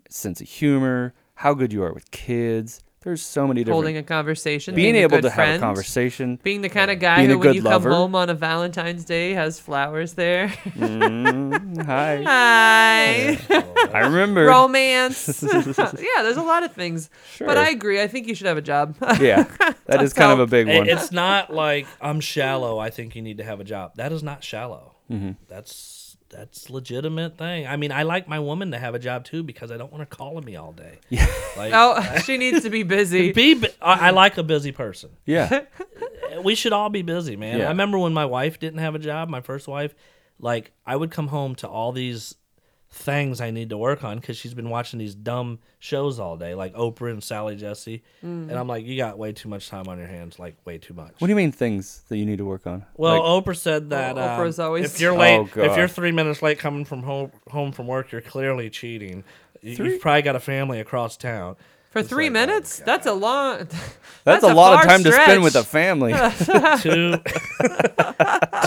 [SPEAKER 1] sense of humor, how good you are with kids. There's so many different
[SPEAKER 2] holding a conversation,
[SPEAKER 1] being
[SPEAKER 2] a
[SPEAKER 1] able
[SPEAKER 2] good
[SPEAKER 1] to
[SPEAKER 2] friend,
[SPEAKER 1] have a conversation.
[SPEAKER 2] being the kind of guy
[SPEAKER 1] Being a
[SPEAKER 2] who, when
[SPEAKER 1] good
[SPEAKER 2] you
[SPEAKER 1] lover.
[SPEAKER 2] come home on a Valentine's Day, has flowers there.
[SPEAKER 1] Mm-hmm. Hi.
[SPEAKER 2] Hi.
[SPEAKER 1] I remember.
[SPEAKER 2] romance. yeah, there's a lot of things. But
[SPEAKER 1] Sure.
[SPEAKER 2] I agree. I think you should have a job.
[SPEAKER 1] Yeah. That is kind of a big
[SPEAKER 3] It-
[SPEAKER 1] one.
[SPEAKER 3] it's not like I'm shallow. I think you need to have a job. That is not shallow.
[SPEAKER 1] Mm-hmm.
[SPEAKER 3] That's that's legitimate thing. I mean, I like my woman to have a job too because I don't want her calling me all day. Yeah. Like,
[SPEAKER 2] oh, she needs to be busy.
[SPEAKER 3] be bu- I, I like a busy person.
[SPEAKER 1] Yeah.
[SPEAKER 3] We should all be busy, man.
[SPEAKER 1] Yeah.
[SPEAKER 3] I remember when my wife didn't have a job, my first wife, like I would come home to all these things I need to work on because she's been watching these dumb shows all day, like Oprah and Sally Jesse,
[SPEAKER 2] Mm.
[SPEAKER 3] and I'm like, you got way too much time on your hands, like way too much.
[SPEAKER 1] What do you mean things that you need to work on?
[SPEAKER 3] Well, oh,
[SPEAKER 1] Like-
[SPEAKER 3] Oprah said that
[SPEAKER 2] Well, Oprah's
[SPEAKER 3] um,
[SPEAKER 2] always-
[SPEAKER 3] if you're
[SPEAKER 1] Oh,
[SPEAKER 3] late, if
[SPEAKER 1] God.
[SPEAKER 3] you're three minutes late coming from home, home from work, you're clearly cheating. You, you've probably got a family across town.
[SPEAKER 2] For three minutes? that's a long. That's,
[SPEAKER 1] that's, a lot of
[SPEAKER 2] far
[SPEAKER 1] time to spend
[SPEAKER 2] stretch.
[SPEAKER 1] with a family.
[SPEAKER 3] Too,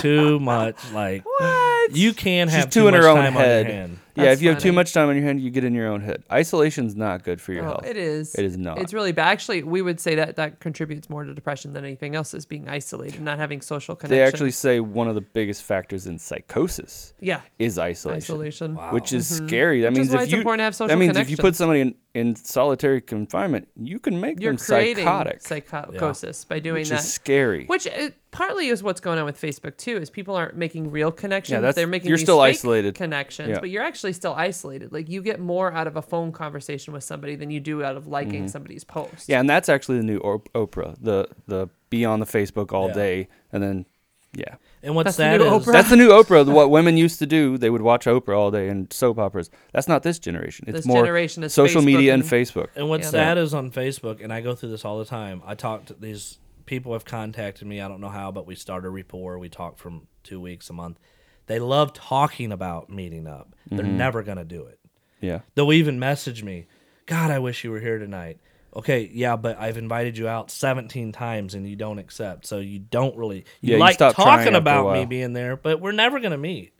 [SPEAKER 3] too much. Like
[SPEAKER 2] What?
[SPEAKER 3] you can
[SPEAKER 1] She's
[SPEAKER 3] have
[SPEAKER 1] too,
[SPEAKER 3] too
[SPEAKER 1] in
[SPEAKER 3] much
[SPEAKER 1] her own
[SPEAKER 3] time
[SPEAKER 1] head.
[SPEAKER 3] on your hand.
[SPEAKER 1] Yeah,
[SPEAKER 2] That's
[SPEAKER 1] if you have too
[SPEAKER 2] funny.
[SPEAKER 1] much time on your hand, you get in your own head. Isolation's not good for your
[SPEAKER 2] Oh,
[SPEAKER 1] health.
[SPEAKER 2] it is.
[SPEAKER 1] It is not.
[SPEAKER 2] It's really bad. Actually, we would say that that contributes more to depression than anything else is being isolated, not having social connection.
[SPEAKER 1] They actually say one of the biggest factors in psychosis
[SPEAKER 2] yeah,
[SPEAKER 1] is isolation,
[SPEAKER 2] isolation.
[SPEAKER 1] which is scary. That
[SPEAKER 2] Mm-hmm. Which is
[SPEAKER 1] means
[SPEAKER 2] why
[SPEAKER 1] if
[SPEAKER 2] it's
[SPEAKER 1] you
[SPEAKER 2] important to have social
[SPEAKER 1] that means if you put
[SPEAKER 2] connections.
[SPEAKER 1] somebody in, in solitary confinement, you can make
[SPEAKER 2] You're
[SPEAKER 1] them
[SPEAKER 2] creating
[SPEAKER 1] psychotic,
[SPEAKER 2] psychosis by doing
[SPEAKER 1] which
[SPEAKER 2] that.
[SPEAKER 1] is scary.
[SPEAKER 2] Which uh partly is what's going on with Facebook too, is people aren't making real connections.
[SPEAKER 1] that's-
[SPEAKER 2] They're making
[SPEAKER 1] you're
[SPEAKER 2] these
[SPEAKER 1] still
[SPEAKER 2] fake
[SPEAKER 1] isolated.
[SPEAKER 2] connections,
[SPEAKER 1] Yeah.
[SPEAKER 2] but you're actually still isolated. Like you get more out of a phone conversation with somebody than you do out of liking somebody's post.
[SPEAKER 1] Mm-hmm. yeah, and that's actually the new Op- Oprah, the the be on the Facebook all
[SPEAKER 3] Yeah.
[SPEAKER 1] day, and then yeah,
[SPEAKER 3] And
[SPEAKER 2] That's
[SPEAKER 3] what's
[SPEAKER 2] the
[SPEAKER 3] that
[SPEAKER 2] new
[SPEAKER 3] is,
[SPEAKER 2] Oprah.
[SPEAKER 1] That's the new Oprah. What women used to do, they would watch Oprah all day and soap operas. That's not this generation. It's
[SPEAKER 2] This
[SPEAKER 1] more
[SPEAKER 2] generation is
[SPEAKER 1] social
[SPEAKER 2] Facebook
[SPEAKER 1] media and
[SPEAKER 2] and-
[SPEAKER 1] Facebook.
[SPEAKER 3] And what's
[SPEAKER 2] Yeah.
[SPEAKER 3] sad is on Facebook, and I go through this all the time. I talk to these people have contacted me. I don't know how, but we start a rapport. We talk from two weeks a month. They love talking about meeting up. They're
[SPEAKER 1] Mm-hmm.
[SPEAKER 3] never gonna do it.
[SPEAKER 1] Yeah,
[SPEAKER 3] They'll even message me, God, I wish you were here tonight. Okay, yeah, but I've invited you out 17 times and you don't accept. So you don't really you
[SPEAKER 1] Yeah, you
[SPEAKER 3] like
[SPEAKER 1] stop trying
[SPEAKER 3] talking
[SPEAKER 1] after a
[SPEAKER 3] about me
[SPEAKER 1] while.
[SPEAKER 3] being there, but we're never going to meet.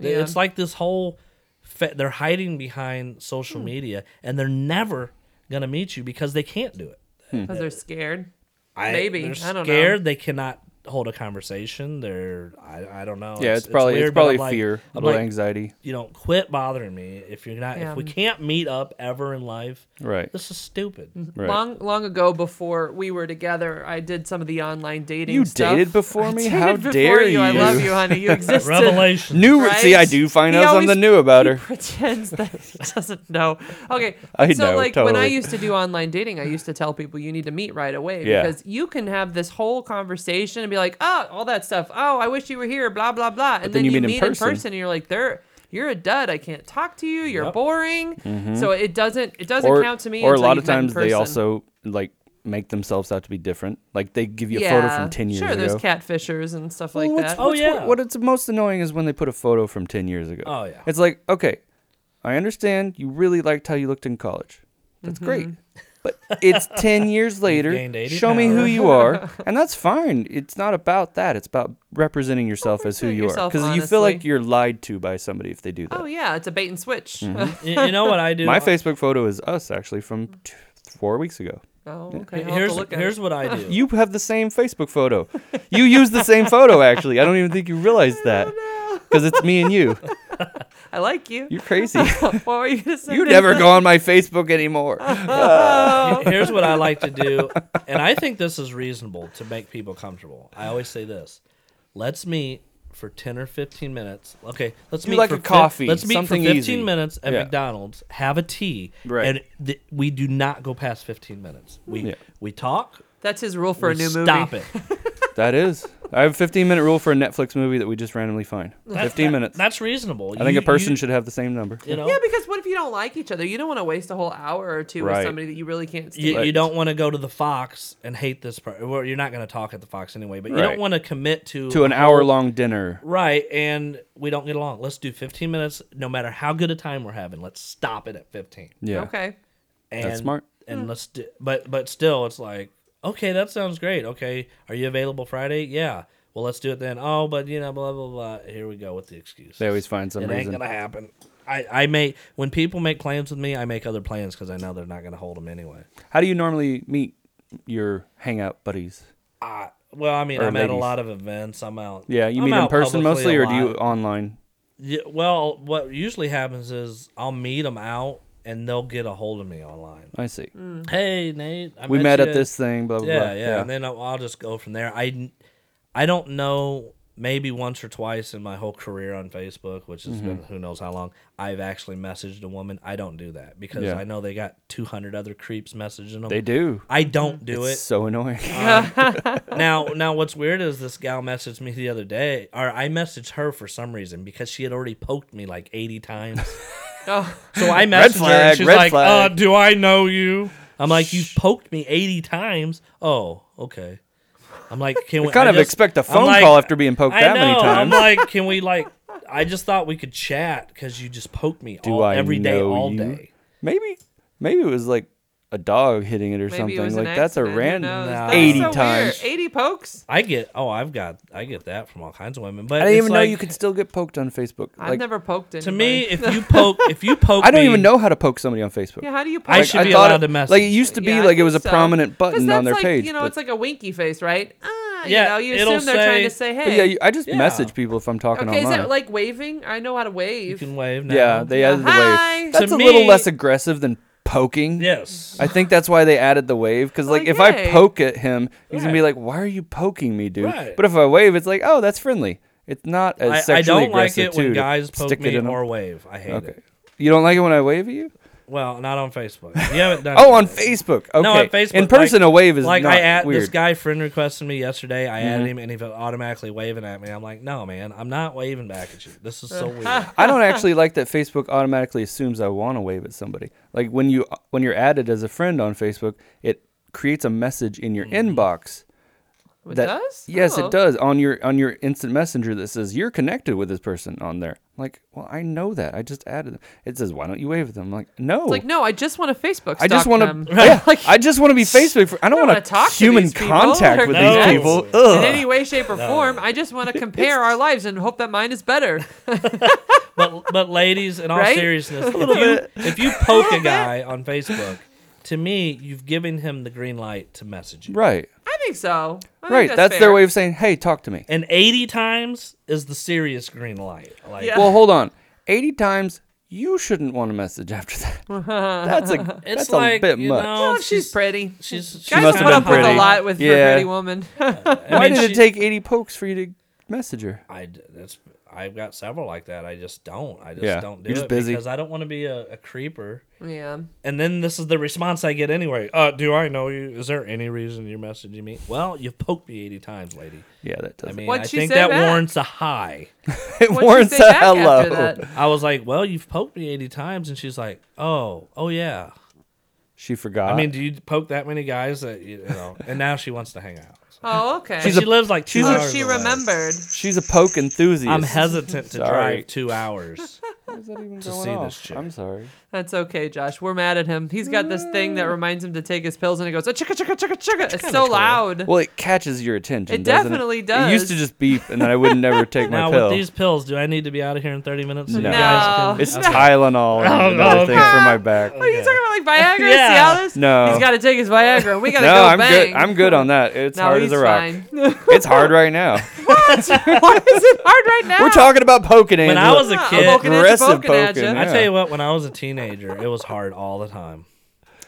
[SPEAKER 3] Th-
[SPEAKER 2] Yeah.
[SPEAKER 3] It's like this whole fa- they're hiding behind social media and they're never going to meet you because they can't do it.
[SPEAKER 2] Because they're scared.
[SPEAKER 3] I,
[SPEAKER 2] Maybe.
[SPEAKER 3] they're
[SPEAKER 2] I don't know.
[SPEAKER 3] scared they cannot hold a conversation. They're I, I don't know.
[SPEAKER 1] yeah. It's, probably it's,
[SPEAKER 3] weird, but I'm
[SPEAKER 1] probably
[SPEAKER 3] like-
[SPEAKER 1] fear, a
[SPEAKER 3] I'm
[SPEAKER 1] little
[SPEAKER 3] like,
[SPEAKER 1] anxiety.
[SPEAKER 3] you know, quit bothering me if you're not if we
[SPEAKER 2] Yeah.
[SPEAKER 3] can't meet up ever in life.
[SPEAKER 1] Right.
[SPEAKER 3] This is stupid.
[SPEAKER 1] Right.
[SPEAKER 2] Long long ago before we were together, I did some of the online dating
[SPEAKER 1] You
[SPEAKER 2] stuff.
[SPEAKER 1] dated before
[SPEAKER 2] I
[SPEAKER 1] me?
[SPEAKER 2] dated
[SPEAKER 1] How
[SPEAKER 2] before
[SPEAKER 1] dare
[SPEAKER 2] I
[SPEAKER 1] you.
[SPEAKER 2] love you, honey. You existed.
[SPEAKER 3] Revelation.
[SPEAKER 1] New.
[SPEAKER 2] Right?
[SPEAKER 1] See, I do find
[SPEAKER 2] He
[SPEAKER 1] out
[SPEAKER 2] always-
[SPEAKER 1] something new about
[SPEAKER 2] he
[SPEAKER 1] her.
[SPEAKER 2] pretends that he doesn't know. Okay,
[SPEAKER 1] I
[SPEAKER 2] so
[SPEAKER 1] know,
[SPEAKER 2] like when I
[SPEAKER 1] totally.
[SPEAKER 2] used to do online dating, I used to tell people you need to meet right away
[SPEAKER 1] Yeah.
[SPEAKER 2] because you can have this whole conversation and be like, oh, all that stuff. Oh, I wish you were here. Blah blah blah. And
[SPEAKER 1] then you meet in
[SPEAKER 2] in
[SPEAKER 1] person.
[SPEAKER 2] person, and you're like, they're. You're a dud. I can't talk to you. You're
[SPEAKER 3] Yep.
[SPEAKER 2] boring. So it doesn't it doesn't count to me.
[SPEAKER 1] Mm-hmm. or a
[SPEAKER 2] until
[SPEAKER 1] lot
[SPEAKER 2] you've
[SPEAKER 1] of
[SPEAKER 2] met in
[SPEAKER 1] times they
[SPEAKER 2] person.
[SPEAKER 1] also like make themselves out to be different. Like they give you a
[SPEAKER 2] yeah.
[SPEAKER 1] photo from ten years
[SPEAKER 2] sure,
[SPEAKER 1] ago.
[SPEAKER 2] there's catfishers and stuff like
[SPEAKER 1] what's,
[SPEAKER 2] that.
[SPEAKER 3] Oh,
[SPEAKER 1] what's- what-
[SPEAKER 3] yeah.
[SPEAKER 1] What, it's most annoying is when they put a photo from ten years ago.
[SPEAKER 3] Oh, yeah.
[SPEAKER 1] It's like okay, I understand you really liked how you looked in college. That's
[SPEAKER 2] Mm-hmm.
[SPEAKER 1] great. But it's ten years
[SPEAKER 3] gained
[SPEAKER 1] later.
[SPEAKER 3] 80
[SPEAKER 1] Show me who
[SPEAKER 3] pounds.
[SPEAKER 1] you are, and that's fine. It's not about that. It's about representing yourself as who
[SPEAKER 2] Represent
[SPEAKER 1] you are,
[SPEAKER 2] yourself
[SPEAKER 1] because you feel like
[SPEAKER 2] honestly.
[SPEAKER 1] you're lied to by somebody if they do that.
[SPEAKER 2] Oh yeah, it's a bait and switch.
[SPEAKER 1] Mm-hmm.
[SPEAKER 3] you, you know what I do?
[SPEAKER 1] My Facebook photo is us actually from t- four weeks ago.
[SPEAKER 2] oh okay. I'll have to
[SPEAKER 3] Here's
[SPEAKER 2] look at it.
[SPEAKER 3] here's what I do.
[SPEAKER 1] You have the same Facebook photo. You use the same photo actually. I don't even think you realize that because it's me and you.
[SPEAKER 2] I like you.
[SPEAKER 1] You're crazy.
[SPEAKER 2] what were you gonna say?
[SPEAKER 1] You never go on my Facebook anymore.
[SPEAKER 3] Here's what I like to do, and I think this is reasonable to make people comfortable. I always say this: Let's meet for ten or fifteen minutes. Okay, let's
[SPEAKER 1] Do
[SPEAKER 3] meet
[SPEAKER 1] like
[SPEAKER 3] for
[SPEAKER 1] a coffee,
[SPEAKER 3] let's meet
[SPEAKER 1] something
[SPEAKER 3] for fifteen
[SPEAKER 1] easy.
[SPEAKER 3] minutes at
[SPEAKER 1] Yeah.
[SPEAKER 3] McDonald's. Have a tea,
[SPEAKER 1] Right.
[SPEAKER 3] and th- we do not go past fifteen minutes. We
[SPEAKER 1] Yeah.
[SPEAKER 3] we talk.
[SPEAKER 2] That's his rule for
[SPEAKER 3] we
[SPEAKER 2] a new movie.
[SPEAKER 3] stop it.
[SPEAKER 1] That is. I have a 15 minute rule for a Netflix movie that we just randomly find. 15 minutes.
[SPEAKER 3] That's reasonable.
[SPEAKER 1] I think
[SPEAKER 3] You-
[SPEAKER 1] a person
[SPEAKER 3] you-
[SPEAKER 1] should have the same number.
[SPEAKER 3] You know,
[SPEAKER 2] Yeah, because what if you don't like each other? You don't want to waste a whole hour or two with
[SPEAKER 1] Right.
[SPEAKER 2] somebody that you really can't stand.
[SPEAKER 3] you, you
[SPEAKER 1] Right.
[SPEAKER 3] don't want to go to the Fox and hate this person. Well, you're not going to talk at the Fox anyway, but you don't
[SPEAKER 1] Right.
[SPEAKER 3] want to commit to
[SPEAKER 1] To an
[SPEAKER 3] a whole-
[SPEAKER 1] hour long dinner.
[SPEAKER 3] Right, and we don't get along. Let's do 15 minutes, no matter how good a time we're having. Let's stop it at 15.
[SPEAKER 1] Yeah.
[SPEAKER 2] Okay.
[SPEAKER 3] And,
[SPEAKER 1] smart.
[SPEAKER 2] Hmm.
[SPEAKER 3] And let's do, but but still, it's like okay, that sounds great. Okay, are you available Friday? Yeah. Well, let's do it then. Oh, but you know, blah blah blah. Here we go with the excuse.
[SPEAKER 1] They
[SPEAKER 3] It
[SPEAKER 1] always find some
[SPEAKER 3] ain't
[SPEAKER 1] reason.
[SPEAKER 3] gonna happen. I I make when people make plans with me, I make other plans because I know they're not gonna hold them anyway.
[SPEAKER 1] How do you normally meet your hangout buddies?
[SPEAKER 3] Uh, well, I mean,
[SPEAKER 1] Or
[SPEAKER 3] I'm at a
[SPEAKER 1] ladies.
[SPEAKER 3] lot of events. I'm out.
[SPEAKER 1] Yeah, you
[SPEAKER 3] I'm
[SPEAKER 1] meet in
[SPEAKER 3] out
[SPEAKER 1] person
[SPEAKER 3] publicly
[SPEAKER 1] mostly,
[SPEAKER 3] a
[SPEAKER 1] or do you
[SPEAKER 3] lot.
[SPEAKER 1] online?
[SPEAKER 3] Yeah, well, what usually happens is I'll meet them out and they'll get a hold of me online.
[SPEAKER 1] I see.
[SPEAKER 3] Hey, Nate. I
[SPEAKER 1] we met
[SPEAKER 3] you
[SPEAKER 1] at this thing, blah blah.
[SPEAKER 3] Mm, Yeah,
[SPEAKER 1] blah.
[SPEAKER 3] yeah, And then I'll, I'll just go from there. I, I don't know. Maybe once or twice in my whole career on Facebook, which has been
[SPEAKER 1] Mm-hmm.
[SPEAKER 3] who knows how long, I've actually messaged a woman. I don't do that because
[SPEAKER 1] Yeah.
[SPEAKER 3] I know they got 200 other creeps messaging them.
[SPEAKER 1] they do.
[SPEAKER 3] I don't do
[SPEAKER 1] It's
[SPEAKER 3] it. Um,
[SPEAKER 1] so annoying.
[SPEAKER 3] now now what's weird is this gal messaged me the other day or i messaged her for some reason because she had already poked me like 80 times
[SPEAKER 2] Oh.
[SPEAKER 3] so i messaged her
[SPEAKER 1] flag,
[SPEAKER 3] and she's
[SPEAKER 1] red
[SPEAKER 3] like
[SPEAKER 1] flag.
[SPEAKER 3] uh do i know you i'm like you've poked me 80 times oh okay i'm like can we
[SPEAKER 1] kind
[SPEAKER 3] I
[SPEAKER 1] of
[SPEAKER 3] just-
[SPEAKER 1] expect a
[SPEAKER 3] I'm
[SPEAKER 1] phone
[SPEAKER 3] like,
[SPEAKER 1] call after being poked
[SPEAKER 3] I
[SPEAKER 1] that many
[SPEAKER 3] know, i'm
[SPEAKER 1] times.
[SPEAKER 3] like can we like i just thought we could chat because you just poked me
[SPEAKER 1] Do
[SPEAKER 3] all,
[SPEAKER 1] I
[SPEAKER 3] every day
[SPEAKER 1] know
[SPEAKER 3] all
[SPEAKER 1] you?
[SPEAKER 3] day
[SPEAKER 1] Maybe, maybe it was like a dog hitting it or
[SPEAKER 2] Maybe
[SPEAKER 1] something.
[SPEAKER 2] it was an
[SPEAKER 1] like that's a
[SPEAKER 2] accident. Who
[SPEAKER 1] random.
[SPEAKER 2] knows?
[SPEAKER 3] Nah.
[SPEAKER 2] That's
[SPEAKER 1] 80
[SPEAKER 2] so weird.
[SPEAKER 1] times.
[SPEAKER 2] 80 pokes?
[SPEAKER 3] I get oh I've got I get that from all kinds of women but
[SPEAKER 1] I didn't
[SPEAKER 3] it's
[SPEAKER 1] even know
[SPEAKER 3] like-
[SPEAKER 1] you could still get poked on Facebook.
[SPEAKER 2] I've
[SPEAKER 1] Like,
[SPEAKER 2] never poked anybody.
[SPEAKER 3] to me if you poke if you poke
[SPEAKER 1] I don't
[SPEAKER 3] me-
[SPEAKER 1] even know how to poke somebody on Facebook.
[SPEAKER 2] Yeah, how do you poke?
[SPEAKER 3] I should
[SPEAKER 1] I
[SPEAKER 3] be
[SPEAKER 1] thought
[SPEAKER 3] allowed
[SPEAKER 1] it-
[SPEAKER 3] to message.
[SPEAKER 1] Like it used to be,
[SPEAKER 2] Yeah, I
[SPEAKER 1] like it
[SPEAKER 2] think
[SPEAKER 1] was a
[SPEAKER 2] so.
[SPEAKER 1] prominent
[SPEAKER 2] 'Cause
[SPEAKER 1] button
[SPEAKER 2] that's
[SPEAKER 1] on their
[SPEAKER 2] like,
[SPEAKER 1] page.
[SPEAKER 2] You know,
[SPEAKER 1] but,
[SPEAKER 2] it's like a winky face, right? Ah,
[SPEAKER 3] Yeah,
[SPEAKER 2] you know, you
[SPEAKER 3] it'll
[SPEAKER 2] assume they're trying to
[SPEAKER 3] say-
[SPEAKER 2] say,
[SPEAKER 1] but
[SPEAKER 2] hey.
[SPEAKER 1] yeah, you, I just
[SPEAKER 3] Yeah.
[SPEAKER 1] message people if I'm talking
[SPEAKER 2] okay, is
[SPEAKER 1] online.
[SPEAKER 2] that like waving? I know how to wave.
[SPEAKER 3] You can wave now.
[SPEAKER 1] yeah, they added the
[SPEAKER 2] Hi.
[SPEAKER 1] wave. That's
[SPEAKER 3] To
[SPEAKER 1] a little
[SPEAKER 3] me-
[SPEAKER 1] less aggressive than poking.
[SPEAKER 3] Yes.
[SPEAKER 1] I think that's why they added the wave because like,
[SPEAKER 2] Like,
[SPEAKER 1] if
[SPEAKER 2] hey.
[SPEAKER 1] I poke at him, he's gonna be
[SPEAKER 3] Right.
[SPEAKER 1] like, "Why are you poking me, dude?"
[SPEAKER 3] Right.
[SPEAKER 1] But if I wave, it's like, "Oh, that's friendly." It's not as
[SPEAKER 3] I,
[SPEAKER 1] sexually
[SPEAKER 3] I don't like
[SPEAKER 1] aggressive
[SPEAKER 3] it
[SPEAKER 1] too,
[SPEAKER 3] when
[SPEAKER 1] to
[SPEAKER 3] guys poke
[SPEAKER 1] stick it
[SPEAKER 3] me
[SPEAKER 1] in 'em.
[SPEAKER 3] or wave. I hate
[SPEAKER 1] Okay.
[SPEAKER 3] it.
[SPEAKER 1] You don't like it when I wave at you?
[SPEAKER 3] Well, not on Facebook. You haven't done.
[SPEAKER 1] Oh,
[SPEAKER 3] it
[SPEAKER 1] on
[SPEAKER 3] yet.
[SPEAKER 1] Facebook. Okay.
[SPEAKER 3] No, on Facebook.
[SPEAKER 1] In person,
[SPEAKER 3] like-
[SPEAKER 1] a wave is
[SPEAKER 3] like
[SPEAKER 1] not
[SPEAKER 3] I add
[SPEAKER 1] weird. Mm-hmm.
[SPEAKER 3] this guy friend requested me yesterday. I added him and he was automatically waving at me. I'm like, no, man, I'm not waving back at you. This is so weird.
[SPEAKER 1] I don't actually like that Facebook automatically assumes I want to wave at somebody. Like when you when you're added as a friend on Facebook, it creates a message in your
[SPEAKER 3] Mm-hmm.
[SPEAKER 1] inbox.
[SPEAKER 2] it
[SPEAKER 1] that-
[SPEAKER 2] does?
[SPEAKER 1] Yes,
[SPEAKER 2] Oh.
[SPEAKER 1] it does on your on your instant messenger that says you're connected with this person on there. I'm like, well, I know that. I just added them. It says, why don't you wave at them? I'm like, no.
[SPEAKER 2] It's like, no, I just want to Facebook.
[SPEAKER 1] I just
[SPEAKER 2] stalk
[SPEAKER 1] want
[SPEAKER 2] them.
[SPEAKER 1] to. Yeah, I just want to be Facebook. fr- I don't,
[SPEAKER 2] wanna
[SPEAKER 1] want
[SPEAKER 2] talk to
[SPEAKER 1] human
[SPEAKER 2] these people
[SPEAKER 1] contact
[SPEAKER 2] or
[SPEAKER 1] with
[SPEAKER 3] connect.
[SPEAKER 1] these people.
[SPEAKER 3] No.
[SPEAKER 2] in
[SPEAKER 1] Ugh.
[SPEAKER 2] any way, shape, or form. I just want to compare our lives and hope that mine is better.
[SPEAKER 3] but but ladies, in all
[SPEAKER 2] Right?
[SPEAKER 3] seriousness, if you, if you poke a guy on Facebook, to me, you've given him the green light to message you.
[SPEAKER 1] Right,
[SPEAKER 2] I think so. I think
[SPEAKER 1] right.
[SPEAKER 2] That's,
[SPEAKER 1] That's, their
[SPEAKER 2] fair.
[SPEAKER 1] way of saying, hey, talk to me.
[SPEAKER 3] And 80 times is the serious green light. Like,
[SPEAKER 2] Yeah.
[SPEAKER 1] Well, hold on. 80 times, you shouldn't want to message after that. That's a,
[SPEAKER 3] It's
[SPEAKER 1] that's
[SPEAKER 3] like
[SPEAKER 1] a bit
[SPEAKER 3] you
[SPEAKER 1] much.
[SPEAKER 3] know,
[SPEAKER 2] Well, if Oh, she's pretty.
[SPEAKER 3] She's
[SPEAKER 2] Guys
[SPEAKER 1] must have
[SPEAKER 2] put
[SPEAKER 1] been
[SPEAKER 2] up with
[SPEAKER 1] pretty.
[SPEAKER 2] a lot with for
[SPEAKER 1] Yeah.
[SPEAKER 2] a pretty woman.
[SPEAKER 1] Why did it take 80 pokes for you to message her?
[SPEAKER 3] I d- that's I've got several like that. I just don't. I just
[SPEAKER 1] Yeah.
[SPEAKER 3] don't do
[SPEAKER 1] You're just
[SPEAKER 3] it
[SPEAKER 1] busy.
[SPEAKER 3] because I don't want to be a, a creeper.
[SPEAKER 2] yeah.
[SPEAKER 3] And then this is the response I get anyway. Uh, do I know you? Is there any reason you're messaging me? Well, you've poked me eighty times, lady.
[SPEAKER 1] Yeah, that does.
[SPEAKER 3] I
[SPEAKER 1] not
[SPEAKER 3] mean,
[SPEAKER 2] What'd
[SPEAKER 3] I
[SPEAKER 2] she
[SPEAKER 3] think
[SPEAKER 2] say
[SPEAKER 3] that
[SPEAKER 2] back?
[SPEAKER 3] warrants a high.
[SPEAKER 1] it
[SPEAKER 2] What'd she
[SPEAKER 1] warrants
[SPEAKER 2] say
[SPEAKER 1] a
[SPEAKER 2] back after
[SPEAKER 1] hello.
[SPEAKER 2] that?
[SPEAKER 3] I was like, well, you've poked me eighty times, and she's like, oh, oh yeah.
[SPEAKER 1] She forgot.
[SPEAKER 3] I mean, do you poke that many guys that you, you know? And now she wants to hang out.
[SPEAKER 2] Oh, okay.
[SPEAKER 3] She's she lives like two
[SPEAKER 1] she's a-
[SPEAKER 2] oh,
[SPEAKER 3] hours
[SPEAKER 2] she
[SPEAKER 3] away.
[SPEAKER 2] remembered.
[SPEAKER 1] she's a poke enthusiast.
[SPEAKER 3] I'm hesitant to
[SPEAKER 1] Sorry.
[SPEAKER 3] drive two hours.
[SPEAKER 1] What is that even
[SPEAKER 3] to
[SPEAKER 1] going
[SPEAKER 3] see
[SPEAKER 1] on?
[SPEAKER 3] this chick.
[SPEAKER 1] I'm sorry.
[SPEAKER 2] That's okay, Josh. We're mad at him. He's got this thing
[SPEAKER 1] Mm.
[SPEAKER 2] that reminds him to take his pills, and it goes, "Ah, chicka, chicka, chicka, chicka. It's so loud.
[SPEAKER 1] Well, it catches your attention.
[SPEAKER 2] It
[SPEAKER 1] doesn't
[SPEAKER 2] definitely
[SPEAKER 1] It used to
[SPEAKER 2] does.
[SPEAKER 1] just beep, and then I would never take my
[SPEAKER 3] Now
[SPEAKER 1] pill.
[SPEAKER 3] with these pills, do I need to be out of here in 30 minutes? so you
[SPEAKER 1] No.
[SPEAKER 3] guys
[SPEAKER 1] it's Tylenol and
[SPEAKER 3] Oh,
[SPEAKER 1] another
[SPEAKER 3] no, Oh,
[SPEAKER 1] thing
[SPEAKER 3] okay.
[SPEAKER 1] for my back.
[SPEAKER 2] What are you talking about? Like Viagra?
[SPEAKER 3] Yeah.
[SPEAKER 2] Cialis?
[SPEAKER 1] No.
[SPEAKER 2] He's got to take his Viagra. We got to
[SPEAKER 1] No,
[SPEAKER 2] go
[SPEAKER 1] I'm
[SPEAKER 2] bang.
[SPEAKER 1] good. I'm good on that. It's
[SPEAKER 2] No,
[SPEAKER 1] hard
[SPEAKER 2] he's
[SPEAKER 1] as a rock.
[SPEAKER 2] fine.
[SPEAKER 1] It's hard right now.
[SPEAKER 2] Why is it hard right now?
[SPEAKER 1] We're talking about poking
[SPEAKER 3] When I
[SPEAKER 1] Angela.
[SPEAKER 3] was a
[SPEAKER 2] Yeah,
[SPEAKER 3] kid-
[SPEAKER 2] I'm poking at you,
[SPEAKER 1] Aggressive
[SPEAKER 2] poking at
[SPEAKER 1] poking,
[SPEAKER 2] you.
[SPEAKER 1] yeah.
[SPEAKER 3] I tell you what, when I was a teenager, it was hard all the time.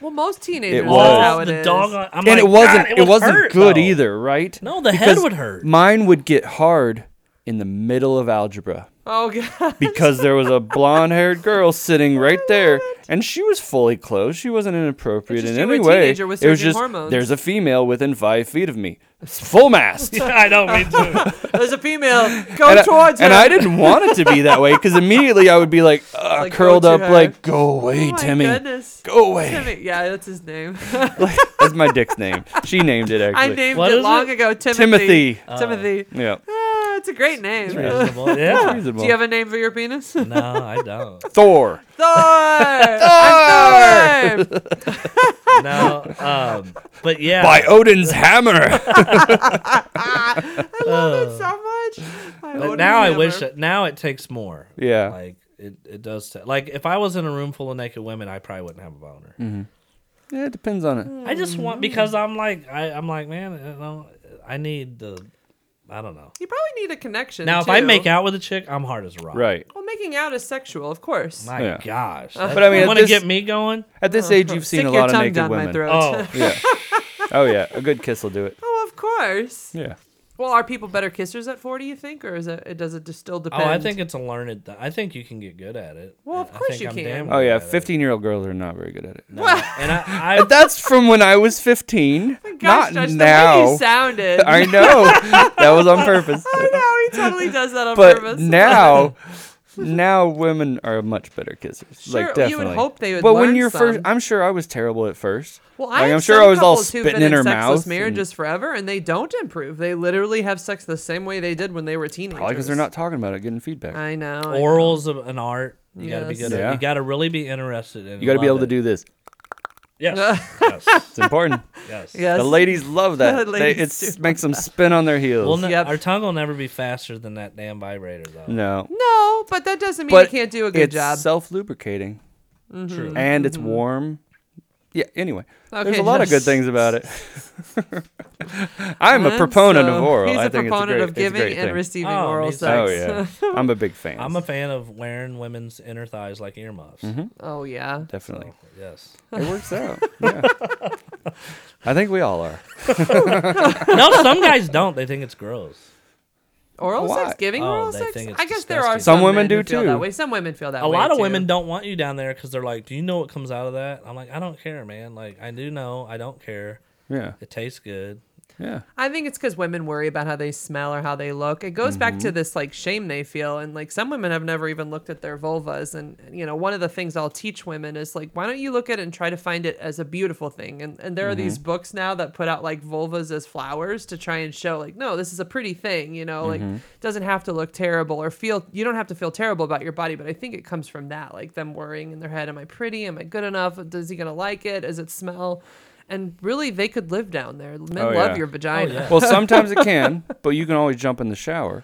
[SPEAKER 2] Well, most teenagers.
[SPEAKER 1] It
[SPEAKER 2] that's
[SPEAKER 1] was.
[SPEAKER 2] how it
[SPEAKER 3] the
[SPEAKER 2] is.
[SPEAKER 3] dog on, I'm
[SPEAKER 1] and
[SPEAKER 3] like,
[SPEAKER 1] it wasn't
[SPEAKER 3] "God,
[SPEAKER 1] it,
[SPEAKER 3] was
[SPEAKER 1] wasn't
[SPEAKER 3] hurt,
[SPEAKER 1] good
[SPEAKER 3] though."
[SPEAKER 1] either, right?
[SPEAKER 3] No, the head
[SPEAKER 1] Because
[SPEAKER 3] would hurt.
[SPEAKER 1] Mine would get hard in the middle of algebra
[SPEAKER 2] Oh god.
[SPEAKER 1] because there was a blonde haired girl sitting right there and she was fully clothed. She wasn't inappropriate
[SPEAKER 2] It's
[SPEAKER 1] in
[SPEAKER 2] just you
[SPEAKER 1] any
[SPEAKER 2] were a
[SPEAKER 1] way.
[SPEAKER 2] teenager with
[SPEAKER 1] It was
[SPEAKER 2] surging
[SPEAKER 1] just
[SPEAKER 2] hormones.
[SPEAKER 1] there's a female within five feet of me. It's full mast.
[SPEAKER 3] I know, me too.
[SPEAKER 2] There's a female. Go
[SPEAKER 1] and, I,
[SPEAKER 2] towards her.
[SPEAKER 1] and I didn't want it to be that way because immediately I would be like, uh,
[SPEAKER 2] Like, go
[SPEAKER 1] curled
[SPEAKER 2] to
[SPEAKER 1] up,
[SPEAKER 2] her.
[SPEAKER 1] like, go away,
[SPEAKER 2] Oh my
[SPEAKER 1] Timmy.
[SPEAKER 2] goodness.
[SPEAKER 1] Go away.
[SPEAKER 2] Timmy. Yeah, that's his name.
[SPEAKER 1] Like, that's my dick's name. She named it
[SPEAKER 2] I
[SPEAKER 1] actually.
[SPEAKER 2] named
[SPEAKER 3] What
[SPEAKER 2] it
[SPEAKER 3] is
[SPEAKER 2] long
[SPEAKER 3] it? Oh.
[SPEAKER 2] ago. Timothy.
[SPEAKER 1] Timothy.
[SPEAKER 2] Timothy.
[SPEAKER 1] yeah.
[SPEAKER 2] Ah, it's a great name.
[SPEAKER 3] Reasonable.
[SPEAKER 1] That's
[SPEAKER 3] Yeah.
[SPEAKER 1] reasonable.
[SPEAKER 2] Do you have a name for your penis? Thor.
[SPEAKER 3] No, I don't.
[SPEAKER 1] Thor.
[SPEAKER 2] I'm Thor.
[SPEAKER 3] No. Um, but yeah.
[SPEAKER 1] By Odin's hammer.
[SPEAKER 2] so much. I
[SPEAKER 3] But
[SPEAKER 2] own
[SPEAKER 3] now
[SPEAKER 2] his
[SPEAKER 3] I wish
[SPEAKER 2] hammer.
[SPEAKER 3] that now it takes more.
[SPEAKER 1] Yeah.
[SPEAKER 3] Like it, it does. ta- like if I was in a room full of naked women, I probably wouldn't have a boner.
[SPEAKER 1] Mm-hmm. yeah, it depends on it.
[SPEAKER 3] I just want because I'm like I, I'm like man, you know, I need the, I don't know.
[SPEAKER 2] You probably need a connection.
[SPEAKER 3] Now if I
[SPEAKER 2] too.
[SPEAKER 3] make out with a chick, I'm hard as a rock.
[SPEAKER 1] Right.
[SPEAKER 2] Well, making out is sexual, of course.
[SPEAKER 3] My
[SPEAKER 1] Yeah.
[SPEAKER 3] gosh.
[SPEAKER 2] Uh-huh.
[SPEAKER 1] But I mean,
[SPEAKER 3] you
[SPEAKER 1] at
[SPEAKER 3] want to
[SPEAKER 1] this-
[SPEAKER 3] get me going?
[SPEAKER 1] At this age, you've
[SPEAKER 2] Stick
[SPEAKER 1] seen a
[SPEAKER 2] your
[SPEAKER 1] lot of
[SPEAKER 2] tongue
[SPEAKER 1] naked
[SPEAKER 2] down my
[SPEAKER 1] women.
[SPEAKER 2] throat.
[SPEAKER 3] Oh,
[SPEAKER 1] Yeah. Oh yeah, a good kiss will do it.
[SPEAKER 2] Oh, of course.
[SPEAKER 1] Yeah.
[SPEAKER 2] Well, are people better kissers at 40, you think? Or is it, it does it just still
[SPEAKER 3] oh,
[SPEAKER 2] depend?
[SPEAKER 3] I think it's a learned. Th- I think you can get good at it.
[SPEAKER 2] Well, of
[SPEAKER 3] I
[SPEAKER 2] course
[SPEAKER 3] think
[SPEAKER 2] you
[SPEAKER 3] I'm
[SPEAKER 2] can.
[SPEAKER 3] damn
[SPEAKER 1] Oh
[SPEAKER 3] good
[SPEAKER 1] yeah,
[SPEAKER 3] at it.
[SPEAKER 1] fifteen-year-old girls are not very good at it.
[SPEAKER 3] And I, I
[SPEAKER 1] That's from when I was fifteen. not
[SPEAKER 2] Gosh, Josh, the way
[SPEAKER 1] now.
[SPEAKER 2] you sounded.
[SPEAKER 1] I know that was on purpose.
[SPEAKER 2] I know he totally does that on
[SPEAKER 1] But
[SPEAKER 2] purpose.
[SPEAKER 1] now, now women are much better kissers.
[SPEAKER 2] Sure,
[SPEAKER 1] like
[SPEAKER 2] you would
[SPEAKER 1] definitely.
[SPEAKER 2] hope they would
[SPEAKER 1] But
[SPEAKER 2] learn
[SPEAKER 1] when you're first,
[SPEAKER 2] some.
[SPEAKER 1] I'm sure I was terrible at first.
[SPEAKER 2] Well,
[SPEAKER 1] Like,
[SPEAKER 2] I
[SPEAKER 1] I'm
[SPEAKER 2] am
[SPEAKER 1] sure
[SPEAKER 2] some
[SPEAKER 1] I was all
[SPEAKER 2] couples who've
[SPEAKER 1] spitting
[SPEAKER 2] been
[SPEAKER 1] in her
[SPEAKER 2] sexless
[SPEAKER 1] mouth.
[SPEAKER 2] Marriages forever, and they don't improve. They literally have sex the same way they did when they were teenagers.
[SPEAKER 1] Probably because they're not talking about it, getting feedback.
[SPEAKER 2] I know. I know.
[SPEAKER 3] orals of an art. You gotta be
[SPEAKER 2] Yes.
[SPEAKER 3] good. At,
[SPEAKER 1] Yeah.
[SPEAKER 3] You gotta really be interested in.
[SPEAKER 1] you got to be able to do this.
[SPEAKER 3] Yes. yes.
[SPEAKER 1] It's important.
[SPEAKER 3] Yes.
[SPEAKER 2] Yes.
[SPEAKER 1] the ladies love that.
[SPEAKER 2] The
[SPEAKER 1] they,
[SPEAKER 2] ladies
[SPEAKER 1] it
[SPEAKER 2] do
[SPEAKER 1] makes them spin on their heels.
[SPEAKER 3] We'll ne-
[SPEAKER 2] Yep.
[SPEAKER 3] Our tongue will never be faster than that damn vibrator, though.
[SPEAKER 1] no.
[SPEAKER 2] No, but that doesn't mean
[SPEAKER 1] But
[SPEAKER 2] you can't do a good
[SPEAKER 1] it's
[SPEAKER 2] job.
[SPEAKER 1] self lubricating
[SPEAKER 2] Mm-hmm.
[SPEAKER 3] True.
[SPEAKER 1] and it's warm. Yeah, anyway. there's
[SPEAKER 2] Okay,
[SPEAKER 1] a lot of
[SPEAKER 2] Josh.
[SPEAKER 1] good things about it. I'm a
[SPEAKER 2] And
[SPEAKER 1] proponent
[SPEAKER 2] so
[SPEAKER 1] of oral.
[SPEAKER 2] He's
[SPEAKER 1] I
[SPEAKER 2] a
[SPEAKER 1] think it's a
[SPEAKER 2] proponent
[SPEAKER 1] great,
[SPEAKER 2] of
[SPEAKER 1] it's a
[SPEAKER 2] giving
[SPEAKER 1] great
[SPEAKER 2] and
[SPEAKER 1] thing.
[SPEAKER 2] receiving
[SPEAKER 3] Oh,
[SPEAKER 2] oral
[SPEAKER 3] me too.
[SPEAKER 2] sex.
[SPEAKER 1] Oh yeah, I'm a big fan.
[SPEAKER 3] I'm a fan of wearing women's inner thighs like earmuffs.
[SPEAKER 1] Mm-hmm.
[SPEAKER 2] Oh, yeah.
[SPEAKER 1] Definitely,
[SPEAKER 3] Yes.
[SPEAKER 1] it works out. Yeah. I think we all are.
[SPEAKER 3] no, some guys don't. They think it's gross.
[SPEAKER 2] Oral
[SPEAKER 1] Why?
[SPEAKER 2] sex, giving
[SPEAKER 3] Oh,
[SPEAKER 2] oral
[SPEAKER 3] they
[SPEAKER 2] sex.
[SPEAKER 3] think it's
[SPEAKER 2] I guess there are
[SPEAKER 3] disgusting.
[SPEAKER 2] some,
[SPEAKER 1] Some women
[SPEAKER 2] men who
[SPEAKER 1] do
[SPEAKER 2] feel
[SPEAKER 1] too.
[SPEAKER 2] That way, some women feel that
[SPEAKER 3] A
[SPEAKER 2] way.
[SPEAKER 3] lot of
[SPEAKER 2] too.
[SPEAKER 3] women don't want you down there because they're like, "Do you know what comes out of that?" I'm like, "I don't care, man. Like, I do know. I don't care.
[SPEAKER 1] Yeah,
[SPEAKER 3] It tastes good."
[SPEAKER 1] yeah.
[SPEAKER 2] I think it's because women worry about how they smell or how they look. It goes back
[SPEAKER 1] Mm-hmm.
[SPEAKER 2] to this like shame they feel, and like some women have never even looked at their vulvas. And you know, one of the things I'll teach women is like, why don't you look at it and try to find it as a beautiful thing? And and there are these
[SPEAKER 1] Mm-hmm.
[SPEAKER 2] books now that put out like vulvas as flowers to try and show like, no, this is a pretty thing. You know, like
[SPEAKER 1] Mm-hmm.
[SPEAKER 2] it doesn't have to look terrible or feel. You don't have to feel terrible about your body. But I think it comes from that, like them worrying in their head, am I pretty? Am I good enough? Is he gonna like it? Does it smell? And really, they could live down there. Men
[SPEAKER 1] Oh,
[SPEAKER 2] love
[SPEAKER 1] yeah.
[SPEAKER 2] your vagina.
[SPEAKER 3] yeah.
[SPEAKER 1] Well, sometimes it can, but you can always jump in the shower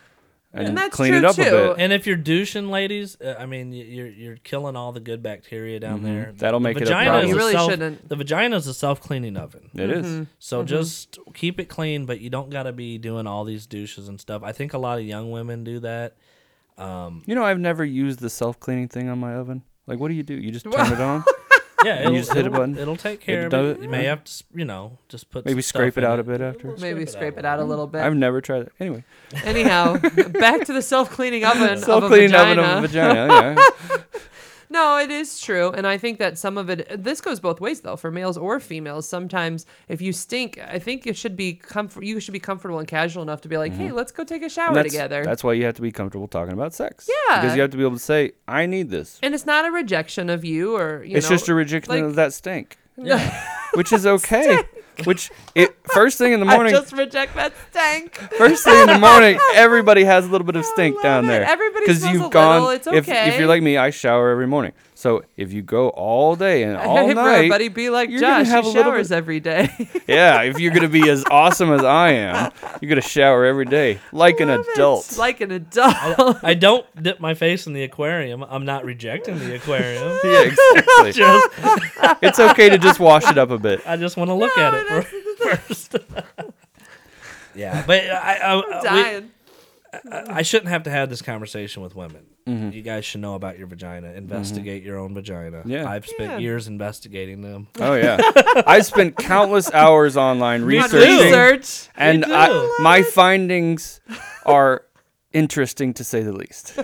[SPEAKER 1] and,
[SPEAKER 2] And that's
[SPEAKER 1] clean it
[SPEAKER 2] true,
[SPEAKER 1] up
[SPEAKER 2] too.
[SPEAKER 1] a bit.
[SPEAKER 3] And if you're douching, ladies, uh, I mean, y- you're you're killing all the good bacteria down there.
[SPEAKER 1] Mm-hmm. That'll
[SPEAKER 3] The
[SPEAKER 1] make it a
[SPEAKER 3] vagina
[SPEAKER 1] problem.
[SPEAKER 3] is
[SPEAKER 1] You
[SPEAKER 2] really
[SPEAKER 3] self-
[SPEAKER 2] shouldn't.
[SPEAKER 3] The vagina is a self cleaning oven.
[SPEAKER 1] It is.
[SPEAKER 2] Mm-hmm.
[SPEAKER 3] So just keep it clean, but you don't gotta be doing all these douches and stuff. I think a lot of young women do that.
[SPEAKER 1] You know, I've never used the self cleaning thing on my oven. Like, what do you do? You just turn it on,
[SPEAKER 3] Yeah,
[SPEAKER 1] you just hit a
[SPEAKER 3] it'll-
[SPEAKER 1] button.
[SPEAKER 3] It'll take care
[SPEAKER 1] It
[SPEAKER 3] of
[SPEAKER 1] does
[SPEAKER 3] it.
[SPEAKER 1] it.
[SPEAKER 3] You may have to, s- you know, just put
[SPEAKER 1] maybe
[SPEAKER 3] stuff
[SPEAKER 1] scrape it
[SPEAKER 3] in
[SPEAKER 1] out a bit uh, after.
[SPEAKER 2] Maybe scrape it out a little bit.
[SPEAKER 1] I've never tried it. Anyway,
[SPEAKER 2] Anyhow, back to the self-cleaning oven
[SPEAKER 1] self
[SPEAKER 2] of a
[SPEAKER 1] cleaning
[SPEAKER 2] vagina.
[SPEAKER 1] oven of a vagina. Yeah.
[SPEAKER 2] No, it is true, and I think that some of it. This goes both ways, though, for males or females. Sometimes, if you stink, I think it should be comfort. You should be comfortable and casual enough to be like, "Hey, let's go take a shower
[SPEAKER 1] And Mm-hmm. that's,
[SPEAKER 2] together."
[SPEAKER 1] That's why you have to be comfortable talking about sex.
[SPEAKER 2] Yeah.
[SPEAKER 1] Because you have to be able to say, I need this.
[SPEAKER 2] and it's not a rejection of you, or you
[SPEAKER 1] it's
[SPEAKER 2] know,
[SPEAKER 1] just a rejection
[SPEAKER 2] like-
[SPEAKER 1] of that stink,
[SPEAKER 3] Yeah.
[SPEAKER 1] which is okay. Which it first thing in the
[SPEAKER 2] I
[SPEAKER 1] morning,
[SPEAKER 2] just reject that stank.
[SPEAKER 1] first thing in the morning, everybody has a little bit of stink
[SPEAKER 2] love
[SPEAKER 1] down
[SPEAKER 2] it.
[SPEAKER 1] there.
[SPEAKER 2] Everybody smells a
[SPEAKER 1] you've
[SPEAKER 2] little,
[SPEAKER 1] gone.
[SPEAKER 2] it's
[SPEAKER 1] if, if
[SPEAKER 2] okay.
[SPEAKER 1] you're like me, I shower every morning. So if you go all day and all
[SPEAKER 2] Hey, bro,
[SPEAKER 1] night,
[SPEAKER 2] buddy, be like
[SPEAKER 1] you're gonna
[SPEAKER 2] Josh.
[SPEAKER 1] have
[SPEAKER 2] He
[SPEAKER 1] a little
[SPEAKER 2] showers
[SPEAKER 1] bit-
[SPEAKER 2] every day.
[SPEAKER 1] yeah, if you're gonna be as awesome as I am, you're gonna shower every day like an adult.
[SPEAKER 2] It's like an adult.
[SPEAKER 3] I don't dip my face in the aquarium. I'm not rejecting the aquarium.
[SPEAKER 1] yeah, exactly.
[SPEAKER 3] just,
[SPEAKER 1] it's okay to just wash it up a bit.
[SPEAKER 3] I just want to look at it for, first. yeah, but I, I, we-
[SPEAKER 2] dying.
[SPEAKER 3] I shouldn't have to have this conversation with women.
[SPEAKER 1] Mm-hmm.
[SPEAKER 3] You guys should know about your vagina. Investigate your own vagina.
[SPEAKER 1] Yeah.
[SPEAKER 3] I've spent
[SPEAKER 2] Yeah.
[SPEAKER 3] years investigating them.
[SPEAKER 1] Oh yeah, I spent countless hours online
[SPEAKER 3] You do.
[SPEAKER 1] researching,
[SPEAKER 2] Research.
[SPEAKER 1] and
[SPEAKER 3] You do.
[SPEAKER 1] I, my findings are interesting to say the least.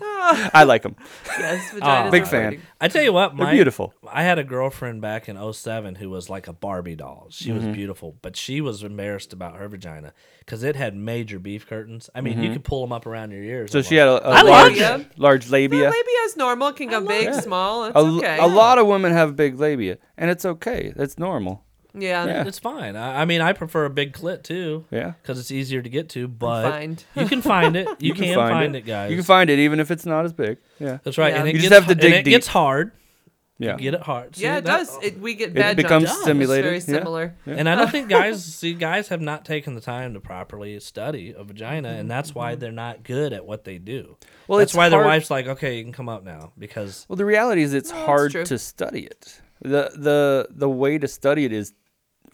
[SPEAKER 1] I like them.
[SPEAKER 2] Yes,
[SPEAKER 3] Ah.
[SPEAKER 2] vaginas
[SPEAKER 1] Big
[SPEAKER 2] are
[SPEAKER 1] fan.
[SPEAKER 2] pretty.
[SPEAKER 3] I tell you what,
[SPEAKER 1] They're
[SPEAKER 3] my,
[SPEAKER 1] beautiful.
[SPEAKER 3] I had a girlfriend back in 07 who was like a Barbie doll. She
[SPEAKER 1] Mm-hmm.
[SPEAKER 3] was beautiful, but she was embarrassed about her vagina because it had major beef curtains. I mean, you could pull them up around your ears.
[SPEAKER 1] Mm-hmm. So
[SPEAKER 3] and
[SPEAKER 1] she had
[SPEAKER 3] like-
[SPEAKER 1] a, a
[SPEAKER 3] I
[SPEAKER 1] large,
[SPEAKER 3] loved
[SPEAKER 2] it.
[SPEAKER 1] large
[SPEAKER 2] The
[SPEAKER 1] labia.
[SPEAKER 2] labia is normal. It can go big,
[SPEAKER 1] it.
[SPEAKER 2] small. It's
[SPEAKER 1] A, l-
[SPEAKER 2] okay.
[SPEAKER 1] a lot of women have big labia, and it's okay. That's normal.
[SPEAKER 2] Yeah.
[SPEAKER 1] Yeah.
[SPEAKER 3] It's fine. I, I mean, I prefer a big clit too.
[SPEAKER 1] Yeah.
[SPEAKER 3] Because it's easier to get to, but
[SPEAKER 2] find.
[SPEAKER 3] you can find it. You, can, find, it. guys.
[SPEAKER 1] You can find it even if it's not as big. Yeah.
[SPEAKER 3] That's right.
[SPEAKER 2] Yeah.
[SPEAKER 3] And it
[SPEAKER 1] You just
[SPEAKER 3] gets,
[SPEAKER 1] have to
[SPEAKER 3] and
[SPEAKER 1] dig
[SPEAKER 3] it
[SPEAKER 1] deep.
[SPEAKER 3] gets hard.
[SPEAKER 1] Yeah.
[SPEAKER 3] Get it hard. See,
[SPEAKER 2] Yeah, it
[SPEAKER 3] that-
[SPEAKER 2] does. It, we get
[SPEAKER 1] It
[SPEAKER 2] bad
[SPEAKER 1] becomes
[SPEAKER 2] jobs.
[SPEAKER 1] stimulated.
[SPEAKER 2] It's very
[SPEAKER 1] Yeah.
[SPEAKER 2] similar.
[SPEAKER 3] And I don't think guys see guys have not taken the time to properly study a vagina, and that's
[SPEAKER 2] Mm-hmm.
[SPEAKER 3] why they're not good at what they do.
[SPEAKER 1] Well,
[SPEAKER 3] Well, that's
[SPEAKER 1] it's
[SPEAKER 3] why their
[SPEAKER 1] hard-
[SPEAKER 3] wife's like, "Okay, you can come up now," because
[SPEAKER 1] Well, the reality is it's
[SPEAKER 2] that's
[SPEAKER 1] hard
[SPEAKER 2] true.
[SPEAKER 1] to study it. the the The way to study it is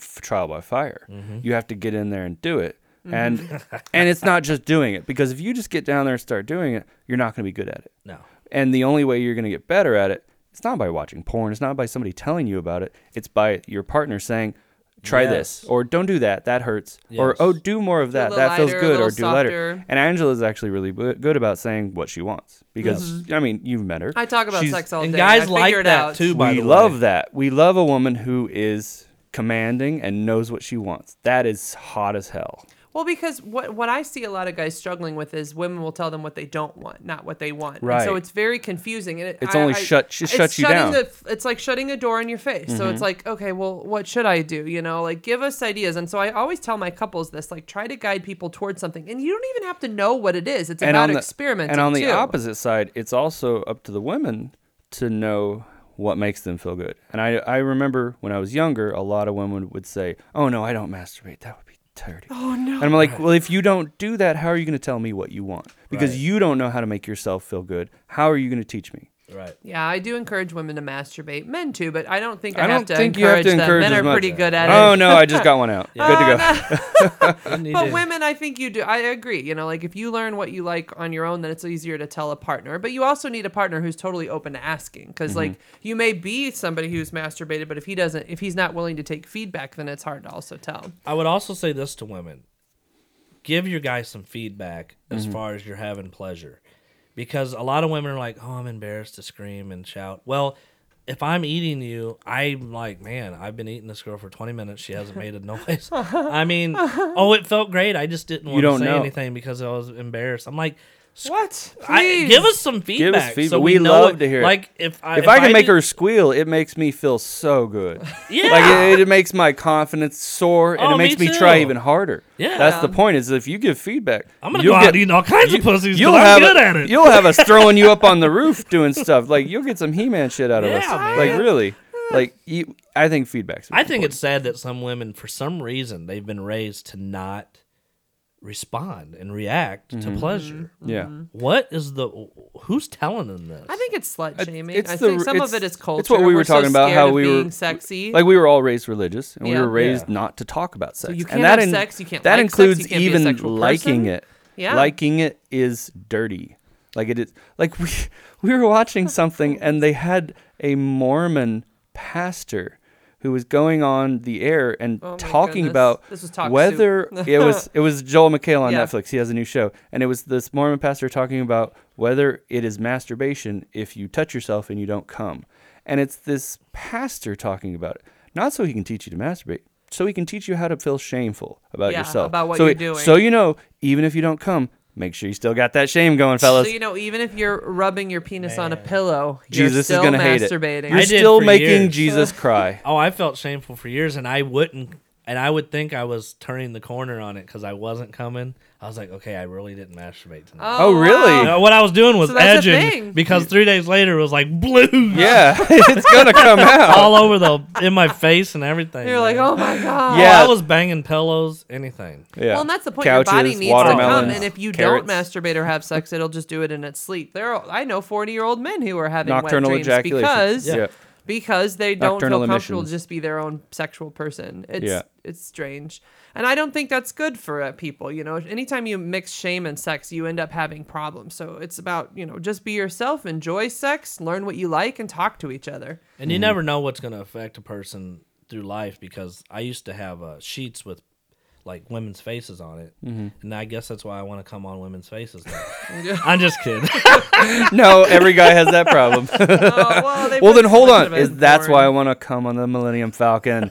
[SPEAKER 1] f- trial by fire. You have to get in there and do it,
[SPEAKER 2] Mm-hmm.
[SPEAKER 1] and and it's not just doing it because if you just get down there and start doing it, you're not going to be good at it.
[SPEAKER 3] no,
[SPEAKER 1] And the only way you're going to get better at it, it's not by watching porn. It's not by somebody telling you about it. It's by your partner saying, "Try this,"
[SPEAKER 3] Yes.
[SPEAKER 1] or "Don't do that. That hurts,"
[SPEAKER 3] Yes.
[SPEAKER 1] or "Oh, do more of that.
[SPEAKER 2] little
[SPEAKER 1] That feels
[SPEAKER 2] lighter, a
[SPEAKER 1] good," or
[SPEAKER 2] little
[SPEAKER 1] "Do lighter."
[SPEAKER 2] softer.
[SPEAKER 1] And Angela's actually really bu- good about saying what she wants because I mean, you've met her.
[SPEAKER 2] Mm-hmm. I talk about
[SPEAKER 1] She's-
[SPEAKER 2] sex all day.
[SPEAKER 3] and guys
[SPEAKER 2] I figure
[SPEAKER 3] like
[SPEAKER 2] it
[SPEAKER 3] that
[SPEAKER 2] out.
[SPEAKER 3] too. By
[SPEAKER 1] we
[SPEAKER 3] the
[SPEAKER 1] love
[SPEAKER 3] way,
[SPEAKER 1] that. We love a woman who is commanding and knows what she wants. That is hot as hell.
[SPEAKER 2] Well, because what what I see a lot of guys struggling with is women will tell them what they don't want, not what they want. And so
[SPEAKER 1] Right.
[SPEAKER 2] it's very confusing. And it,
[SPEAKER 1] It's
[SPEAKER 2] I-
[SPEAKER 1] only
[SPEAKER 2] I-
[SPEAKER 1] shut- just
[SPEAKER 2] it's
[SPEAKER 1] shuts you down.
[SPEAKER 2] shutting
[SPEAKER 1] Mm-hmm.
[SPEAKER 2] The, it's like shutting a door in your face. So it's like, okay, well, what should I do? You know, like give us ideas. And so I always tell my couples this: like try to guide people towards something, and you don't even have to know what it is. It's about experimenting.
[SPEAKER 1] And on the
[SPEAKER 2] too.
[SPEAKER 1] opposite side, it's also up to the women to know what makes them feel good. And I, I remember when I was younger, a lot of women would say, "Oh no, I don't masturbate. That would be dirty." Oh no. And I'm like, "Well, if you don't do that, how are you going to tell me what you want? Because
[SPEAKER 3] Right.
[SPEAKER 1] you don't know how to make yourself feel good. How are you going to teach me?"
[SPEAKER 3] right?
[SPEAKER 2] Yeah, I do encourage women to masturbate, men too, but I don't think I,
[SPEAKER 1] I don't
[SPEAKER 2] have to
[SPEAKER 1] think you have
[SPEAKER 2] encourage
[SPEAKER 1] to
[SPEAKER 2] them.
[SPEAKER 1] encourage
[SPEAKER 2] Men
[SPEAKER 1] as
[SPEAKER 2] are
[SPEAKER 1] much.
[SPEAKER 2] pretty good at it. Oh,
[SPEAKER 1] Oh no, I just got one out. Good to go.
[SPEAKER 3] You need
[SPEAKER 2] But
[SPEAKER 3] to-
[SPEAKER 2] women, I think you do. I agree. You know, like if you learn what you like on your own, then it's easier to tell a partner. But you also need a partner who's totally open to asking, because like
[SPEAKER 1] Mm-hmm.
[SPEAKER 2] you may be somebody who's masturbated, but if he doesn't, if he's not willing to take feedback, then it's hard to also tell.
[SPEAKER 3] I would also say this to women: give your guy some feedback as
[SPEAKER 1] Mm-hmm.
[SPEAKER 3] far as you're having pleasure, because a lot of women are like, "Oh, I'm embarrassed to scream and shout." Well. If I'm eating you, I'm like, man, I've been eating this girl for 20 minutes. She hasn't made a noise. I mean, oh, it felt great. I just didn't want
[SPEAKER 1] don't
[SPEAKER 3] to say
[SPEAKER 1] know.
[SPEAKER 3] anything because I was embarrassed. I'm like,
[SPEAKER 2] What?
[SPEAKER 3] I, give us some feedback. So
[SPEAKER 1] feedback.
[SPEAKER 3] we,
[SPEAKER 1] We
[SPEAKER 3] know
[SPEAKER 1] love
[SPEAKER 3] it-
[SPEAKER 1] to hear it.
[SPEAKER 3] Like if I,
[SPEAKER 1] if, I can make
[SPEAKER 3] did-
[SPEAKER 1] her squeal, it makes me feel so good.
[SPEAKER 3] Yeah.
[SPEAKER 1] Like it, it makes my confidence soar and
[SPEAKER 3] Oh,
[SPEAKER 1] it makes
[SPEAKER 3] me
[SPEAKER 1] me, try
[SPEAKER 3] too.
[SPEAKER 1] even harder.
[SPEAKER 3] Yeah.
[SPEAKER 1] That's the point is if you give feedback,
[SPEAKER 3] I'm gonna
[SPEAKER 1] you'll
[SPEAKER 3] go out
[SPEAKER 1] get-
[SPEAKER 3] eating all kinds of pussies. 'cause
[SPEAKER 1] You'll
[SPEAKER 3] I'm
[SPEAKER 1] have
[SPEAKER 3] good
[SPEAKER 1] a-
[SPEAKER 3] at it.
[SPEAKER 1] You'll have us throwing you up on the roof doing stuff. Like you'll get some He-Man shit out of us.
[SPEAKER 3] Yeah,
[SPEAKER 1] Like
[SPEAKER 3] man.
[SPEAKER 1] really. Like you, I think feedback's
[SPEAKER 3] I think
[SPEAKER 1] important.
[SPEAKER 3] it's sad that some women, for some reason, they've been raised to not respond and react
[SPEAKER 1] Mm-hmm.
[SPEAKER 3] to pleasure.
[SPEAKER 1] yeah.
[SPEAKER 3] What is the? Who's telling them this?
[SPEAKER 2] I think it's slut shaming.
[SPEAKER 1] it's
[SPEAKER 2] I
[SPEAKER 1] the
[SPEAKER 2] think
[SPEAKER 1] r-
[SPEAKER 2] some of
[SPEAKER 1] it's-
[SPEAKER 2] it is culture.
[SPEAKER 1] it's what we were
[SPEAKER 2] We're so
[SPEAKER 1] talking about,
[SPEAKER 2] scared
[SPEAKER 1] how
[SPEAKER 2] of
[SPEAKER 1] we were-
[SPEAKER 2] being sexy.
[SPEAKER 1] Like we were all raised religious, and we
[SPEAKER 2] Yeah.
[SPEAKER 1] were raised
[SPEAKER 3] Yeah.
[SPEAKER 1] not to talk about sex.
[SPEAKER 2] you can't
[SPEAKER 1] and that
[SPEAKER 2] have
[SPEAKER 1] in-
[SPEAKER 2] sex, you can't
[SPEAKER 1] That
[SPEAKER 2] like sex, you
[SPEAKER 1] includes
[SPEAKER 2] can't be a
[SPEAKER 1] even
[SPEAKER 2] sexual
[SPEAKER 1] liking
[SPEAKER 2] person.
[SPEAKER 1] it.
[SPEAKER 2] Yeah.
[SPEAKER 1] liking it is dirty. Like it is. Like we we were watching something, and they had a Mormon pastor who was going on the air and
[SPEAKER 2] Oh my
[SPEAKER 1] talking
[SPEAKER 2] goodness.
[SPEAKER 1] about
[SPEAKER 2] This was Talk Soup.
[SPEAKER 1] whether it was it was Joel McHale on
[SPEAKER 2] Yeah.
[SPEAKER 1] Netflix. He has a new show, and it was this Mormon pastor talking about whether it is masturbation if you touch yourself and you don't come, and it's this pastor talking about it, not so he can teach you to masturbate, so he can teach you how to feel shameful about
[SPEAKER 2] Yeah,
[SPEAKER 1] yourself,
[SPEAKER 2] about what
[SPEAKER 1] so
[SPEAKER 2] you're
[SPEAKER 1] it-
[SPEAKER 2] doing.
[SPEAKER 1] So you know, even if you don't come, make sure you still got that shame going,
[SPEAKER 2] so
[SPEAKER 1] fellas.
[SPEAKER 2] you know, even if you're rubbing your penis on a pillow, you're
[SPEAKER 1] Jesus is
[SPEAKER 2] still
[SPEAKER 1] gonna hate it.
[SPEAKER 2] masturbating.
[SPEAKER 1] You're
[SPEAKER 3] I did
[SPEAKER 1] still
[SPEAKER 3] for
[SPEAKER 1] making
[SPEAKER 3] years.
[SPEAKER 1] Jesus cry.
[SPEAKER 3] oh, I felt shameful for years, and I wouldn't. And I would think I was turning the corner on it because I wasn't coming. I was like, okay, I really didn't masturbate tonight.
[SPEAKER 1] Oh, really?
[SPEAKER 3] No, what I was doing was
[SPEAKER 2] So that's a thing.
[SPEAKER 3] edging because three days later it was like blue
[SPEAKER 1] Yeah, it's gonna come out.
[SPEAKER 3] all over the in my face and everything.
[SPEAKER 2] You're like,
[SPEAKER 3] man.
[SPEAKER 2] oh my god.
[SPEAKER 3] Oh,
[SPEAKER 1] Yeah.
[SPEAKER 3] I was banging pillows, anything.
[SPEAKER 1] Yeah.
[SPEAKER 2] Well, and that's the point.
[SPEAKER 1] Couches,
[SPEAKER 2] Your body needs to come,
[SPEAKER 1] watermelons,
[SPEAKER 2] and if you don't
[SPEAKER 1] carrots.
[SPEAKER 2] masturbate or have sex, it'll just do it in its sleep. There, are, I know forty-year-old men who are having
[SPEAKER 1] Nocturnal
[SPEAKER 2] wet dreams
[SPEAKER 1] ejaculation.
[SPEAKER 2] because
[SPEAKER 1] Yeah.
[SPEAKER 2] because they don't
[SPEAKER 1] Nocturnal
[SPEAKER 2] feel comfortable
[SPEAKER 1] emissions.
[SPEAKER 2] to just be their own sexual person. It's
[SPEAKER 1] Yeah.
[SPEAKER 2] it's strange, and I don't think that's good for uh, people. You know, anytime you mix shame and sex, you end up having problems. So it's about you know just be yourself, enjoy sex, learn what you like, and talk to each other.
[SPEAKER 3] And
[SPEAKER 1] Mm-hmm.
[SPEAKER 3] you never know what's going to affect a person through life because I used to have uh, sheets with like women's faces on it,
[SPEAKER 1] Mm-hmm.
[SPEAKER 3] and I guess that's why I want to come on women's faces. Now. I'm just kidding.
[SPEAKER 1] no, every guy has that problem.
[SPEAKER 2] Oh, well, they
[SPEAKER 1] well,
[SPEAKER 2] put
[SPEAKER 1] then
[SPEAKER 2] so
[SPEAKER 1] hold
[SPEAKER 2] much
[SPEAKER 1] on.
[SPEAKER 2] of it
[SPEAKER 1] Is
[SPEAKER 2] in
[SPEAKER 1] that's why I
[SPEAKER 2] porn.
[SPEAKER 1] want to come on the Millennium Falcon?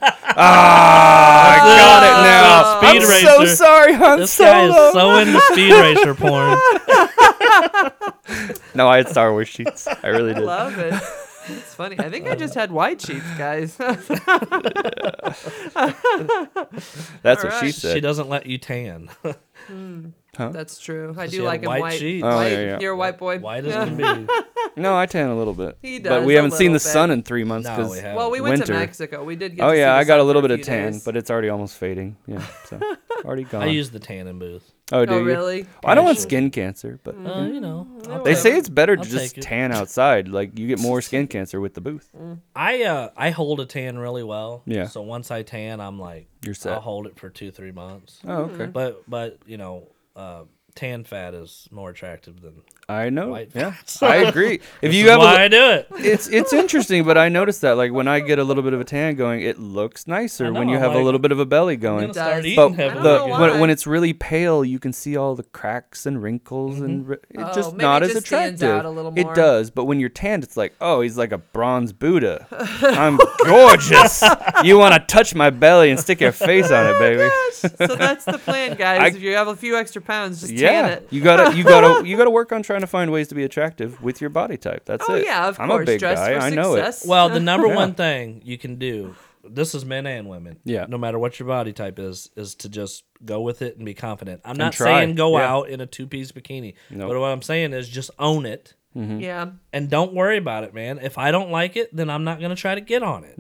[SPEAKER 1] ah, I got it now. I'm
[SPEAKER 3] Speed
[SPEAKER 1] so
[SPEAKER 3] Racer.
[SPEAKER 1] sorry, Han
[SPEAKER 3] this guy
[SPEAKER 1] Solo.
[SPEAKER 3] is so into speed racer porn.
[SPEAKER 1] no, I had Star Wars sheets. I really
[SPEAKER 2] I
[SPEAKER 1] did.
[SPEAKER 2] love it. It's funny. I think I just had white sheets, guys.
[SPEAKER 1] That's what she
[SPEAKER 2] Alright.
[SPEAKER 1] said.
[SPEAKER 3] She doesn't let you tan.
[SPEAKER 2] That's true. I do
[SPEAKER 3] she had
[SPEAKER 2] like him
[SPEAKER 3] white
[SPEAKER 2] white.
[SPEAKER 3] sheets.
[SPEAKER 1] Oh,
[SPEAKER 2] White-
[SPEAKER 1] yeah, yeah.
[SPEAKER 2] You're a white boy.
[SPEAKER 3] White
[SPEAKER 2] Yeah.
[SPEAKER 3] as can be.
[SPEAKER 1] no, I tan a little bit.
[SPEAKER 2] He
[SPEAKER 1] but
[SPEAKER 2] does
[SPEAKER 1] we
[SPEAKER 2] a
[SPEAKER 1] haven't seen the
[SPEAKER 2] little bit.
[SPEAKER 1] sun in three months
[SPEAKER 3] No,
[SPEAKER 1] because.
[SPEAKER 3] we haven't.
[SPEAKER 2] Well, we went to
[SPEAKER 1] Winter.
[SPEAKER 2] Mexico. We did get.
[SPEAKER 1] oh
[SPEAKER 2] to see
[SPEAKER 1] yeah,
[SPEAKER 2] the
[SPEAKER 1] I got a
[SPEAKER 2] sun
[SPEAKER 1] little
[SPEAKER 2] for
[SPEAKER 1] bit of
[SPEAKER 2] few
[SPEAKER 1] tan,
[SPEAKER 2] days.
[SPEAKER 1] but it's already almost fading. Yeah, so already gone.
[SPEAKER 3] I use the tanning booth.
[SPEAKER 1] oh, do
[SPEAKER 2] oh
[SPEAKER 1] you?
[SPEAKER 2] really?
[SPEAKER 1] I don't want
[SPEAKER 3] Sure.
[SPEAKER 1] skin cancer, but
[SPEAKER 3] Uh, you know, I'll
[SPEAKER 1] they
[SPEAKER 3] take
[SPEAKER 1] say
[SPEAKER 3] it.
[SPEAKER 1] it's better to
[SPEAKER 3] I'll
[SPEAKER 1] just
[SPEAKER 3] take it.
[SPEAKER 1] tan outside. Like you get more skin cancer with the booth.
[SPEAKER 3] I uh I hold a tan really well.
[SPEAKER 1] Yeah.
[SPEAKER 3] So once I tan, I'm like
[SPEAKER 1] You're set.
[SPEAKER 3] I'll hold it for two three months.
[SPEAKER 1] Oh, okay.
[SPEAKER 3] But but you know, uh, tan fat is more attractive than.
[SPEAKER 1] I know.
[SPEAKER 3] White
[SPEAKER 1] yeah, I agree. If you
[SPEAKER 3] That's
[SPEAKER 1] have,
[SPEAKER 3] why
[SPEAKER 1] a,
[SPEAKER 3] I do it.
[SPEAKER 1] it's it's interesting, but I noticed that like when I get a little bit of a tan going, it looks nicer
[SPEAKER 3] know,
[SPEAKER 1] when you have a
[SPEAKER 3] like-
[SPEAKER 1] little bit of a belly
[SPEAKER 3] I'm gonna
[SPEAKER 1] going.
[SPEAKER 2] does.
[SPEAKER 3] start
[SPEAKER 1] But
[SPEAKER 3] eating heavily.
[SPEAKER 1] the
[SPEAKER 2] know
[SPEAKER 3] again.
[SPEAKER 1] when, when
[SPEAKER 2] why.
[SPEAKER 1] it's really pale, you can see all the cracks and wrinkles, and ri- it's
[SPEAKER 2] Oh,
[SPEAKER 1] just
[SPEAKER 2] maybe
[SPEAKER 1] not
[SPEAKER 2] it
[SPEAKER 1] as
[SPEAKER 2] just stands
[SPEAKER 1] attractive.
[SPEAKER 2] out a little
[SPEAKER 1] It
[SPEAKER 2] more.
[SPEAKER 1] does, but when you're tanned, it's like, oh, he's like a bronze Buddha. I'm gorgeous. you want to touch my belly and stick your face on it,
[SPEAKER 2] Oh
[SPEAKER 1] baby.
[SPEAKER 2] so that's the plan, guys.
[SPEAKER 1] I-
[SPEAKER 2] if you have a few extra pounds, just
[SPEAKER 1] yeah,
[SPEAKER 2] tan it.
[SPEAKER 1] you gotta, you gotta, you gotta work on trying to find ways to be attractive with your body type. That's
[SPEAKER 2] Oh
[SPEAKER 1] it.
[SPEAKER 2] yeah, of
[SPEAKER 1] I'm
[SPEAKER 2] course.
[SPEAKER 1] a big
[SPEAKER 2] Dress
[SPEAKER 1] guy.
[SPEAKER 2] for
[SPEAKER 1] I know
[SPEAKER 2] success.
[SPEAKER 3] Well, the number
[SPEAKER 1] Yeah.
[SPEAKER 3] one thing you can do, this is men and women.
[SPEAKER 1] Yeah.
[SPEAKER 3] No matter what your body type is, is to just go with it and be confident. I'm not
[SPEAKER 1] try.
[SPEAKER 3] saying go
[SPEAKER 1] Yeah.
[SPEAKER 3] out in a two piece bikini.
[SPEAKER 1] Nope.
[SPEAKER 3] But what I'm saying is just own it
[SPEAKER 1] Mm-hmm.
[SPEAKER 2] yeah.
[SPEAKER 3] and don't worry about it, man. If I don't like it, then I'm not gonna try to get on it.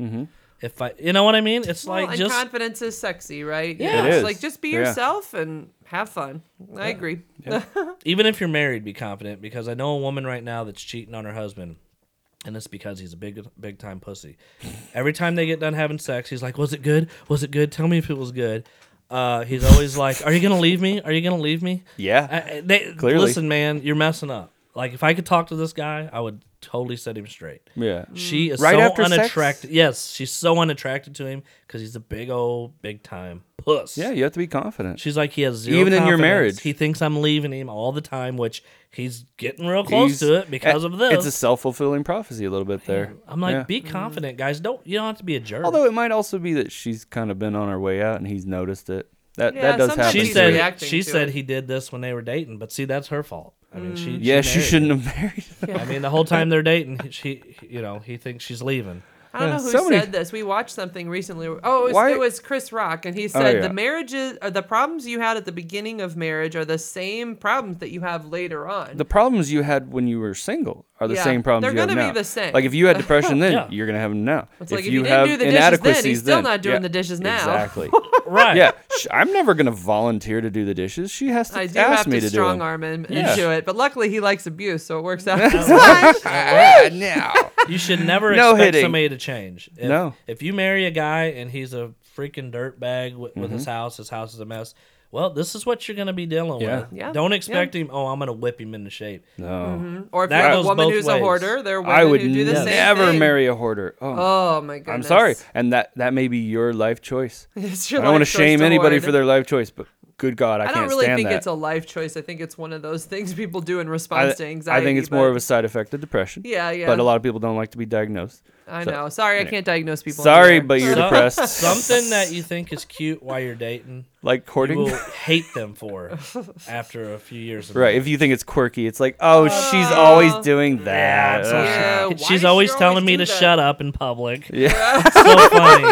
[SPEAKER 3] If I, you know what I mean? It's
[SPEAKER 2] Well,
[SPEAKER 3] like
[SPEAKER 2] and
[SPEAKER 3] just
[SPEAKER 2] confidence is sexy, right?
[SPEAKER 3] Yeah.
[SPEAKER 1] It
[SPEAKER 2] It's
[SPEAKER 1] is.
[SPEAKER 2] Like just be
[SPEAKER 1] Yeah.
[SPEAKER 2] yourself and have fun. I agree.
[SPEAKER 3] even if you're married, be confident because I know a woman right now that's cheating on her husband, and it's because he's a big, big time pussy. Every time they get done having sex, he's like, "Was it good? Was it good? Tell me if it was good." Uh, he's always like, "Are you gonna leave me? Are you gonna leave me?"
[SPEAKER 1] Yeah.
[SPEAKER 3] I, I- they,
[SPEAKER 1] Clearly.
[SPEAKER 3] Listen, man, you're messing up. Like, if I could talk to this guy, I would totally set him straight.
[SPEAKER 1] Yeah.
[SPEAKER 3] She is
[SPEAKER 1] Right
[SPEAKER 3] so
[SPEAKER 1] after sex?
[SPEAKER 3] unattracted. Yes, she's so unattracted to him because he's a big old, big time puss.
[SPEAKER 1] Yeah, you have to be confident.
[SPEAKER 3] She's like, he has zero.
[SPEAKER 1] Even in your
[SPEAKER 3] confidence.
[SPEAKER 1] marriage.
[SPEAKER 3] he thinks I'm leaving him all the time, which he's getting real close
[SPEAKER 1] He's-
[SPEAKER 3] to it because of this.
[SPEAKER 1] It's a self fulfilling prophecy a little bit there.
[SPEAKER 3] I'm like,
[SPEAKER 1] Yeah.
[SPEAKER 3] be confident, guys. Don't you don't have to be a jerk.
[SPEAKER 1] Although it might also be that she's kind of been on her way out and he's noticed it. That
[SPEAKER 2] Yeah,
[SPEAKER 1] that does
[SPEAKER 2] sometimes
[SPEAKER 1] happen.
[SPEAKER 3] she
[SPEAKER 2] he's
[SPEAKER 1] too.
[SPEAKER 3] said
[SPEAKER 2] reacting
[SPEAKER 3] she
[SPEAKER 2] to
[SPEAKER 3] said
[SPEAKER 2] it.
[SPEAKER 3] he did this when they were dating, but see, that's her fault. I mean, she
[SPEAKER 1] Mm. Yeah, she
[SPEAKER 3] married
[SPEAKER 1] shouldn't have married. him.
[SPEAKER 3] him. I mean, the whole time they're dating, he- she you know he thinks she's leaving.
[SPEAKER 2] I don't
[SPEAKER 1] Yeah,
[SPEAKER 2] know who
[SPEAKER 1] so many-
[SPEAKER 2] said this. We watched something recently. Oh, it was,
[SPEAKER 1] Why- Oh,
[SPEAKER 2] it was Chris Rock, and he said
[SPEAKER 1] yeah.
[SPEAKER 2] the marriages or the problems you had at the beginning of marriage are the same problems that you have later on.
[SPEAKER 1] The problems you had when you were single are the
[SPEAKER 2] Yeah,
[SPEAKER 1] same problems
[SPEAKER 2] they're
[SPEAKER 1] you have
[SPEAKER 2] gonna be
[SPEAKER 1] now.
[SPEAKER 2] the same.
[SPEAKER 1] Like if you had depression then,
[SPEAKER 3] Yeah.
[SPEAKER 1] you're gonna have them now.
[SPEAKER 2] It's like if
[SPEAKER 1] you
[SPEAKER 2] you didn't
[SPEAKER 1] have
[SPEAKER 2] do the dishes then, he's
[SPEAKER 1] inadequacies
[SPEAKER 2] still not doing
[SPEAKER 1] Yeah,
[SPEAKER 2] the dishes now.
[SPEAKER 1] Exactly.
[SPEAKER 3] Right.
[SPEAKER 1] yeah, sh- I'm never gonna volunteer to do the dishes. She has to
[SPEAKER 2] I do
[SPEAKER 1] ask
[SPEAKER 2] have
[SPEAKER 1] me
[SPEAKER 2] to
[SPEAKER 1] to do
[SPEAKER 2] strong
[SPEAKER 1] them.
[SPEAKER 2] arm him
[SPEAKER 1] Yeah.
[SPEAKER 2] into it, but luckily he likes abuse, so it works out. It's fine.
[SPEAKER 1] Ah, now.
[SPEAKER 3] You should never
[SPEAKER 1] No
[SPEAKER 3] expect
[SPEAKER 1] hitting.
[SPEAKER 3] somebody to change. If,
[SPEAKER 1] No.
[SPEAKER 3] If you marry a guy and he's a freaking dirtbag with, with
[SPEAKER 1] Mm-hmm.
[SPEAKER 3] his house, his house is a mess. Well, this is what you're going to be dealing
[SPEAKER 1] Yeah.
[SPEAKER 3] with.
[SPEAKER 2] Yeah.
[SPEAKER 3] Don't expect him, oh, I'm going to whip him into shape.
[SPEAKER 1] No.
[SPEAKER 2] or if
[SPEAKER 3] That
[SPEAKER 2] you're a
[SPEAKER 3] goes
[SPEAKER 2] woman
[SPEAKER 3] both
[SPEAKER 2] who's a
[SPEAKER 3] ways.
[SPEAKER 2] hoarder, there are Mm-hmm. women
[SPEAKER 1] I would
[SPEAKER 2] who do the same
[SPEAKER 1] never
[SPEAKER 2] thing.
[SPEAKER 1] marry a hoarder. Oh,
[SPEAKER 2] Oh my goodness!
[SPEAKER 1] I'm sorry, and that that may be your life choice.
[SPEAKER 2] It's
[SPEAKER 1] I
[SPEAKER 2] your
[SPEAKER 1] don't want to
[SPEAKER 2] life choice
[SPEAKER 1] shame anybody
[SPEAKER 2] hoard.
[SPEAKER 1] for their life choice, but good God, I,
[SPEAKER 2] I
[SPEAKER 1] can't
[SPEAKER 2] don't really
[SPEAKER 1] stand
[SPEAKER 2] think
[SPEAKER 1] that.
[SPEAKER 2] it's a life choice. I think it's one of those things people do in
[SPEAKER 1] I,
[SPEAKER 2] response to
[SPEAKER 1] I
[SPEAKER 2] anxiety.
[SPEAKER 1] think it's more
[SPEAKER 2] but-
[SPEAKER 1] of a side effect of depression.
[SPEAKER 2] Yeah, yeah.
[SPEAKER 1] But a lot of people don't like to be diagnosed.
[SPEAKER 2] I
[SPEAKER 1] So-
[SPEAKER 2] know. Sorry, I can't diagnose people.
[SPEAKER 1] Sorry,
[SPEAKER 2] anymore.
[SPEAKER 1] but you're
[SPEAKER 3] So-
[SPEAKER 1] depressed.
[SPEAKER 3] Something that you think is cute while you're dating,
[SPEAKER 1] like
[SPEAKER 3] you
[SPEAKER 1] courting.
[SPEAKER 3] will hate them for after a few years. Of
[SPEAKER 1] Right. If you think it's quirky, it's like, oh, she's always doing that.
[SPEAKER 3] that's
[SPEAKER 1] Ugh.
[SPEAKER 3] what
[SPEAKER 2] Yeah, why
[SPEAKER 3] marriage.
[SPEAKER 2] does
[SPEAKER 3] She's
[SPEAKER 2] she
[SPEAKER 3] always
[SPEAKER 2] always
[SPEAKER 3] telling me
[SPEAKER 2] do
[SPEAKER 3] to
[SPEAKER 2] that?
[SPEAKER 3] shut up in public.
[SPEAKER 1] Yeah.
[SPEAKER 3] It's so funny.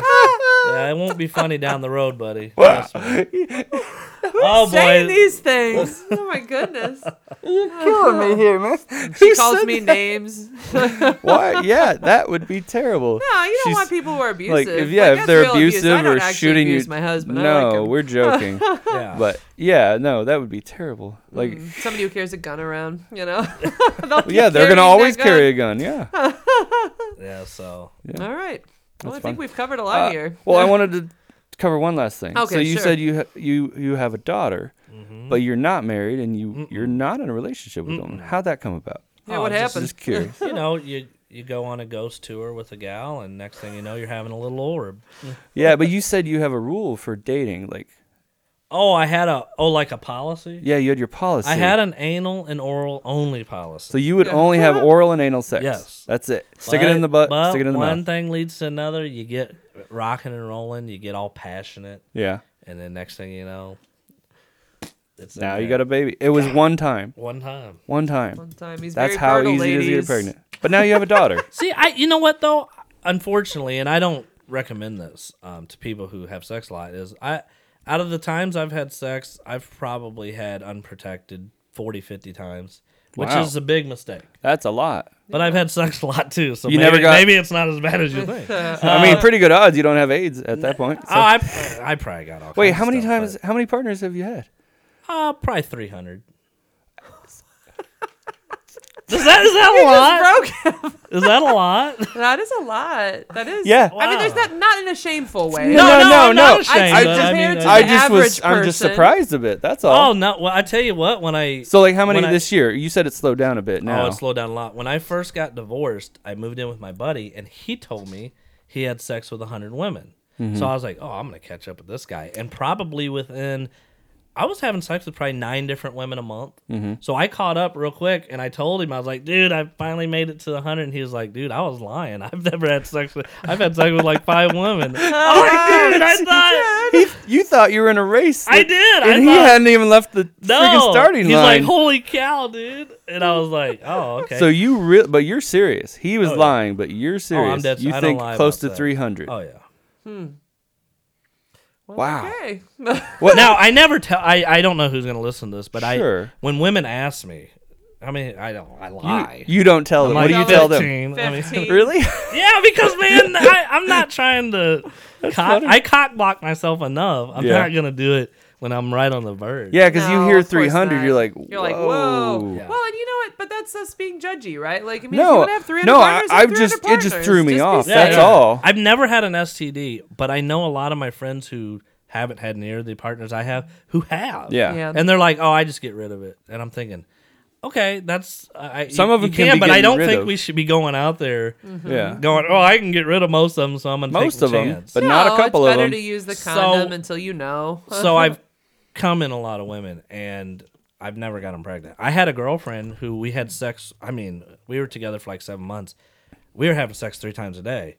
[SPEAKER 3] Yeah, it won't be funny down the road, buddy. Trust me. oh
[SPEAKER 2] saying
[SPEAKER 3] boy,
[SPEAKER 2] these things. oh my goodness.
[SPEAKER 1] Killing me here, man.
[SPEAKER 2] She calls me names. no, you
[SPEAKER 1] Why? Yeah, that would be terrible.
[SPEAKER 2] don't
[SPEAKER 1] She's-
[SPEAKER 2] want people who are abusive.
[SPEAKER 1] Like if yeah, if
[SPEAKER 2] that's
[SPEAKER 1] they're
[SPEAKER 2] real abuse. I
[SPEAKER 1] abusive
[SPEAKER 2] don't
[SPEAKER 1] or
[SPEAKER 2] actually
[SPEAKER 1] shooting
[SPEAKER 2] abuse
[SPEAKER 1] you,
[SPEAKER 2] my husband. I
[SPEAKER 1] No,
[SPEAKER 2] like him.
[SPEAKER 1] we're joking.
[SPEAKER 3] yeah.
[SPEAKER 1] but yeah, no, that would be terrible. Like
[SPEAKER 2] Somebody who carries a gun around, you know. They'll keep
[SPEAKER 1] yeah, they're
[SPEAKER 2] carrying
[SPEAKER 1] gonna always
[SPEAKER 2] that gun.
[SPEAKER 1] carry a gun. Yeah.
[SPEAKER 3] yeah. So
[SPEAKER 2] All right. Well, I
[SPEAKER 1] That's
[SPEAKER 2] think
[SPEAKER 1] fun.
[SPEAKER 2] we've covered a lot
[SPEAKER 1] Uh,
[SPEAKER 2] here.
[SPEAKER 1] well, I wanted to cover one last thing.
[SPEAKER 2] Okay,
[SPEAKER 1] so you
[SPEAKER 2] sure.
[SPEAKER 1] said you ha- you you have a daughter,
[SPEAKER 3] Mm-hmm.
[SPEAKER 1] but you're not married and you you're not in a relationship with them. How'd that come about?
[SPEAKER 2] yeah,
[SPEAKER 3] Oh,
[SPEAKER 2] what
[SPEAKER 3] just-
[SPEAKER 1] I'm
[SPEAKER 2] happened?
[SPEAKER 1] just curious.
[SPEAKER 3] you know, you you go on a ghost tour with a gal, and next thing you know, you're having a little orb.
[SPEAKER 1] yeah, but you said you have a rule for dating, like
[SPEAKER 3] Oh, I had a oh like a policy.
[SPEAKER 1] Yeah, you had your policy.
[SPEAKER 3] I had an anal and oral only policy.
[SPEAKER 1] So you would only have oral and anal sex.
[SPEAKER 3] Yes.
[SPEAKER 1] That's it. Stick it in the butt.
[SPEAKER 3] but
[SPEAKER 1] stick it in the
[SPEAKER 3] one
[SPEAKER 1] mouth.
[SPEAKER 3] thing leads to another. You get rocking and rolling. You get all passionate,
[SPEAKER 1] Yeah.
[SPEAKER 3] and then next thing you know, it's in
[SPEAKER 1] Now you
[SPEAKER 3] there.
[SPEAKER 1] got a baby. It was one time.
[SPEAKER 3] one time.
[SPEAKER 1] One time.
[SPEAKER 2] One time. He's
[SPEAKER 1] That's
[SPEAKER 2] very
[SPEAKER 1] how
[SPEAKER 2] fertile,
[SPEAKER 1] easy it is to
[SPEAKER 2] ladies.
[SPEAKER 1] get pregnant. But now you have a daughter.
[SPEAKER 3] See, I you know what though? Unfortunately, and I don't recommend this um, to people who have sex a lot. Is I out of the times I've had sex, I've probably had unprotected 40, 50 times, which
[SPEAKER 1] Wow.
[SPEAKER 3] is a big mistake.
[SPEAKER 1] That's a lot.
[SPEAKER 3] But I've had sex a lot too, so
[SPEAKER 1] You
[SPEAKER 3] maybe,
[SPEAKER 1] never got-
[SPEAKER 3] maybe it's not as bad as you think.
[SPEAKER 1] I mean, pretty good odds you don't have AIDS at that point. So-
[SPEAKER 3] Oh, Uh, I, I probably got all.
[SPEAKER 1] Wait,
[SPEAKER 3] kinds
[SPEAKER 1] how
[SPEAKER 3] of
[SPEAKER 1] many
[SPEAKER 3] stuff,
[SPEAKER 1] times? How many partners have you had?
[SPEAKER 3] but, Uh, probably three hundred. Does that is that a lot?
[SPEAKER 2] Broke him.
[SPEAKER 3] Is that a lot?
[SPEAKER 2] That is a lot. That is.
[SPEAKER 1] Yeah.
[SPEAKER 2] I mean, there's
[SPEAKER 3] Wow.
[SPEAKER 2] not not in a shameful way.
[SPEAKER 1] No, no,
[SPEAKER 3] I'm
[SPEAKER 1] no.
[SPEAKER 3] not ashamed,
[SPEAKER 2] I-
[SPEAKER 3] but
[SPEAKER 2] compared to
[SPEAKER 3] I-
[SPEAKER 1] I
[SPEAKER 2] the
[SPEAKER 1] just was.
[SPEAKER 2] average
[SPEAKER 1] I'm just
[SPEAKER 2] person-
[SPEAKER 1] surprised a bit. That's all.
[SPEAKER 3] Oh no! Well, I tell you what, when I
[SPEAKER 1] so like, how many
[SPEAKER 3] when I-
[SPEAKER 1] this year? You said it slowed down a bit. Now
[SPEAKER 3] Oh, it slowed down a lot. When I first got divorced, I moved in with my buddy, and he told me he had sex with 100 women.
[SPEAKER 1] Mm-hmm.
[SPEAKER 3] So I was like, oh, I'm going to catch up with this guy. And probably within, I was having sex with probably nine different women a month.
[SPEAKER 1] Mm-hmm.
[SPEAKER 3] So I caught up real quick, and I told him, I was like, dude, I finally made it to 100. And he was like, dude, I was lying. I've never had sex with, I've had sex with like five women. I'm like, dude, I thought.
[SPEAKER 1] He- you thought you were in a race.
[SPEAKER 3] I
[SPEAKER 1] that-
[SPEAKER 3] did. I
[SPEAKER 1] and he
[SPEAKER 3] thought-
[SPEAKER 1] hadn't even left the
[SPEAKER 3] No,
[SPEAKER 1] freaking starting
[SPEAKER 3] he's
[SPEAKER 1] line.
[SPEAKER 3] like, holy cow, dude! And I was like, oh, okay. Oh,
[SPEAKER 1] so you real, but you're serious. He was lying, but you're serious.
[SPEAKER 3] dead-
[SPEAKER 1] you
[SPEAKER 3] I don't
[SPEAKER 1] think
[SPEAKER 3] lie
[SPEAKER 1] close
[SPEAKER 3] about
[SPEAKER 1] to
[SPEAKER 3] that.
[SPEAKER 1] 300?
[SPEAKER 3] oh yeah.
[SPEAKER 1] wow.
[SPEAKER 2] Okay.
[SPEAKER 1] What?
[SPEAKER 3] now I never tell. I, I don't know who's gonna listen to this, but I
[SPEAKER 1] Sure.
[SPEAKER 3] when women ask me, I mean I don't I lie.
[SPEAKER 1] You don't tell them.
[SPEAKER 3] I'm
[SPEAKER 1] what do you
[SPEAKER 3] like,
[SPEAKER 1] tell them?
[SPEAKER 3] 15. I mean-
[SPEAKER 2] 15.
[SPEAKER 1] Really?
[SPEAKER 3] yeah, because man, I, I'm not trying to. Cock, I cock block myself enough. I'm
[SPEAKER 1] Yeah.
[SPEAKER 3] not gonna do it when I'm right on the verge.
[SPEAKER 1] yeah, because
[SPEAKER 2] No,
[SPEAKER 1] you hear
[SPEAKER 2] of course
[SPEAKER 1] 300,
[SPEAKER 2] not.
[SPEAKER 1] you're like,
[SPEAKER 2] you're like, whoa.
[SPEAKER 3] Yeah.
[SPEAKER 2] Well, and you know what? But that's us being judgy, right? Like, I mean, if you
[SPEAKER 1] No,
[SPEAKER 2] want to have 300
[SPEAKER 1] no, I,
[SPEAKER 2] partners, have
[SPEAKER 1] I've
[SPEAKER 2] 300
[SPEAKER 1] just it just
[SPEAKER 2] partners.
[SPEAKER 1] threw me
[SPEAKER 2] be
[SPEAKER 1] off.
[SPEAKER 2] safe.
[SPEAKER 1] That's
[SPEAKER 3] yeah.
[SPEAKER 1] all.
[SPEAKER 3] I've never had an STD, but I know a lot of my friends who haven't had near the partners I have who have.
[SPEAKER 1] Yeah.
[SPEAKER 2] Yeah.
[SPEAKER 3] and they're like, "Oh, I just get rid of it," and I'm thinking, "Okay, that's I,
[SPEAKER 1] Some
[SPEAKER 3] you-
[SPEAKER 1] of them
[SPEAKER 3] you
[SPEAKER 1] can
[SPEAKER 3] can,
[SPEAKER 1] be
[SPEAKER 3] but I
[SPEAKER 1] getting
[SPEAKER 3] don't
[SPEAKER 1] rid
[SPEAKER 3] think
[SPEAKER 1] of.
[SPEAKER 3] we should be going out there
[SPEAKER 1] Yeah.
[SPEAKER 3] going, oh, I can get rid of most of them, so I'm gonna
[SPEAKER 1] Most
[SPEAKER 3] take the
[SPEAKER 1] of them,
[SPEAKER 3] chance.
[SPEAKER 1] but not
[SPEAKER 2] No,
[SPEAKER 1] a couple
[SPEAKER 2] it's
[SPEAKER 1] of
[SPEAKER 2] better
[SPEAKER 1] them.
[SPEAKER 2] to use the
[SPEAKER 3] So-
[SPEAKER 2] condom until you know.
[SPEAKER 3] so I've come in a lot of women, and I've never gotten pregnant. I had a girlfriend who we had sex. I mean, we were together for like seven months. We were having sex three times a day.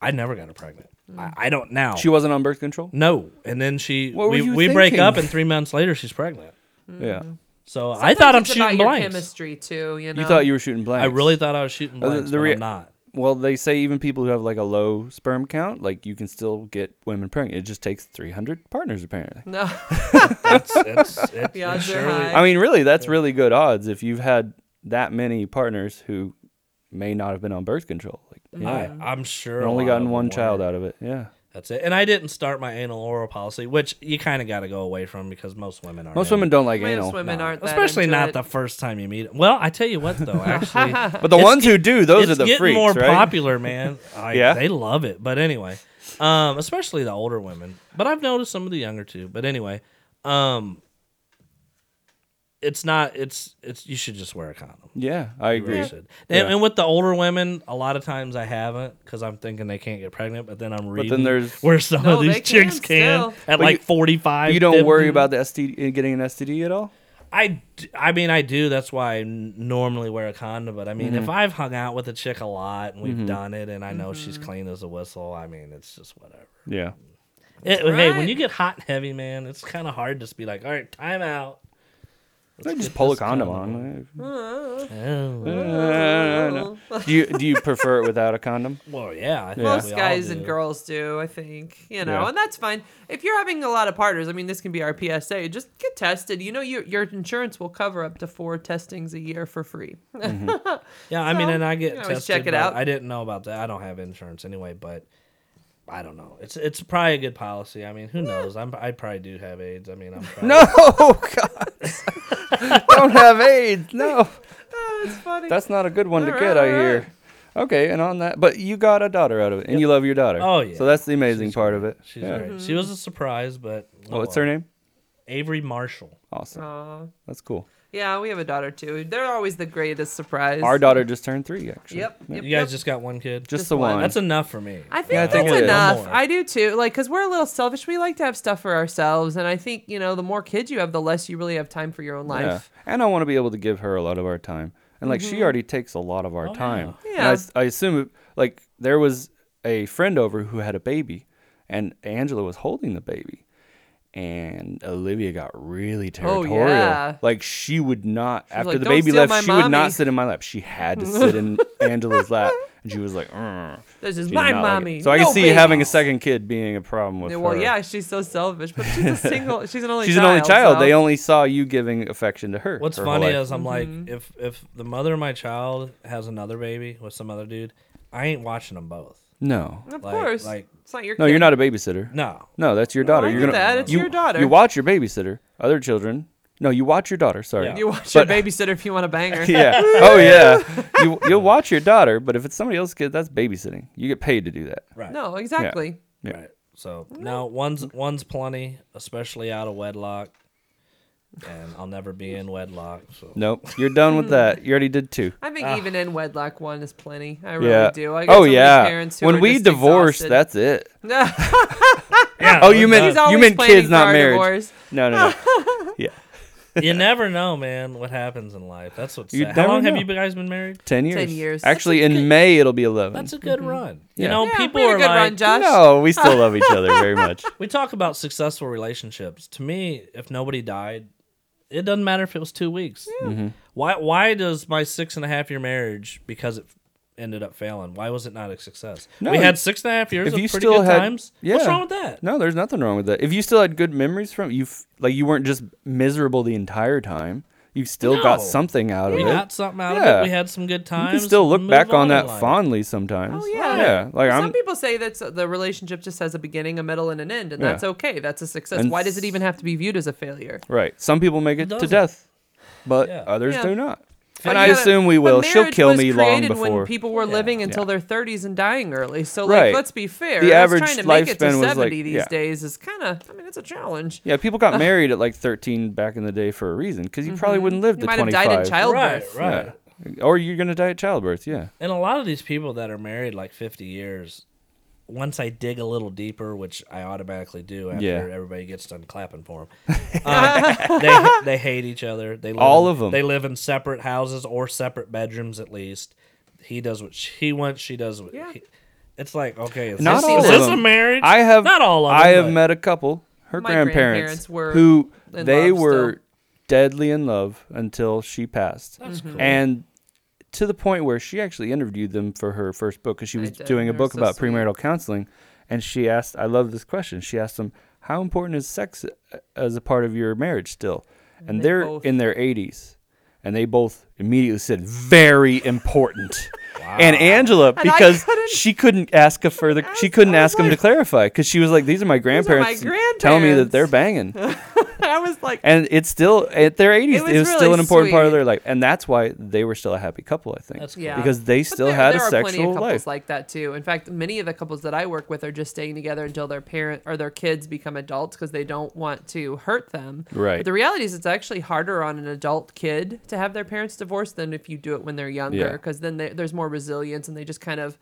[SPEAKER 3] I never got her pregnant.
[SPEAKER 1] Mm.
[SPEAKER 3] I, I don't now.
[SPEAKER 1] She wasn't on birth control.
[SPEAKER 3] no, and then she
[SPEAKER 1] What were
[SPEAKER 3] we,
[SPEAKER 1] you
[SPEAKER 3] we break
[SPEAKER 1] thinking?
[SPEAKER 3] up, and three months later she's pregnant.
[SPEAKER 2] Mm-hmm.
[SPEAKER 1] Yeah,
[SPEAKER 3] So I thought I'm
[SPEAKER 2] It's about
[SPEAKER 3] shooting
[SPEAKER 2] your
[SPEAKER 3] blanks.
[SPEAKER 2] chemistry too. You know.
[SPEAKER 1] you thought you were shooting blanks.
[SPEAKER 3] I really thought I was shooting
[SPEAKER 1] Uh, the-
[SPEAKER 3] blanks,
[SPEAKER 1] the
[SPEAKER 3] but
[SPEAKER 1] rea-
[SPEAKER 3] I'm not.
[SPEAKER 1] Well, they say even people who have like a low sperm count, like you can still get women pregnant. It just takes 300 partners apparently.
[SPEAKER 2] No.
[SPEAKER 3] It's, it's, it's,
[SPEAKER 2] The odds are
[SPEAKER 3] surely-
[SPEAKER 2] high.
[SPEAKER 1] I mean, really, that's really good odds if you've had that many partners who may not have been on birth control. Like, yeah.
[SPEAKER 3] I, I'm sure.
[SPEAKER 1] I've
[SPEAKER 3] a
[SPEAKER 1] only
[SPEAKER 3] lot
[SPEAKER 1] gotten
[SPEAKER 3] of
[SPEAKER 1] one
[SPEAKER 3] them
[SPEAKER 1] child
[SPEAKER 3] weren't.
[SPEAKER 1] out of it. Yeah.
[SPEAKER 3] That's it. And I didn't start my anal oral policy, which you kind of got to go away from because most women are.
[SPEAKER 1] Most women don't like
[SPEAKER 2] Most
[SPEAKER 1] anal.
[SPEAKER 2] women aren't that
[SPEAKER 3] especially
[SPEAKER 2] into
[SPEAKER 3] not
[SPEAKER 2] it.
[SPEAKER 3] the first time you meet. 'em. Well, I tell you what, though, actually,
[SPEAKER 1] But the
[SPEAKER 3] It's
[SPEAKER 1] ones who do, those
[SPEAKER 3] it's
[SPEAKER 1] are the
[SPEAKER 3] getting
[SPEAKER 1] freaks,
[SPEAKER 3] more
[SPEAKER 1] right?
[SPEAKER 3] popular, man. I,
[SPEAKER 1] Yeah?
[SPEAKER 3] they love it. But anyway, um, especially the older women. But I've noticed some of the younger too. But anyway, um, it's not. It's it's. You should just wear a condom.
[SPEAKER 1] Yeah, I
[SPEAKER 3] You really
[SPEAKER 1] agree.
[SPEAKER 3] should.
[SPEAKER 1] Yeah.
[SPEAKER 3] And, and with the older women, a lot of times I haven't because I'm thinking they can't get pregnant. But then I'm reading
[SPEAKER 1] there's-
[SPEAKER 3] where some
[SPEAKER 2] No,
[SPEAKER 3] of these
[SPEAKER 2] they can
[SPEAKER 3] chicks can
[SPEAKER 2] still.
[SPEAKER 3] at
[SPEAKER 1] But
[SPEAKER 3] like
[SPEAKER 1] you-
[SPEAKER 3] 45.
[SPEAKER 1] You don't worry
[SPEAKER 3] 50.
[SPEAKER 1] about the STD getting an STD at all.
[SPEAKER 3] I, d- I mean, I do. That's why I n- normally wear a condom. But I mean,
[SPEAKER 1] Mm-hmm.
[SPEAKER 3] if I've hung out with a chick a lot and we've done it, and I know
[SPEAKER 2] Mm-hmm.
[SPEAKER 3] she's clean as a whistle, I mean, it's just whatever.
[SPEAKER 1] Yeah.
[SPEAKER 3] It- Hey, when
[SPEAKER 2] right.
[SPEAKER 3] you get hot and heavy, man, it's kind of hard to just be like, all right, time out.
[SPEAKER 1] They
[SPEAKER 3] Let's
[SPEAKER 1] just
[SPEAKER 3] get
[SPEAKER 1] pull a
[SPEAKER 3] this
[SPEAKER 1] condom on.
[SPEAKER 3] Oh.
[SPEAKER 1] Uh, do you do you prefer it without a condom?
[SPEAKER 3] Well, yeah. I think
[SPEAKER 1] Yeah.
[SPEAKER 3] we
[SPEAKER 2] Most
[SPEAKER 3] all
[SPEAKER 2] guys and
[SPEAKER 3] do.
[SPEAKER 2] girls do, I think. You know,
[SPEAKER 1] Yeah.
[SPEAKER 2] and that's fine. If you're having a lot of partners, I mean, this can be our PSA. Just get tested. You know, your your insurance will cover up to four testings a year for free.
[SPEAKER 3] Yeah, I mean,
[SPEAKER 2] So,
[SPEAKER 3] and I
[SPEAKER 2] you
[SPEAKER 3] get
[SPEAKER 2] can
[SPEAKER 3] tested.
[SPEAKER 2] always check it
[SPEAKER 3] but
[SPEAKER 2] out.
[SPEAKER 3] I didn't know about that. I don't have insurance anyway, but I don't know. It's it's probably a good policy. I mean, who knows? I'm I probably do have AIDS. I mean, I'm probably,
[SPEAKER 1] No,
[SPEAKER 3] Oh,
[SPEAKER 1] God, don't have AIDS. No,
[SPEAKER 2] oh, it's funny.
[SPEAKER 1] that's not a good one to
[SPEAKER 2] All
[SPEAKER 1] get.
[SPEAKER 2] right,
[SPEAKER 1] I
[SPEAKER 2] all
[SPEAKER 1] hear. Okay, and on that, but you got a daughter out of it, and you love your daughter.
[SPEAKER 3] Oh, yeah.
[SPEAKER 1] So that's the amazing part of it.
[SPEAKER 3] She's
[SPEAKER 1] yeah.
[SPEAKER 3] all right. She was a surprise, but
[SPEAKER 1] Oh, what's her name?
[SPEAKER 3] Avery Marshall.
[SPEAKER 1] Awesome.
[SPEAKER 2] Aw.
[SPEAKER 1] That's cool.
[SPEAKER 2] Yeah, we have a daughter too. They're always the greatest surprise.
[SPEAKER 1] Our daughter just turned three, actually.
[SPEAKER 2] Yep.
[SPEAKER 1] Yeah.
[SPEAKER 2] yep,
[SPEAKER 3] You guys
[SPEAKER 2] yep.
[SPEAKER 3] just got one kid.
[SPEAKER 1] Just,
[SPEAKER 2] just
[SPEAKER 1] the
[SPEAKER 2] one.
[SPEAKER 1] one.
[SPEAKER 3] that's enough for me.
[SPEAKER 2] I think
[SPEAKER 1] Yeah, I
[SPEAKER 2] that's
[SPEAKER 1] think it is.
[SPEAKER 2] enough.
[SPEAKER 3] One more.
[SPEAKER 2] I do too. Like, because we're a little selfish. We like to have stuff for ourselves. And I think, you know, the more kids you have, the less you really have time for your own life.
[SPEAKER 1] Yeah. And I want to be able to give her a lot of our time. And like she already takes a lot of our
[SPEAKER 3] Oh,
[SPEAKER 1] time.
[SPEAKER 2] Mm-hmm. yeah.
[SPEAKER 1] And I s- I, assume it, like there was a friend over who had a baby and Angela was holding the baby. And Olivia got really territorial.
[SPEAKER 2] Oh, yeah.
[SPEAKER 1] Like she would not after
[SPEAKER 2] like,
[SPEAKER 1] the
[SPEAKER 2] "Don't
[SPEAKER 1] baby
[SPEAKER 2] steal
[SPEAKER 1] left,
[SPEAKER 2] my
[SPEAKER 1] she would
[SPEAKER 2] mommy."
[SPEAKER 1] not sit in my lap. She had to sit in Angela's lap. And she was like, "Urgh."
[SPEAKER 2] This
[SPEAKER 1] She
[SPEAKER 2] is
[SPEAKER 1] did
[SPEAKER 2] my
[SPEAKER 1] not like it.
[SPEAKER 2] mommy.
[SPEAKER 1] so I
[SPEAKER 2] No
[SPEAKER 1] can see having a
[SPEAKER 2] babies.
[SPEAKER 1] second kid being a problem with
[SPEAKER 2] Yeah,
[SPEAKER 1] her.
[SPEAKER 2] Well, yeah, she's so selfish, but she's a single. She's an only.
[SPEAKER 1] She's
[SPEAKER 2] child,
[SPEAKER 1] an only child.
[SPEAKER 2] so-
[SPEAKER 1] They only saw you giving affection to her.
[SPEAKER 3] What's
[SPEAKER 1] her whole
[SPEAKER 3] funny
[SPEAKER 1] life.
[SPEAKER 3] is I'm
[SPEAKER 2] Mm-hmm.
[SPEAKER 3] like, if if the mother of my child has another baby with some other dude, I ain't watching them both.
[SPEAKER 1] no,
[SPEAKER 2] Of
[SPEAKER 3] like-
[SPEAKER 2] course,
[SPEAKER 3] like-
[SPEAKER 2] it's not your.
[SPEAKER 1] No,
[SPEAKER 2] kid.
[SPEAKER 1] you're not a babysitter.
[SPEAKER 3] No,
[SPEAKER 1] No, that's your daughter.
[SPEAKER 2] I
[SPEAKER 1] you're
[SPEAKER 2] get
[SPEAKER 1] gonna
[SPEAKER 2] that. It's
[SPEAKER 1] you,
[SPEAKER 2] your daughter.
[SPEAKER 1] You watch your babysitter. Other children. No, you watch your daughter. Sorry.
[SPEAKER 3] Yeah.
[SPEAKER 2] You watch
[SPEAKER 1] But-
[SPEAKER 2] your babysitter if you want to bang her.
[SPEAKER 1] yeah. Oh yeah. You you'll watch your daughter, but if it's somebody else's kid, that's babysitting. You get paid to do that.
[SPEAKER 3] right,
[SPEAKER 2] No, exactly.
[SPEAKER 1] Yeah.
[SPEAKER 3] right. So no, one's one's plenty, especially out of wedlock, and I'll never be in wedlock. So
[SPEAKER 1] Nope. You're done with that. You already did two.
[SPEAKER 2] I think even in wedlock, one is plenty. I really
[SPEAKER 1] Ah. Yeah.
[SPEAKER 2] do. I got so
[SPEAKER 1] oh
[SPEAKER 2] many
[SPEAKER 1] yeah.
[SPEAKER 2] Parents who
[SPEAKER 1] When
[SPEAKER 2] are
[SPEAKER 1] we
[SPEAKER 2] just
[SPEAKER 1] divorced,
[SPEAKER 2] exhausted.
[SPEAKER 1] that's it.
[SPEAKER 3] yeah,
[SPEAKER 1] Oh, you meant
[SPEAKER 2] He's always
[SPEAKER 1] you meant
[SPEAKER 2] planning
[SPEAKER 1] kids,
[SPEAKER 2] for
[SPEAKER 1] not
[SPEAKER 2] our
[SPEAKER 1] marriage.
[SPEAKER 2] divorce.
[SPEAKER 1] No, no, no. yeah.
[SPEAKER 3] you never know, man. What happens in life? That's what's.
[SPEAKER 1] You
[SPEAKER 3] sad. How
[SPEAKER 1] never
[SPEAKER 3] long have
[SPEAKER 1] know.
[SPEAKER 3] you guys been married?
[SPEAKER 1] Ten years.
[SPEAKER 2] years.
[SPEAKER 1] Actually, in May it'll be 11
[SPEAKER 3] That's a good run. You
[SPEAKER 1] Yeah.
[SPEAKER 3] know,
[SPEAKER 2] Yeah,
[SPEAKER 3] people
[SPEAKER 2] we had
[SPEAKER 3] are
[SPEAKER 2] a good
[SPEAKER 3] like,
[SPEAKER 2] run, Josh.
[SPEAKER 1] No, we still love each other very much.
[SPEAKER 3] we talk about successful relationships. To me, if nobody died, it doesn't matter if it was two weeks.
[SPEAKER 1] Mm-hmm.
[SPEAKER 3] Why? Why does my six and a half year marriage because it ended up failing? Why was it not a success?
[SPEAKER 1] No,
[SPEAKER 3] we
[SPEAKER 1] if-
[SPEAKER 3] had six and a half years
[SPEAKER 1] if
[SPEAKER 3] of
[SPEAKER 1] you
[SPEAKER 3] pretty
[SPEAKER 1] still
[SPEAKER 3] good
[SPEAKER 1] had-
[SPEAKER 3] times. What's
[SPEAKER 1] yeah.
[SPEAKER 3] wrong with that?
[SPEAKER 1] No, there's nothing wrong with that. If you still had good memories from it, you, f- like you weren't just miserable the entire time. You still got
[SPEAKER 3] No.
[SPEAKER 1] something out of
[SPEAKER 3] We
[SPEAKER 1] it.
[SPEAKER 3] got something out of
[SPEAKER 1] Yeah.
[SPEAKER 3] it. We had some good
[SPEAKER 1] you can
[SPEAKER 3] times.
[SPEAKER 1] still look
[SPEAKER 3] move
[SPEAKER 1] back on
[SPEAKER 3] in
[SPEAKER 1] that
[SPEAKER 3] life.
[SPEAKER 1] fondly sometimes.
[SPEAKER 2] Oh yeah.
[SPEAKER 1] yeah. Like
[SPEAKER 2] Some
[SPEAKER 1] I'm.
[SPEAKER 2] people say that the relationship just has a beginning, a middle, and an end, and
[SPEAKER 1] Yeah.
[SPEAKER 2] that's okay. That's a success.
[SPEAKER 1] And
[SPEAKER 2] Why does it
[SPEAKER 1] s-
[SPEAKER 2] even have to be viewed as a failure?
[SPEAKER 1] right. Some people make it to
[SPEAKER 3] doesn't.
[SPEAKER 1] death, but
[SPEAKER 3] Yeah.
[SPEAKER 1] others
[SPEAKER 2] Yeah.
[SPEAKER 1] do not.
[SPEAKER 2] But
[SPEAKER 1] And I
[SPEAKER 2] you gotta-
[SPEAKER 1] assume we
[SPEAKER 2] but
[SPEAKER 1] will. She'll
[SPEAKER 2] marriage
[SPEAKER 1] kill
[SPEAKER 2] was
[SPEAKER 1] me long
[SPEAKER 2] created When
[SPEAKER 1] before.
[SPEAKER 2] people were
[SPEAKER 3] Yeah.
[SPEAKER 2] living until
[SPEAKER 1] Yeah.
[SPEAKER 2] their 30s and dying early, so like
[SPEAKER 1] Right.
[SPEAKER 2] let's be fair.
[SPEAKER 1] The
[SPEAKER 2] us
[SPEAKER 1] average
[SPEAKER 2] trying to make it to
[SPEAKER 1] lifespan was,
[SPEAKER 2] 70
[SPEAKER 1] like-
[SPEAKER 2] these
[SPEAKER 1] yeah.
[SPEAKER 2] days is kind of. I mean, it's a challenge.
[SPEAKER 1] yeah, people got married at like 13 back in the day for a reason, because you probably wouldn't live
[SPEAKER 2] You
[SPEAKER 1] to
[SPEAKER 2] might have
[SPEAKER 1] 25.
[SPEAKER 2] died in
[SPEAKER 3] Right,
[SPEAKER 2] childbirth.
[SPEAKER 3] Mm-hmm. right.
[SPEAKER 1] Yeah. Or you're gonna die at childbirth. Yeah.
[SPEAKER 3] And a lot of these people that are married like 50 years, once I dig a little deeper, which I automatically do after
[SPEAKER 1] Yeah.
[SPEAKER 3] everybody gets done clapping for them, um, they, they hate each other. They live
[SPEAKER 1] All
[SPEAKER 3] in-
[SPEAKER 1] of 'em.
[SPEAKER 3] They live in separate houses or separate bedrooms at least. He does what she wants. She does what.
[SPEAKER 2] Yeah.
[SPEAKER 3] He, it's like okay, is
[SPEAKER 1] Not
[SPEAKER 3] this,
[SPEAKER 1] all
[SPEAKER 3] is
[SPEAKER 1] of
[SPEAKER 3] this a
[SPEAKER 1] them.
[SPEAKER 3] marriage?
[SPEAKER 1] I have
[SPEAKER 3] not all of them.
[SPEAKER 1] I have
[SPEAKER 3] but-
[SPEAKER 1] met a couple. Her
[SPEAKER 2] My
[SPEAKER 1] grandparents,
[SPEAKER 2] grandparents were
[SPEAKER 1] who
[SPEAKER 2] in
[SPEAKER 1] they
[SPEAKER 2] love
[SPEAKER 1] were
[SPEAKER 2] still.
[SPEAKER 1] deadly in love until she passed,
[SPEAKER 3] That's
[SPEAKER 2] Mm-hmm.
[SPEAKER 3] cool.
[SPEAKER 1] and to the point where she actually interviewed them for her first book because she
[SPEAKER 2] I
[SPEAKER 1] was
[SPEAKER 2] did.
[SPEAKER 1] doing a
[SPEAKER 2] They were
[SPEAKER 1] book
[SPEAKER 2] so
[SPEAKER 1] about
[SPEAKER 2] sweet.
[SPEAKER 1] premarital counseling, and she asked, "I love this question." She asked them, "How important is sex a- as a part of your marriage still?" And,
[SPEAKER 2] they
[SPEAKER 1] they're
[SPEAKER 2] both-
[SPEAKER 1] in their 80s, and they both immediately said, "Very important." And Angela,
[SPEAKER 2] I
[SPEAKER 1] because
[SPEAKER 2] couldn't-
[SPEAKER 1] she couldn't ask a further, she couldn't
[SPEAKER 2] I was
[SPEAKER 1] ask them to
[SPEAKER 2] like-
[SPEAKER 1] clarify because she was like, "These are my
[SPEAKER 2] my
[SPEAKER 1] grandparents, telling me that they're banging,"
[SPEAKER 2] I was like,
[SPEAKER 1] and it's still at their 80s. It was,
[SPEAKER 2] was
[SPEAKER 1] still
[SPEAKER 2] really
[SPEAKER 1] an important part of
[SPEAKER 2] sweet.
[SPEAKER 1] their life, and that's why they were still a happy couple. I think
[SPEAKER 3] That's cool.
[SPEAKER 2] yeah,
[SPEAKER 1] because they
[SPEAKER 2] But
[SPEAKER 1] still
[SPEAKER 2] there,
[SPEAKER 1] had
[SPEAKER 2] there
[SPEAKER 1] a
[SPEAKER 2] are plenty of
[SPEAKER 1] sexual
[SPEAKER 2] couples
[SPEAKER 1] life.
[SPEAKER 2] like that too. In fact, many of the couples that I work with are just staying together until their parent or their kids become adults because they don't want to hurt them.
[SPEAKER 1] Right.
[SPEAKER 2] But the reality is, it's actually harder on an adult kid to have their parents divorce than if you do it when they're younger
[SPEAKER 1] Yeah.
[SPEAKER 2] because then they, there's more resilience and they just kind of.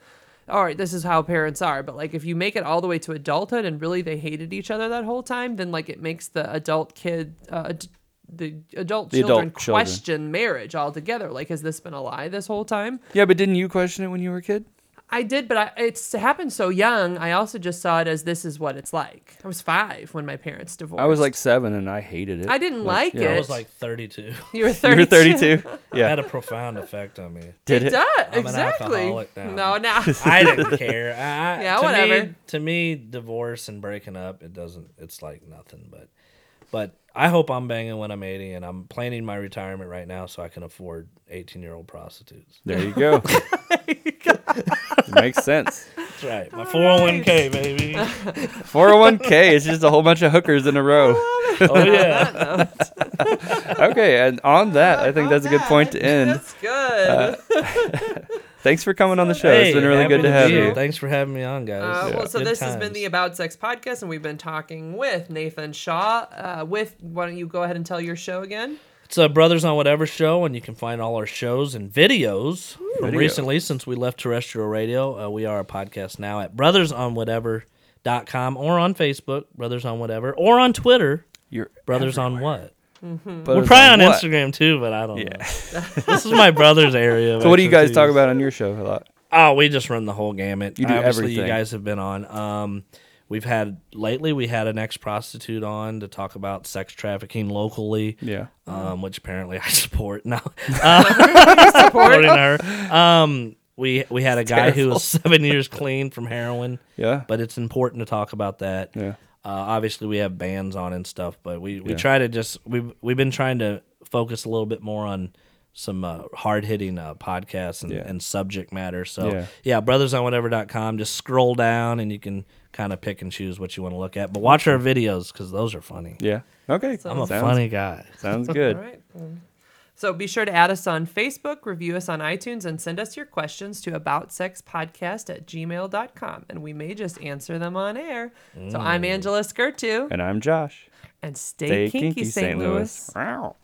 [SPEAKER 2] All right, this is how parents are. But like, if you make it all the way to adulthood and really they hated each other that whole time, then like it makes the adult kid, uh, ad- the adult
[SPEAKER 1] The
[SPEAKER 2] children
[SPEAKER 1] adult children.
[SPEAKER 2] question marriage altogether. Like, has this been a lie this whole time?
[SPEAKER 1] yeah, but didn't you question it when you were a kid?
[SPEAKER 2] I did, but I, it's happened so young. I also just saw it as this is what it's like. I was five when my parents divorced.
[SPEAKER 1] I was like seven, and I hated it.
[SPEAKER 2] I didn't like
[SPEAKER 1] yeah.
[SPEAKER 2] it.
[SPEAKER 3] I was like 32.
[SPEAKER 2] you were
[SPEAKER 1] You
[SPEAKER 2] 32.
[SPEAKER 1] were 32.
[SPEAKER 3] It
[SPEAKER 1] yeah,
[SPEAKER 3] had a profound effect on me.
[SPEAKER 1] did
[SPEAKER 2] It
[SPEAKER 1] it?
[SPEAKER 2] does,
[SPEAKER 3] an
[SPEAKER 2] exactly.
[SPEAKER 3] alcoholic now.
[SPEAKER 2] No, now
[SPEAKER 3] I didn't care. I, I-
[SPEAKER 2] Yeah,
[SPEAKER 3] to
[SPEAKER 2] whatever.
[SPEAKER 3] Me, to me, divorce and breaking up, it doesn't. It's like nothing. But, but I hope I'm banging when I'm 80, and I'm planning my retirement right now so I can afford 18 year old prostitutes.
[SPEAKER 1] There you go. It makes sense.
[SPEAKER 3] That's right. My 401k, baby.
[SPEAKER 1] 401k. It's just a whole bunch of hookers in a row.
[SPEAKER 3] Oh yeah.
[SPEAKER 1] Uh, Okay, and on that, I think that's a good point to end.
[SPEAKER 2] That's good.
[SPEAKER 1] Thanks for coming on the show.
[SPEAKER 3] Hey,
[SPEAKER 1] it's been really
[SPEAKER 3] happy
[SPEAKER 1] good to have
[SPEAKER 3] be here.
[SPEAKER 1] you.
[SPEAKER 3] Thanks for having me on, guys.
[SPEAKER 2] Uh, Well, so
[SPEAKER 3] Good
[SPEAKER 2] this has been
[SPEAKER 3] times.
[SPEAKER 2] the About Sex podcast, and we've been talking with Nathan Shaw. Uh, with why don't you go ahead and tell your show again?
[SPEAKER 3] It's a Brothers on Whatever show, and you can find all our shows and videos from
[SPEAKER 1] Video.
[SPEAKER 3] recently since we left terrestrial radio. Uh, we are a podcast now at brothersonwhatever.com or on Facebook, Brothers on Whatever, or on Twitter,
[SPEAKER 1] Your
[SPEAKER 3] Brothers on What.
[SPEAKER 1] brothers
[SPEAKER 3] We're probably on,
[SPEAKER 1] what?
[SPEAKER 3] Instagram too, but I don't
[SPEAKER 1] Yeah.
[SPEAKER 3] know. This is my brother's area. of
[SPEAKER 1] So what do you guys talk
[SPEAKER 3] expertise.
[SPEAKER 1] about on your show a lot?
[SPEAKER 3] Oh, we just run the whole gamut.
[SPEAKER 1] You do
[SPEAKER 3] Obviously,
[SPEAKER 1] everything.
[SPEAKER 3] you guys have been on. Um, we've had lately. We had an ex prostitute on to talk about sex trafficking locally.
[SPEAKER 1] Yeah.
[SPEAKER 3] Um, which apparently I support. No, Uh, supporting her. Um, we we had a guy who was seven years clean from heroin.
[SPEAKER 1] Yeah.
[SPEAKER 3] But it's important to talk about that.
[SPEAKER 1] Yeah.
[SPEAKER 3] Uh, obviously, we have bands on and stuff, but we, we
[SPEAKER 1] Yeah.
[SPEAKER 3] try to just we've we've been trying to focus a little bit more on some uh, hard hitting uh, podcasts and,
[SPEAKER 1] Yeah.
[SPEAKER 3] and subject matter. So
[SPEAKER 1] Yeah.
[SPEAKER 3] yeah. brothersonwhatever.com. Just scroll down and you can kind of pick and choose what you want to look at. But watch our videos because those are funny.
[SPEAKER 1] Yeah. Okay.
[SPEAKER 3] I'm a
[SPEAKER 1] sounds,
[SPEAKER 3] funny guy.
[SPEAKER 1] Sounds good.
[SPEAKER 2] All right. Um, So be sure to add us on Facebook, review us on iTunes, and send us your questions to aboutsexpodcast at gmail.com. And we may just answer them on air. So I'm Angela Skirtu,
[SPEAKER 1] And I'm Josh.
[SPEAKER 2] and stay,
[SPEAKER 1] Stay
[SPEAKER 2] kinky, St. Louis.
[SPEAKER 1] Wow.